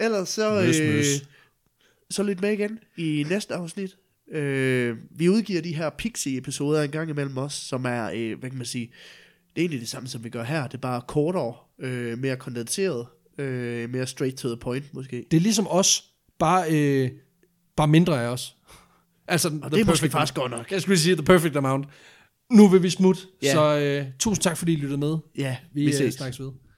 Speaker 1: Ellers så...
Speaker 2: Møs,
Speaker 1: Øh,
Speaker 2: møs.
Speaker 1: så lyt med igen i næste afsnit. Øh, vi udgiver de her Pixie-episoder en gang imellem os, som er, øh, hvad kan man sige, det er egentlig det samme, som vi gør her. Det er bare kortere, øh, mere kondenseret, øh, mere straight to the point måske.
Speaker 2: Det er ligesom os, bare, øh, bare mindre af os. Altså,
Speaker 1: Og det er måske faktisk godt nok.
Speaker 2: Jeg skulle lige sige, the perfect amount. Nu vil vi smutte,
Speaker 1: Ja.
Speaker 2: så øh, tusind tak, fordi I lyttede med.
Speaker 1: Ja,
Speaker 2: Vi, vi ses. Øh, snakkes ved.